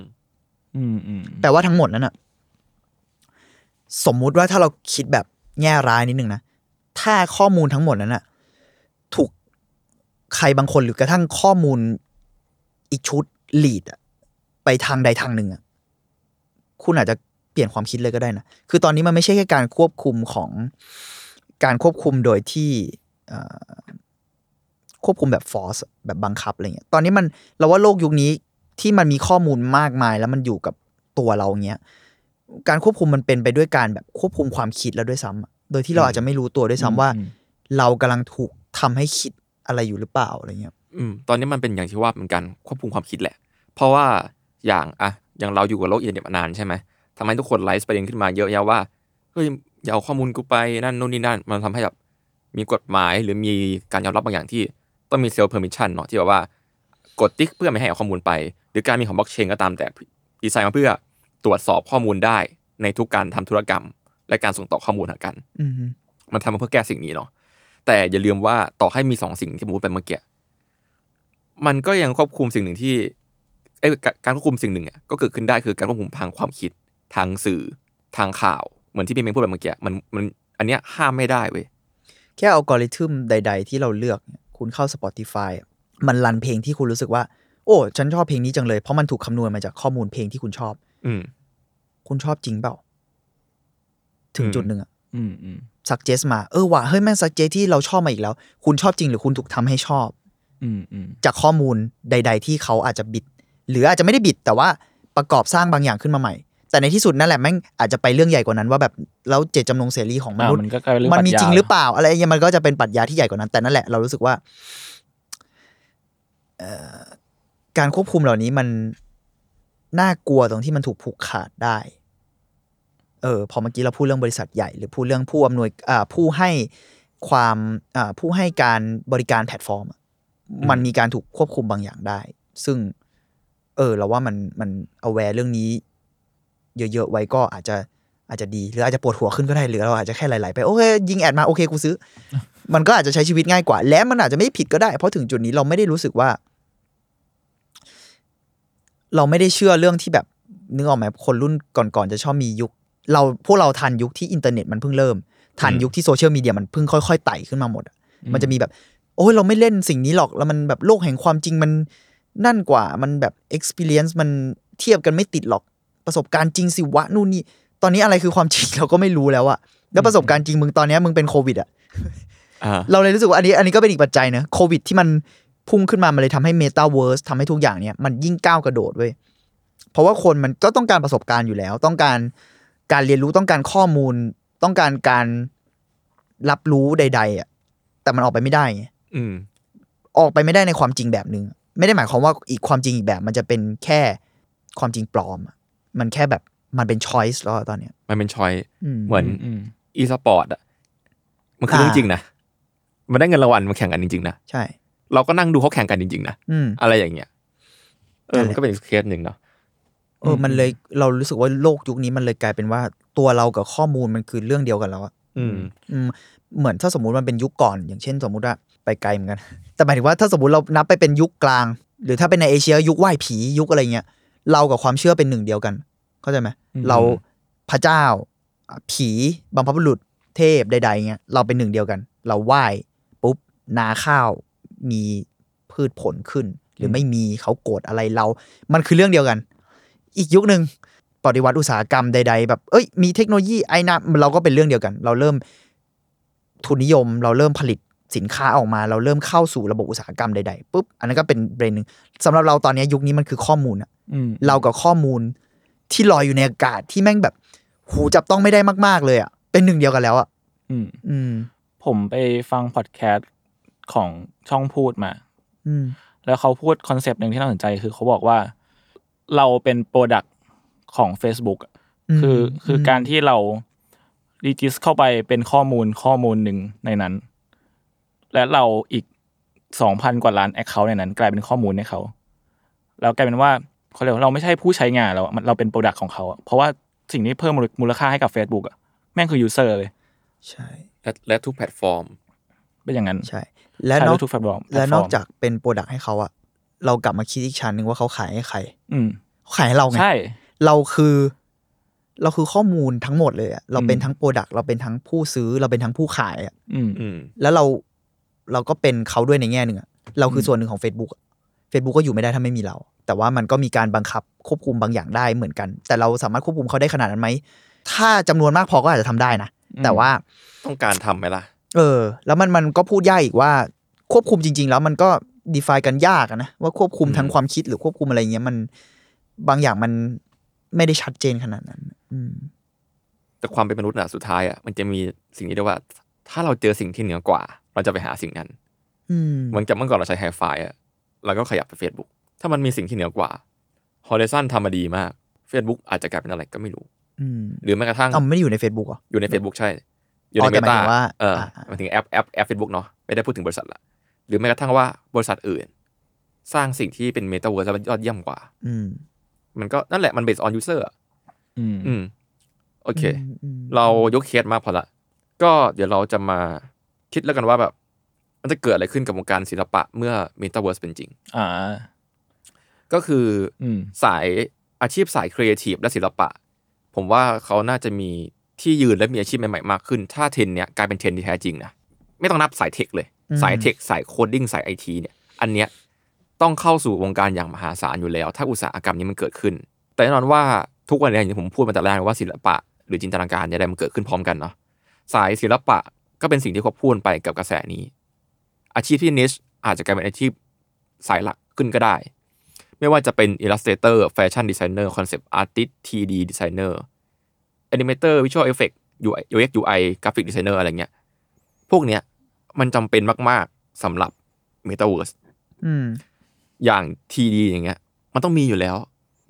B: อืมอืม
D: แปลว่าทั้งหมดนั้นอะสมมุติว่าถ้าเราคิดแบบแง่ร้ายนิดนึงนะ ถ้าข้อมูลทั้งหมดนั้นอะถูกใครบางคนหรือกระทั่งข้อมูลอีกชุดลีดอะไปทางใดทางหนึ่งอะคุณอาจจะเปลี่ยนความคิดเลยก็ได้นะ คือตอนนี้มันไม่ใช่แค่การควบคุมของการควบคุมโดยที่เอ่อควบคุมแบบฟอร์สแบบบังคับอะไรเงี้ย ตอนนี้มันเราว่าโลกยุคนี้ที่มันมีข้อมูลมากมาย แล้วมันอยู่กับตัวเราเงี้ย การควบคุมมันเป็นไปด้วยการแบบควบคุมความคิดแล้วด้วยซ้ำอะโดยที่เราอาจจะไม่รู้ตัวด้วยซ้ำว่า
B: อืม
D: เรากำลังถูกทำให้คิดอะไรอยู่หรือเปล่าอะไรเงี้ย
C: อืม ตอนนี้มันเป็นอย่างที่ว่าเป็นการควบคุมความคิดแหละ เพราะว่าอย่างอะอย่างเราอยู่กับโลกอินเทอร์เน็ตมานานใช่ไหมทำให้ทุกคนไลฟ์ประเด็นขึ้นมาเยอะแยะว่าเฮ้ยอย่าเอาข้อมูลกูไปนั่นนู่นนี่นั่น มันทำให้แบบมีกฎหมายหรือมีการยอมรับบางอย่างที่ต้องมีเซลล์เพอร์มิชันเนาะที่แบบว่ากดติ๊กเพื่อไม่ให้เอาข้อมูลไป หรือการมีของบล็อกเชนก็ตามแต่ดีไซน์มาเพื่อตรวจสอบข้อมูลได้ในทุกการทำธุรกรรม และการส่งต่อข้อมูลหากัน
D: อืมฮึ
C: มันทำมาเพื่อแก้สิ่งนี้เนาะแต่อย่าลืมว่าต่อให้มีสองสิ่งที่ผมพูดไปเมื่อกี้มันก็ยังควบคุมสิ่งหนึ่งที่เอ้ยกาการควบคุมสิ่งหนึ่งอ่ะก็เกิดขึ้นได้คือการควบคุมทางความคิด ทางสื่อทางข่าว เหมือนที่พี่เมงพูดไปเมื่อกี้มันมันอันเนี้ยห้ามไม่ได้เว้ย
D: แค่อัลกอริทึมใด ๆ ที่เราเลือกเนี่ยคุณเข้า Spotify อะมันรันเพลงที่คุณรู้สึกว่า โอ้ ฉันชอบเพลงนี้จังเลย เพราะมันถูกคำนวณมาจากข้อมูลเพลงที่คุณชอบ
C: อืม
D: คุณชอบจริงเปล่า ถึง
C: อืม
D: จุดหนึ่งอะ
B: อืมอืม
D: สักเจสมาเออว่ะเฮ้ยแม่งสักเจที่เราชอบมาอีกแล้ว คุณชอบจริงหรือคุณถูกทำให้ชอบ
B: อืมอืม
D: จากข้อมูลใด ๆ ที่เขาอาจจะบิด หรืออาจจะไม่ได้บิดแต่ว่าประกอบสร้างบางอย่างขึ้นมาใหม่ แต่ในที่สุดนั่นแหละแม่งอาจจะไปเรื่องใหญ่กว่านั้นว่าแบบแล้วเจตจำนงเสรีของม
B: อ่ะ
D: นุษย์
B: มันก็กลายเป็นเรื่อง
D: มันมี
B: ปรัชญา
D: จริงหรือเปล่า อะไรอย่างเงี้ยมันก็จะเป็นปรัชญาที่ใหญ่กว่านั้น แต่นั่นแหละเรารู้สึกว่าเอ่อการควบคุมเหล่านี้มันน่ากลัวตรงที่มันถูกผูกขาดได้ เออพอเมื่อกี้เราพูดเรื่องบริษัทใหญ่ หรือพูดเรื่องผู้อำนวยอ่าผู้ให้ความอ่าผู้ให้การบริการแพลตฟอร์มอะมันมีการถูกควบคุมบางอย่างได้ ซึ่ง เออ เราว่ามันมันเอาแวร์เรื่องนี้ เยอะๆไว้ก็อาจจะ อาจจะดีหรืออาจจะปวดหัวขึ้นก็ได้หรือเราอาจจะแค่ไหลๆไปโอเคยิงแอดมาโอเคกูซื้อ (laughs) มันก็อาจจะใช้ชีวิตง่ายกว่า และมันอาจจะไม่ผิดก็ได้ เพราะถึงจุดนี้เราไม่ได้รู้สึกว่า เราไม่ได้เชื่อเรื่องที่แบบนึกออกไหมคนรุ่นก่อนๆจะชอบมียุค เราพวกเราทันยุคที่อินเทอร์เน็ตมันเพิ่งเริ่มทันยุคที่โซเชียลมีเดียมันเพิ่งค่อยๆไต่ขึ้นมาหมดอะมันจะมีแบบ โอ้ยเราไม่เล่นสิ่งนี้หรอกแล้วมันแบบโลกแห่งความจริงมันนั่นกว่ามันแบบ experience มันเทียบกันไม่ติดหรอก ประสบการณ์จริงสิวะนู่นนี่ ตอนนี้อะไรคือความจริง เราก็ไม่รู้แล้วอะแล้วประสบการณ์จริงมึงตอนเนี้ยมึงเป็นโควิดอะ
C: อ่า
D: เราเลยรู้สึกว่าอันนี้อันนี้ก็เป็นอีกปัจจัยเนอะโควิดที่มันพุ่งขึ้นมามันเลยทำให้เมตาเวิร์สทำให้ทุกอย่างเนี่ยมันยิ่งก้าวกระโดดเว้ยเพราะว่าคนมันก็ต้องการประสบการณ์อยู่แล้ว ต้องการการเรียนรู้ต้องการข้อมูล ต้องการการรับรู้ใด ๆอะแต่มันออกไปไม่ได้ไง
C: อืม
D: ออกไปไม่ได้ในความจริงแบบหนึง่งไม่ได้หมายความว่าอีกความจริงอีกแบบ มันจะเป็นแค่ความจริงปลอมอะมันแค่แบบมันเป็นช้อยส์แล้วอะตอนเนี้ย
C: มันเป็นชอย
D: อืม
C: เหมือน
B: อืม
C: อีสปอร์ตอ่ะมันคือเรื่อง
D: อ่า
C: จริงนะมันได้เงินรางวัลมาแข่งกันจริงๆนะ
D: ใช่
C: เราก็นั่งดูเขาแข่งกันจริงๆนะ
D: อืม
C: อะไรอย่างเงี้ยเออ
D: นั่นแหละ
C: มันก็เป็นอีกเคสหนึ่งเนาะ
D: เออมันเลยเรารู้สึกว่าโลกยุคนี้มันเลยกลายเป็นว่าตัวเรากับข้อมูลมันคือเรื่องเดียวกันแล้วอะ
C: อืม
D: อืมเหมือนถ้าสมมติมันเป็นยุคก่อน อย่างเช่นสมมติว่าไปไกลเหมือนกัน (laughs) แต่หมายถึงว่าถ้าสมมติเรานับไปเป็นยุคกลาง หรือถ้าเป็นในเอเชียยุคไหว้ผียุคอะไรเงี้ยเรากับความเชื่อเป็นหนึ่งเดียวกัน เข้าใจไหม
C: อืม
D: เราพระเจ้าอ่ะผีบัมพบุรุษเทพใดๆเงี้ยเราเป็นหนึ่งเดียวกัน เราไหว้ปุ๊บนาข้าวมีพืชผลขึ้น หรือไม่มีเขาโกรธอะไรเรา มันคือเรื่องเดียวกัน อีกยุคหนึ่งปฏิวัติอุตสาหกรรมใด ๆ แบบเอ้ยมีเทคโนโลยีไอ้นะเราก็เป็นเรื่องเดียวกัน เราเริ่มทุนนิยม เราเริ่มผลิตสินค้าออกมา เราเริ่มเข้าสู่ระบบอุตสาหกรรมใดๆปุ๊บอันนั้นก็เป็นเบรนหนึ่งสำหรับเราตอนเนี้ยยุคนี้มันคือข้อมูลอะ
B: อืม
D: เรากับข้อมูลที่ลอยอยู่ในอากาศที่แม่งแบบหูจับต้องไม่ได้มาก ๆ เลยอ่ะ เป็นหนึ่งเดียวกันแล้วอ่ะ
B: อืม
D: อืม
B: ผมไปฟังพอดแคสต์ของช่องพูดมา
D: อืม
B: แล้วเขาพูดคอนเซปต์หนึ่งที่น่าสนใจคือเขาบอกว่าเราเป็นโปรดักของ Facebook อะ
D: อืม
B: คือคืออ
D: ม
B: การที่เรารีจิสเข้าไปเป็นข้อมูลข้อมูลหนึ่งในนั้น และเราอีกสองพันกว่าล้านแอคเคาท์ในนั้น กลายเป็นข้อมูลให้เขาแล้วกลายเป็นว่าเขาเรียกว่าเราไม่ใช่ผู้ใช้งานเราอะมันเราเป็นโปรดักของเขาอะเพราะว่าสิ่งที่เพิ่มมูลมูลค่าให้กับ Facebook อะแม่งคือยูเซอร์เลย
D: ใช่
C: และและทุกแพลตฟอร์ม
B: เป็นอย่างนั้น
D: ใช่ และ
B: ใช้
D: น
B: ด้
D: อก
B: วยทุกแพลตฟอร์ม
D: และนอกจากเป็นโปรดักให้เขาอ่ะ เรากลับมาคิดอีกชั้นหนึ่งว่าเขาขายให้ใคร
B: อืม
D: เขาขายให้เราไง
B: ใช่
D: เราคือ เราคือข้อมูลทั้งหมดเลยอ่ะ เราเป็น
B: อืม
D: ทั้งโปรดักเราเป็นทั้งผู้ซื้อ เราเป็นทั้งผู้ขายอ่ะ
B: อืม
C: อืม
D: แล้วเราเราก็เป็นเขาด้วยในแง่หนึ่งอะเราคือส่วนหนึ่งของ Facebook อะ Facebook ก็อยู่ไม่ได้ถ้าไม่มีเรา แต่ว่ามันก็มีการบังคับควบคุมบางอย่างได้เหมือนกัน แต่เราสามารถควบคุมเขาได้ขนาดนั้นไหม ถ้าจำนวนมากพอก็อาจจะทำได้นะ
B: อืม
D: แต่ว่า
C: ต้องการทำไหมล่ะ
D: เออ แล้วมันมันก็พูดยากอีกว่าควบคุมจริง ๆ แล้วมันก็ดีฟ n กันยากอะนะว่าควบคุม
C: อืม
D: ทางความคิดหรือควบคุมอะไรเงี้ยมันบางอย่างมันไม่ได้ชัดเจนขนาดนั้น อืม
C: แต่ความเป็นมนุษย์อะสุดท้ายอะมันจะมีสิ่งนี้ด้วยว่า ถ้าเราเจอสิ่งที่เหนือกว่า เราจะไปหาสิ่งนั้น
D: อืม
C: เหมือนกับเมื่อก่อนเราใช้ไฮไฟอะเราก็ขยับไป Facebook ถ้ามันมีสิ่งที่เหนือกว่า Horizon ทำมาดีมาก Facebook อาจจะกลายเป็นอะไรก็ไม่รู้
D: อืม
C: หรือแม้กระทั่ง
D: เอามันไม่ได้อยู่ใน Facebook เหรอ
C: อยู่ใน Facebook ใช่ อยู่ใน
D: อ๋อแต่
C: เม
D: หมา
C: ตา
D: ยถึงว่า
C: เออ
D: อ่า
C: หมายถึงแอปแอปแอปเฟซบุ๊กเนาะไม่ได้พูดถึงบริษัทละหรือแม้กระทั่งว่าบริษัทอื่น สร้างสิ่งที่เป็นเมตาเวิร์สแล้วยอดเยี่ยมกว่า
D: อืม
C: มันก็นั่นแหละมันเบสออนยูเซอร์
B: อืม
C: อืมโอเค
D: มอืม
C: เรายกเคสมากพอละ ก็เดี๋ยวเราจะมาคิดแล้วกันว่าแบบ มันจะเกิดอะไรขึ้นกับวงการศิลปะเมื่อเมตาเวิร์สเป็นจริง
B: อ่า
C: ก็คืออ
B: อืม
C: สายอาชีพสายครีเอทีฟและศิลปะ ผมว่าเขาน่าจะมีที่ยืนและมีอาชีพใหม่ๆมากขึ้น ถ้าเทรนด์เนี้ยกลายเป็นเทรนด์ที่แท้จริงนะ ไม่ต้องนับสายเทคเลย
D: อืม
C: สายเทค สายโคดดิ้ง สายไอทีเนี่ย อันเนี้ยต้องเข้าสู่วงการอย่างมหาศาลอยู่แล้ว ถ้าอุตสาหกรรมนี้มันเกิดขึ้น แต่แน่นอนว่าทุกวันเนี้ยอย่างที่ผมพูดมาแต่แรกว่าศิลปะ หรือจินตนาการเนี่ยอะไรมันเกิดขึ้นพร้อมกันเนาะ สายศิลปะก็เป็นสิ่งที่ควบคู่กันไปกับกระแสนี้ อาชีพที่นิชอาจจะกลายเป็นอาชีพสายหลักขึ้นก็ได้ ไม่ว่าจะเป็น Illustrator Fashion Designer Concept Artist 3D Designer Animator Visual Effect UI UX UI Graphic Designer อะไรเงี้ย พวกเนี้ยมันจำเป็นมาก ๆสำหรับ Metaverse
D: อืม
C: อย่าง 3D อย่างเงี้ย มันต้องมีอยู่แล้ว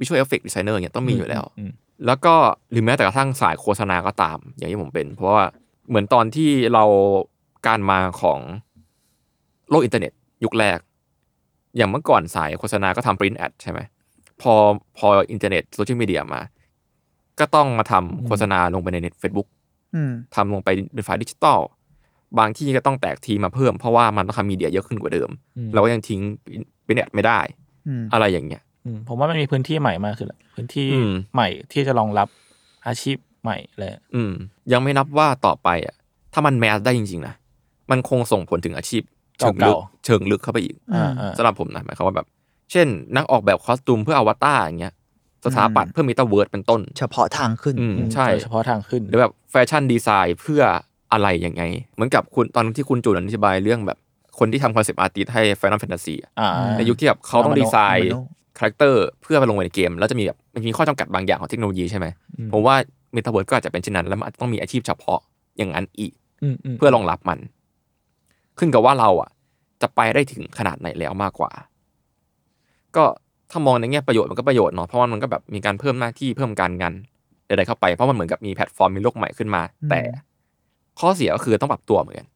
C: Visual Effect Designer อย่างเงี้ยต้องมีอยู่แล้ว
B: อืม
C: แล้วก็หรือแม้แต่กระทั่งสายโฆษณาก็ตาม อย่างที่ผมเป็น เพราะว่าเหมือนตอนที่เราการมาของโลกอินเทอร์เน็ต ยุคแรก อย่างเมื่อก่อนสายโฆษณาก็ทำปริ้นแอดใช่ไหมพอพออินเทอร์เน็ตโซเชียลมีเดียมา ก็ต้องมาทำโฆษณาลงไปในเน็ตเฟซบุ๊ก
D: อืม
C: ทำลงไปเป็นฝ่ายดิจิตอลบางที่ก็ต้องแตกทีมมาเพิ่มเพราะว่ามันต้องทำมีเดียเยอะขึ้นกว่าเดิม
B: อืม
C: เราก็ยังทิ้งปริ้นแอดไม่ได้
D: อืม
C: อะไรอย่างเงี้ย
B: อืมผมว่ามันมีพื้นที่ใหม่มากขึ้นแหละพื้นที่
C: อืม
B: ใหม่ที่จะรองรับอาชีพใหม่เลย
C: อืม ยังไม่นับว่าต่อไปอ่ะ ถ้ามันแมสได้จริง ๆ นะ มันคงส่งผลถึงอาชีพเชิงลึก
B: เก่า
C: เชิงลึกเข้าไปอีก
D: อ่า
C: สำหรับผมนะหมายความว่าแบบ เช่น นักออกแบบคอสตูมเพื่ออวตารอย่างเงี้ยสถาปัตย์เพื่อมิตาเวิร์ดเป็นต้น
D: เฉพาะทางขึ้น
C: อืม ใช่
B: เฉพาะทางขึ้น
C: หรือแบบแฟชั่นดีไซน์เพื่ออะไรยังไง เหมือนกับคุณตอนที่คุณจูนอธิบายเรื่องแบบ คนที่ทำคอนเซปต์อาร์ติสให้แฟน a ลแฟนตาซี
B: อ่า
C: ในยุคที่แบบเขาต้อง
B: เอามาโน
C: ดีไซน์
D: เอามาโน
C: คาแรคเตอร์เพื่อไปลงไปในเกม แล้วจะมีแบบมันมีข้อจำกัดบางอย่างของเทคโนโลยีใช่ไหมผมว่าเมตาเวิร์ดก็อาจจะเป็นเช่นนั้นแล้วมันอาจจะต้องมีอาชีพเฉพาะอย่างนั้นอีก
B: อืมอืม
C: เพื่อรองรับมัน ขึ้นกับว่าเราอ่ะ จะไปได้ถึงขนาดไหนแล้วมากกว่า ก็ถ้ามองในแง่ประโยชน์มันก็ประโยชน์เนาะเพราะว่ามันก็แบบมีการเพิ่มหน้าที่เพิ่มการงานใดๆเข้าไป เพราะมันเหมือนกับมีแพลตฟอร์มมีโลกใหม่ขึ้นมา
D: อืม
C: แต่ข้อเสียก็คือต้องปรับตัวเหมือนกัน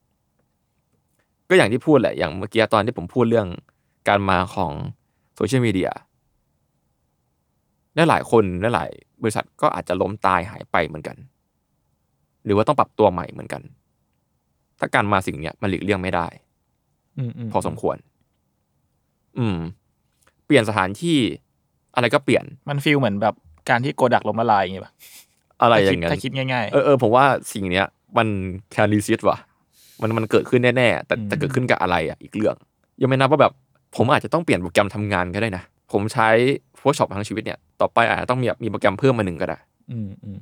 C: ก็อย่างที่พูดแหละ อย่างเมื่อกี้ตอนที่ผมพูดเรื่องการมาของโซเชียลมีเดียและหลายคนและหลายบริษัทก็อาจจะล้มตายหายไปเหมือนกัน หรือว่าต้องปรับตัวใหม่เหมือนกัน ถ้าการมาสิ่งเนี้ยมันหลีกเลี่ยงไม่ได้
B: อืมอืม
C: พอสมควร อืม เปลี่ยนสถานที่อะไรก็เปลี่ยน
B: มันฟีลเหมือนแบบการที่โกดักล้มละลายอย่างเงี้ยป่ะ
C: อะไรอ
B: ถ้าคิด
C: ย่าง
B: ถ้าคิด
C: เงี้ย
B: ง่าย
C: เออเออผมว่าสิ่งเนี้ย มันแคลิซิตว่ะ มันมันเกิดขึ้นแน่ๆแต่
B: อืม
C: จะเกิดขึ้นกับอะไรอ่ะอีกเรื่อง ยังไม่นับว่าแบบ ผมอาจจะต้องเปลี่ยนโปรแกรมทำงานก็ได้นะ ผมใช้ Photoshop ทั้งชีวิตเนี่ยต่อไปอาจจะต้องมีแบบมีโปรแกรมเพิ่มมาหนึ่งก็ได้
B: ๆอืมอืม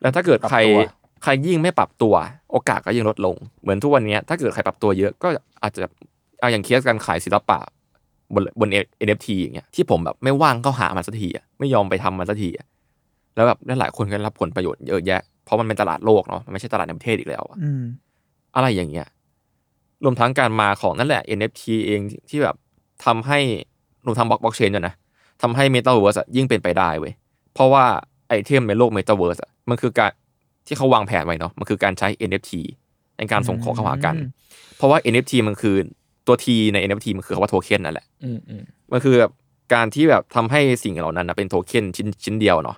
C: แล้วถ้าเกิดใคร
B: ปรับตัว
C: ใครยิ่งไม่ปรับตัว โอกาสก็ยิ่งลดลง เหมือนทุกวันเนี้ยถ้าเกิดใครปรับตัวเยอะก็อาจจะเอาอย่างเคสการขายศิลปะบนบน NFT อย่างเงี้ยที่ผมแบบไม่ว่างเข้าหามันสักทีอะไม่ยอมไปทำมันสักทีอะแล้วแบบหลายๆคนก็ได้รับผลประโยชน์เยอะแยะเพราะมันเป็นตลาดโลกเนาะมันไม่ใช่ตลาดในประเทศอีกแล้วอะ
D: อืม
C: อะไรอย่างเงี้ย รวมทั้งการมาของนั่นแหละ NFT เองที่แบบทำให้รวมทั้งบล็อกบล็อกเชนด้วยนะทำให้ Metaverse อะยิ่งเป็นไปได้เว้ย เพราะว่าไอเทมในโลก Metaverse อะมันคือการที่เขาวางแผนไว้เนาะมันคือการใช้ NFT ในการส่งของเข้าหากัน
D: อืม
C: เพราะว่า NFT มันคือตัว T ใน NFT มันคือคำว่าโทเค็นนั่นแหละ
B: อืมอืม
C: มันคือแบบการที่แบบทำให้สิ่งเหล่านั้นนะเป็นโทเค็นชิ้นชิ้นเดียวเนาะ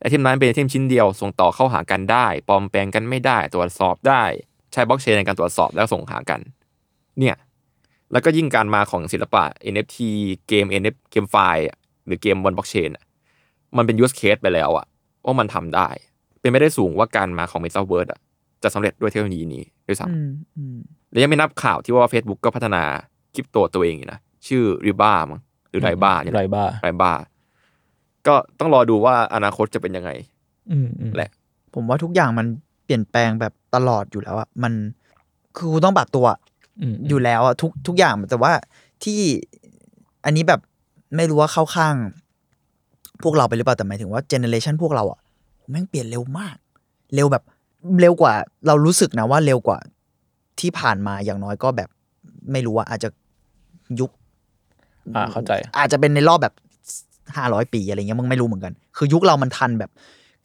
C: ไอเทมนั้นเป็นไอเทมชิ้นเดียว ส่งต่อเข้าหากันได้ ปลอมแปลงกันไม่ได้ ตรวจสอบได้ ใช้บล็อกเชนในการตรวจสอบแล้วส่งหากัน เนี่ย แล้วก็ยิ่งการมาของศิลปะ NFT เกม NFT เกมไฟล์อะหรือเกมบนบล็อกเชนอะมันเป็น use case ไปแล้วอะว่ามันทำได้ เป็นไม่ได้สูงว่าการมาของ Metaverse อะจะสำเร็จด้วยเทคโนโลยีนี้ด้วยซ้ำ
D: อืมอืม
C: และยังไม่นับข่าวที่ว่า Facebook ก็พัฒนาคริปโตตัวเองอยู่นะ ชื่อริบ้ามั้งหรือไรบ้าเนี่ยแห
B: ไร
C: ละ
B: บ้า
C: ไรบ้า ก็ต้องรอดูว่าอนาคตจะเป็นยังไง
B: อืมอืม
C: แหละ
D: ผมว่าทุกอย่างมันเปลี่ยนแปลงแบบตลอดอยู่แล้วอะมันคือกูต้องปรับตัว
B: มม
D: อยู่แล้วอะทุกทุกอย่างแต่ว่าที่อันนี้แบบไม่รู้ว่าเข้าข้าง พวกเราไปหรือเปล่าแต่หมายถึงว่าเจเนเรชันพวกเราอะแม่งเปลี่ยนเร็วมาก เร็วแบบเร็วกว่า เรารู้สึกนะว่าเร็วกว่าที่ผ่านมาอย่างน้อยก็แบบ ไม่รู้ว่าอาจจะยุค
B: อ่าเข้าใจ
D: อาจจะเป็นในรอบแบบห้าร้อยปีอะไรเงี้ยมึงไม่รู้เหมือนกัน คือยุคเรามันทันแบบ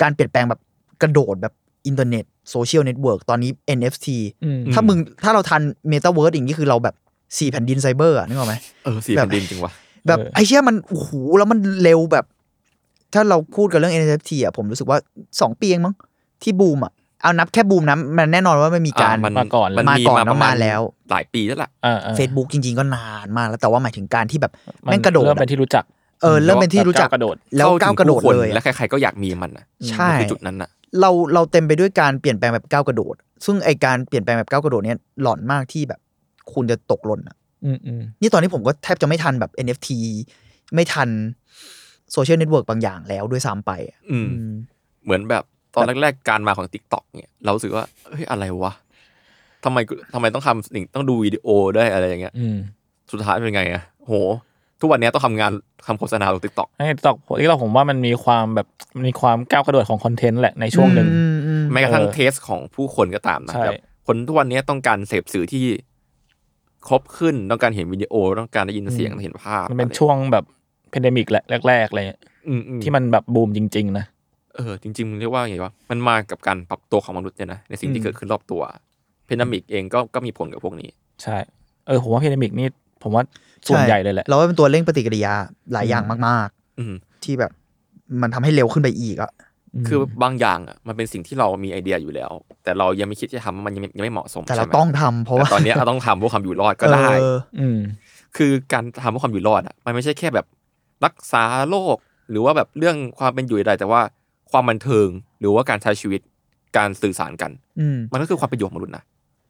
D: การเปลี่ยนแปลงแบบกระโดดแบบอินเทอร์เน็ตโซเชียลเน็ตเวิร์กตอนนี้ NFT
B: อืม
D: ถ้ามึงถ้าเราทันเมตาเวิร์ดอย่างนี้คือเราแบบสี่แผ่นดินไซเบอร์อะนึกออกไหม
C: เออสี่
D: แบบ
C: แผ่นดินจริงวะ
D: แบบ
B: เออ
D: ไอ้เชี่ยมันโอ้โหแล้วมันเร็วแบบ ถ้าเราพูดกันเรื่อง NFT อ่ะผมรู้สึกว่าสองปีเองมั้งที่บูมอ่ะเอานับแค่บูมนะมันแน่นอนว่ามันมีการ
C: อ่ะ
B: มาก่อนเลย
C: มั
D: มาก่อนแล้ว
C: ประณ
D: มาแล้ว
C: หลายปีแล้วล่ะ
B: อ่าอ่า
D: Facebook จริง ๆก็นานมากแล้วแต่ว่าหมายถึงการที่แบบ
B: มัน
D: แม่งกระโดด
B: เริ่ม
D: อะ
B: เป็นที่รู้จัก
D: เออเริ่มเป็นที่รู้จัก
B: ก้าวกระโดด
D: แล้วก้าวกระโดด
C: ข้ถึงผู้คน
D: เลยอะ
C: และใครๆก็อยากมีมันนะ
D: ใช่
C: มันคือจุดนั้นน่ะ
D: เราเราเต็มไปด้วยการเปลี่ยนแปลงแบบก้าวกระโดด ซึ่งไอการเปลี่ยนแปลงแบบก้าวกระโดดเนี่ยหลอนมากที่แบบคุณจะตกหล่นอะ
B: อืมอืม
D: นี่ตอนนี้ผมก็แทบจะไม่ทันแบบ NFT ไม่ทันโซเชียลเน็ตเวิร์กบางอย่างแล้วด้วยซ้ำไปอะ
C: อืม
D: อืม
C: เหมือนแบบตอนแรกๆ การมาของ t ิ k t o k เนี่ย เรารู้สึกว่าเฮ้ยอะไรวะทำไมทำไมต้องทำสิ่งต้องดูวิดีโอได้วยอะไรอย่างเงี้ย
B: อืม
C: สุดท้ายเป็นไงอะโห ทุกวันเนี้ยต้องทำงานทำโฆษณาลงติ๊กต็อก
B: ในตอกที่เราผมว่ามันมีความแบบมีความก้าวกระโดดของคอนเทนต์แหละในช่วงหนึ่ง
D: อืมอืม
C: แม้กระทั่ง
B: เออ
C: เทสของผู้คนก็ตามนะ
B: ใช่
C: แบบคนทุกวันเนี้ยต้องการเสพสื่อที่ครบขึ้นต้องการเห็นวิดีโอต้องการได้ยินเสียงเห็นภาพ
B: มันเป็นช่วงแบบเพนเดมิกแหละแรกๆอะไรเงี้ย
C: อืมอืม
B: ที่มันแบบบูมจริง ๆ นะ
C: เออจริงๆมันเรียกว่าไงวะมันมากับการปรับตัวของมนุษย์เนี่ยนะในสิ่งที่เกิดขึ้นรอบตัวเพนดมิกเองก็ก็มีผลกับพวกนี้
B: ใช่ เออผมว่าเพนเดมิกนี่ผมว่าส่วนใหญ่เลยแหละ
D: เราว่าเป็นตัวเร่งปฏิกิริยาหลายอย่างมาก
C: อืม
D: ๆ ที่แบบมันทำให้เร็วขึ้นไปอีกอะ
C: คือบางอย่างอ่ะมันเป็นสิ่งที่เรามีไอเดียอยู่แล้ว แต่เรายังไม่คิดจะทำมันยังไม่ยังไม่เหมาะสม
D: แต่เรา
C: ใช่ไหม
D: ต้องทำเพราะว่า
C: แต่ตอนเนี้ยเราต้องทำเพื่อความอยู่รอดก็ได้
D: เออ
B: อืม
C: คือการทำเพื่อความอยู่รอดอ่ะมันไม่ใช่แค่แบบรักษาโรคหรือว่าแบบเรื่องความเป็นอยู่ใดๆแต่ว่าความบันเทิงหรือว่าการใช้ชีวิตการสื่อสารกัน
D: อืม
C: มันก็คือความเป็นอยู่ของมนุษย์นะ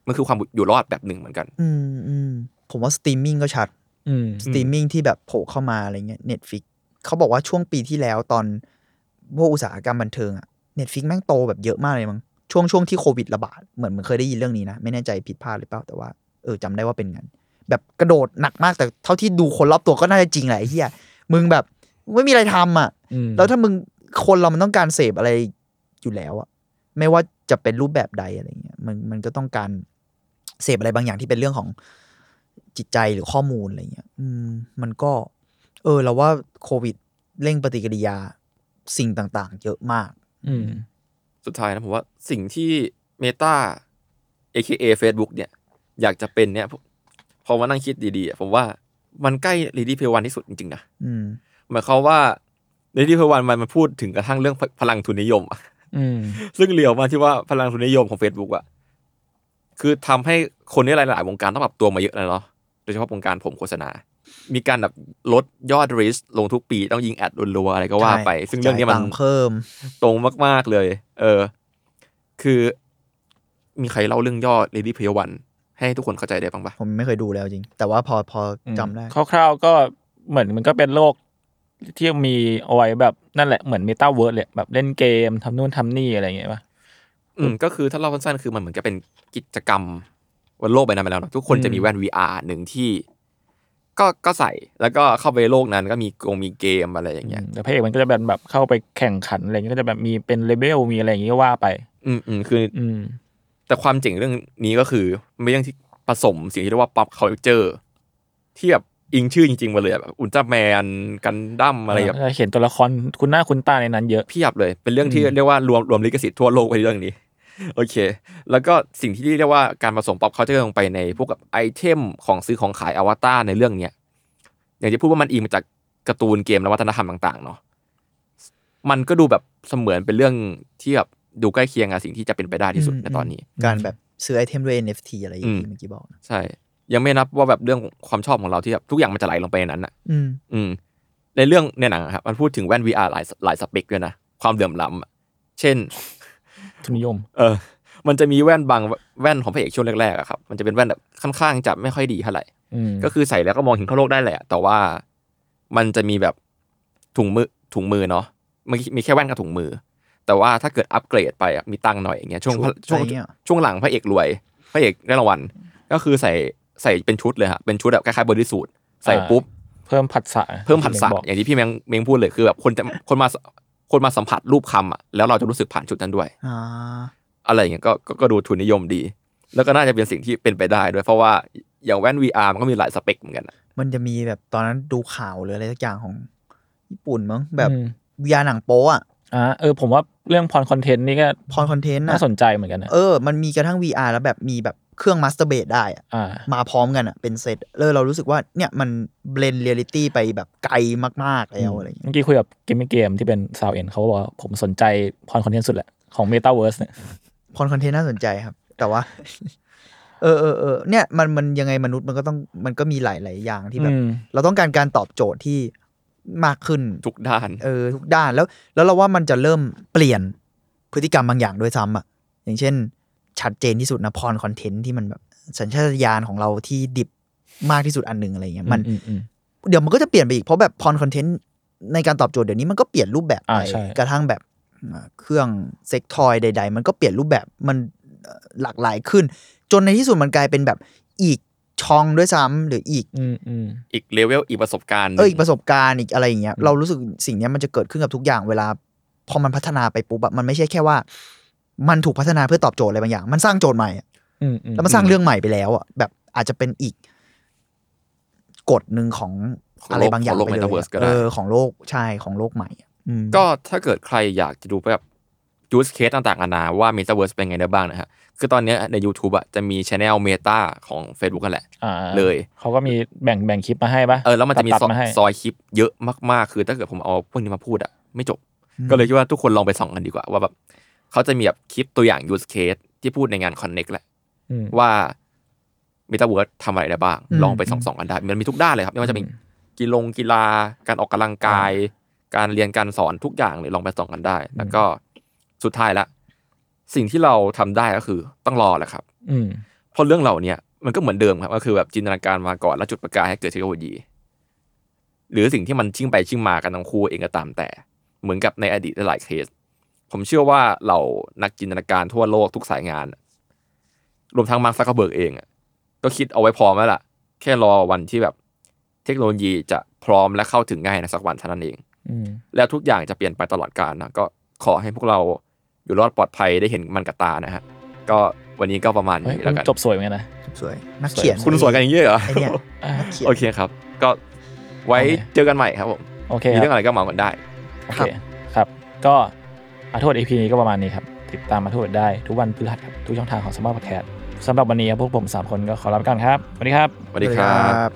C: มันคือความอยู่รอดแบบหนึ่งเหมือนกัน
D: อืมอืมผมว่าสตรีมมิ่งก็ชัด
B: อืม
D: สตรีมมิ่งที่แบบโผล่เข้ามาอะไรเงี้ยเน็ตฟิกเขาบอกว่าช่วงปีที่แล้วตอนพวกอุตสาหกรรมบันเทิงอะเน็ตฟิกแม่งโตแบบเยอะมากเลยมั้งช่วงช่วงที่โควิดระบาดเหมือนเหมือนเคยได้ยินเรื่องนี้นะ ไม่แน่ใจผิดพลาดหรือเปล่า แต่ว่าเออจำได้ว่าเป็นงั้น แบบกระโดดหนักมากแต่เท่าที่ดูคนรอบตัวก็น่าจะจริงแหละไอ้เหี้ยมึงแบบไม่มีอะไรทำอ่ะ
B: อืม
D: แล้วถ้ามึงคนเรามันต้องการเสพอะไรอยู่แล้วอะไม่ว่าจะเป็นรูปแบบใดอะไรเงี้ยมันมันก็ต้องการเสพอะไรบางอย่างที่เป็นเรื่องของจิตใจหรือข้อมูลอะไรเงี้ย อืม มันก็ เออเราว่าโควิดเร่งปฏิกิริยาสิ่งต่างๆ เยอะมาก
B: อืม
C: สุดท้ายนะผมว่าสิ่งที่ Meta AKA Facebook เนี่ย อยากจะเป็นเนี่ยผมพอมานั่งคิดดีๆอะผมว่ามันใกล้ Ready Player One ที่สุดจริงๆนะ
D: อืม
C: หมายความว่า Ready Player One มันมาพูดถึงกระทั่งเรื่องพพลังทุนนิยมอะ (laughs)
B: อืม
C: ซึ่งเหลียวมากที่ว่าพลังทุนนิยมของ Facebook อะคือทำให้คนในหลายๆวงการต้องปรับตัวมาเยอะเลยเนาะโดยเฉพาะวงการผมโฆษณา มีการแบบลดยอดรีชลงทุกปีต้องยิงแอดรัวๆอะไรก็ว่าไป
D: ใช่
C: ซึ่งเรื่องนี้มั
D: จ่ายตั
C: น
D: งค์เพิ่ม
C: ตรงมาก ๆ เลย เออ คือมีใครเล่าเรื่องย่อ Lady p l a y e r One ให้ทุกคนเข้าใจได้บ้างปะ
D: ผมไม่เคยดูแล้วจริง แต่ว่าพอพอจำได้
B: คร่าวๆก็เหมือนมันก็เป็นโลกที่มีเอาไว้แบบนั่นแหละเหมือนเมตาเวิร์ดเลยแบบเล่นเกมทำนู่นทำนี่อะไรอย่างเงี้ยป่ะ
C: อืม ก็คือถ้าเล่าสั้นๆ คือมันเหมือนกับเป็นกิจกรรมบนโลกใบนั้นไปแล้วเนอะทุกคน
B: อืม
C: จะมีแว่น VR หนึ่งที่ ก็ก็ใส่แล้วก็เข้าไปโลกนั้นก็มีกงมีเกมอะไรอย่างเงี้ย
B: แต่พระเอกมันก็จะแบบแบบเข้าไปแข่งขันอะไรเงี้ยก็จะแบบมีเป็นเลเบลมีอะไรอย่างเงี้ยว่าไป
C: อืมอืมคือ
B: อืม
C: แต่ความเจ๋งเรื่องนี้ก็คือมันเป็นเรื่องที่ผสมสิ่งที่เรียกว่า pop culture ที่แบบอิงชื่อจริงๆมาเลยอะแบบอุลตร้าแมนกันดั้มอะไรแบบ
B: เเห็นตัวละครคุณหน้าคุณตาในนั้นเยอะ
C: เพียบเลย เป็นเรื่องที่
B: อืม
C: เรียกว่ารวมรวมลิขสิทธิ์ทั่วโลกไว้เรื่องนี้ โอเค แล้วก็สิ่งที่เรียกว่าการผสมป๊อปเขาจะลงไปในพวกกับไอเทมของซื้อของขายอวตารในเรื่องเนี้ยอย่างที่พูดว่ามันอิงมาจากการ์ตูนเกมและวัฒนธรรมต่าง ๆ เนาะมันก็ดูแบบเสมือนเป็นเรื่องที่แบบดูใกล้เคียงกับสิ่งที่จะเป็นไปได้ที่สุด
D: อืม
C: ในตอนนี้
D: การแบบซื้อไอเทมด้วย NFT อะไรอย่าง
C: อืม
D: ที่เมื่อกี้บอกนะ
C: ใช่ ยังไม่นับว่าแบบเรื่องความชอบของเราที่แบบทุกอย่างมันจะไหลลงไปในนั้นอะ
D: อืม
C: อืมในเรื่องในหนังอะครับมันพูดถึงแว่น VR หลายหลายสเปคด้วยนะ ความเดือมล้ำอะเช่น
B: ทุนนิยม
C: เออ มันจะมีแว่นบางแว่นของพระเอกช่วงแรกๆอะครับ มันจะเป็นแว่นแบบค่อนข้างจะไม่ค่อยดีเท่าไหร่
B: อืม
C: ก็คือใส่แล้วก็มองเห็นข้างโลกได้แหละ แต่ว่ามันจะมีแบบถุงมือถุงมือเนาะมันมีแค่แว่นกับถุงมือ แต่ว่าถ้าเกิดอัปเกรดไปอะมีตังค์หน่อยอย่างเงี้ยช่วง
D: ชุด
C: ช่วง
D: อะไรเงี้ย
C: ช่วงหลังพระเอกรวย พระเอกได้รางวัล ก็คือใส่ใส่เป็นชุดเลยฮะเป็นชุดแบบคล้ายๆบอดี้สูทใส่ปุ๊บ
B: เพิ่มผัสสะ
C: เพิ่มผัสสะ
B: บอก
C: อย่างที่พี่แมงเมงพูดเลยคือแบบคนจะคนมาคนมาสัมผัสรูปคำอ่ะแล้วเราจะรู้สึกผ่านจุดนั้นด้วย
D: อ่า
C: อะไรอย่างเงี้ยก็ก็ก็ดูทุนนิยมดี แล้วก็น่าจะเป็นสิ่งที่เป็นไปได้ด้วย เพราะว่าอย่างแว่น VR มันก็มีหลายสเปคเหมือนกันอะ
D: มันจะมีแบบตอนนั้นดูข่าวหรืออะไรสักอย่างของญี่ปุ่นมั้งแบบ
B: อืม
D: วิญญาณหนังโป๊อะ
B: อ่าเออ ผมว่าเรื่องพรคอนเทนต์นี่ก็
D: พรคอนเทนต์
B: น่า
D: อะ
B: สนใจเหมือนกันนะ
D: เออ มันมีกระทั่ง VR แล้วแบบมีแบบเครื่องมาสเตอร์เบดได้อะ
B: อ่า
D: มาพร้อมกันอะเป็นเซตเลยเรารู้สึกว่าเนี่ยมันเบลนเรียลิตี้ไปแบบไกลมาก ๆ แล้วอะไรอย่างเงี้ย
B: เมื่อกี้คุยกับเกมเกมที่เป็นซาวเอ็นเขาบอกว่าผมสนใจพรคอนเทนต์สุดแหละ ของเมตาเวิร์สเนี่ย
D: พรคอนเทนต์น่าสนใจครับ แต่ว่า (laughs) เออเออเออเนี่ยมันมันยังไงมนุษย์มันก็ต้องมันก็มีหลาย ๆ อย่างที่แบบ
B: อืม
D: เราต้องการการตอบโจทย์ที่มากขึ้น
C: ทุกด้าน
D: เออทุกด้านแล้วแล้วเราว่ามันจะเริ่มเปลี่ยนพฤติกรรมบางอย่างด้วยซ้ำอ่ะ อย่างเช่น ชัดเจนที่สุดนะพรคอนเทนต์ที่มันแบบสัญชาตญาณของเราที่ดิบมากที่สุดอันหนึ่งอะไรเงี้ยมัน
B: อือืม
D: เดี๋ยวมันก็จะเปลี่ยนไปอีก เพราะแบบพรคอนเทนต์ในการตอบโจทย์เดี๋ยวนี้มันก็เปลี่ยนรูปแบบไป
B: อ่าใช่
D: กระทั่งแบบอ่าเครื่องเซ็กทอยใด ๆ มันก็เปลี่ยนรูปแบบมันเอ่อหลากหลายขึ้น จนในที่สุดมันกลายเป็นแบบอีก ช่องด้วยซ้ำหรืออีก
B: อืมอืม
C: อีกเลเวลอีกประสบการณ์หนึ่ง
D: เอออีกประสบการณ์อีกอะไรอย่างเงี้ยเรารู้สึกสิ่งเนี้ยมันจะเกิดขึ้นกับทุกอย่างเวลา พอมันพัฒนาไปปุ๊บอะมันไม่ใช่แค่ว่า มันถูกพัฒนาเพื่อตอบโจทย์อะไรบางอย่าง มันสร้างโจทย์ใหม่อะ
B: อืมอืม
D: แล้วมันสร้างเรื่องใหม่ไปแล้วอะแบบอาจจะเป็นอีกกฎหนึ่งของอะไรบางอย่าง
C: ขโลก
D: ไป
C: เม
D: เล
C: ตาเวิ
D: ย
C: ร์สก็
D: เอ
C: ได้
D: อของโลกใช่ของโลกใหม่อะอืม
C: ก็ถ้าเกิดใครอยากจะดูแบบยูสเคสต่างๆนานาว่าเมตาเวิร์สเป็นไงได้บ้างนะฮะ คือตอนเนี้ยใน YouTube อะจะมีช anel เมตาของ Facebook กันแหละ
B: อ่า
C: เลย
B: เขาก็มีแบ่งแบ่งคลิปมาให้ปะ
C: เออแล้วมันจะมี
B: ตัด
C: ซอ
B: ๆมาให้
C: ซอยคลิปเยอะมากๆ คือถ้าเกิดผมเอาพวกนี้มาพูดอะไม่จบ ก็เลยคิดว่าทุกคนลองไปส่องกันดีกว่า ว่าแบบเขาจะมีแบบคลิปตัวอย่างยูสเคสที่พูดในงาน Connect แหละ
B: อืม
C: ว่าเมตาเวิร์สทำอะไรได้บ้าง ลองไปส่องๆกันได้ มันมีทุกด้านเลยครับไม่ว่าจะเป็นกีฬงกีฬา การออกกำลังกาย การเรียนการสอนทุกอย่างเลยลองไปส่องกันได้ แล้วก็สุดท้ายละ สิ่งที่เราทำได้ก็คือต้องรอแหละครับ
B: อืม
C: เพราะเรื่องเหล่าเนี้ยมันก็เหมือนเดิมครับก็คือแบบจินตนาการมาก่อนแล้วจุดประกายให้เกิดเทคโนโลยี หรือสิ่งที่มันชิ่งไปชิ่งมากันทั้งคู่เองก็ตามแต่ เหมือนกับในอดีตหลายๆเคส ผมเชื่อว่าเหล่านักจินตนาการทั่วโลกทุกสายงาน รวมทั้งมาร์คซักเคอร์เบิร์กเองอะก็คิดเอาไว้พร้อมแล้วล่ะ แค่รอวันที่แบบเทคโนโลยีจะพร้อมและเข้าถึงง่ายในสักวันเท่านั้นเอง
B: อืม
C: แล้วทุกอย่างจะเปลี่ยนไปตลอดกาลนะก็ขอให้พวกเราอยู่รอดปลอดภัยได้เห็นมันกับตานะฮะก็วันนี้ก็ประมาณ
B: เฮ้ย
C: นี้แล้วกัน
B: จบสวยเหมือนกันนะ
D: สวยนักเขียน
C: คุณสวยกันอย่างนี้เหรอ
D: ไอ
C: (laughs)
D: เนี่ยนักเขียน
C: โอเคครับ ก็ไว้
B: โอเค
C: เจอกันใหม่ครับผม
B: โอเค
C: มี
B: ค
C: เรื่
B: รั
C: อบ งอะไรก็เมากันได้
B: โอเคครับ ก็อาโทษ EP นี้ก็ประมาณนี้ครับ ติดตามอาโทษได้ทุกวันพฤหัสครับ ทุกช่องทางของสมาร์ทพอดแคสต์สำหรับวันนี้ครับพวกผม 3 คนก็ขอลาไปก่อนครับ สวัสดีครับ
C: สวัสดีครับ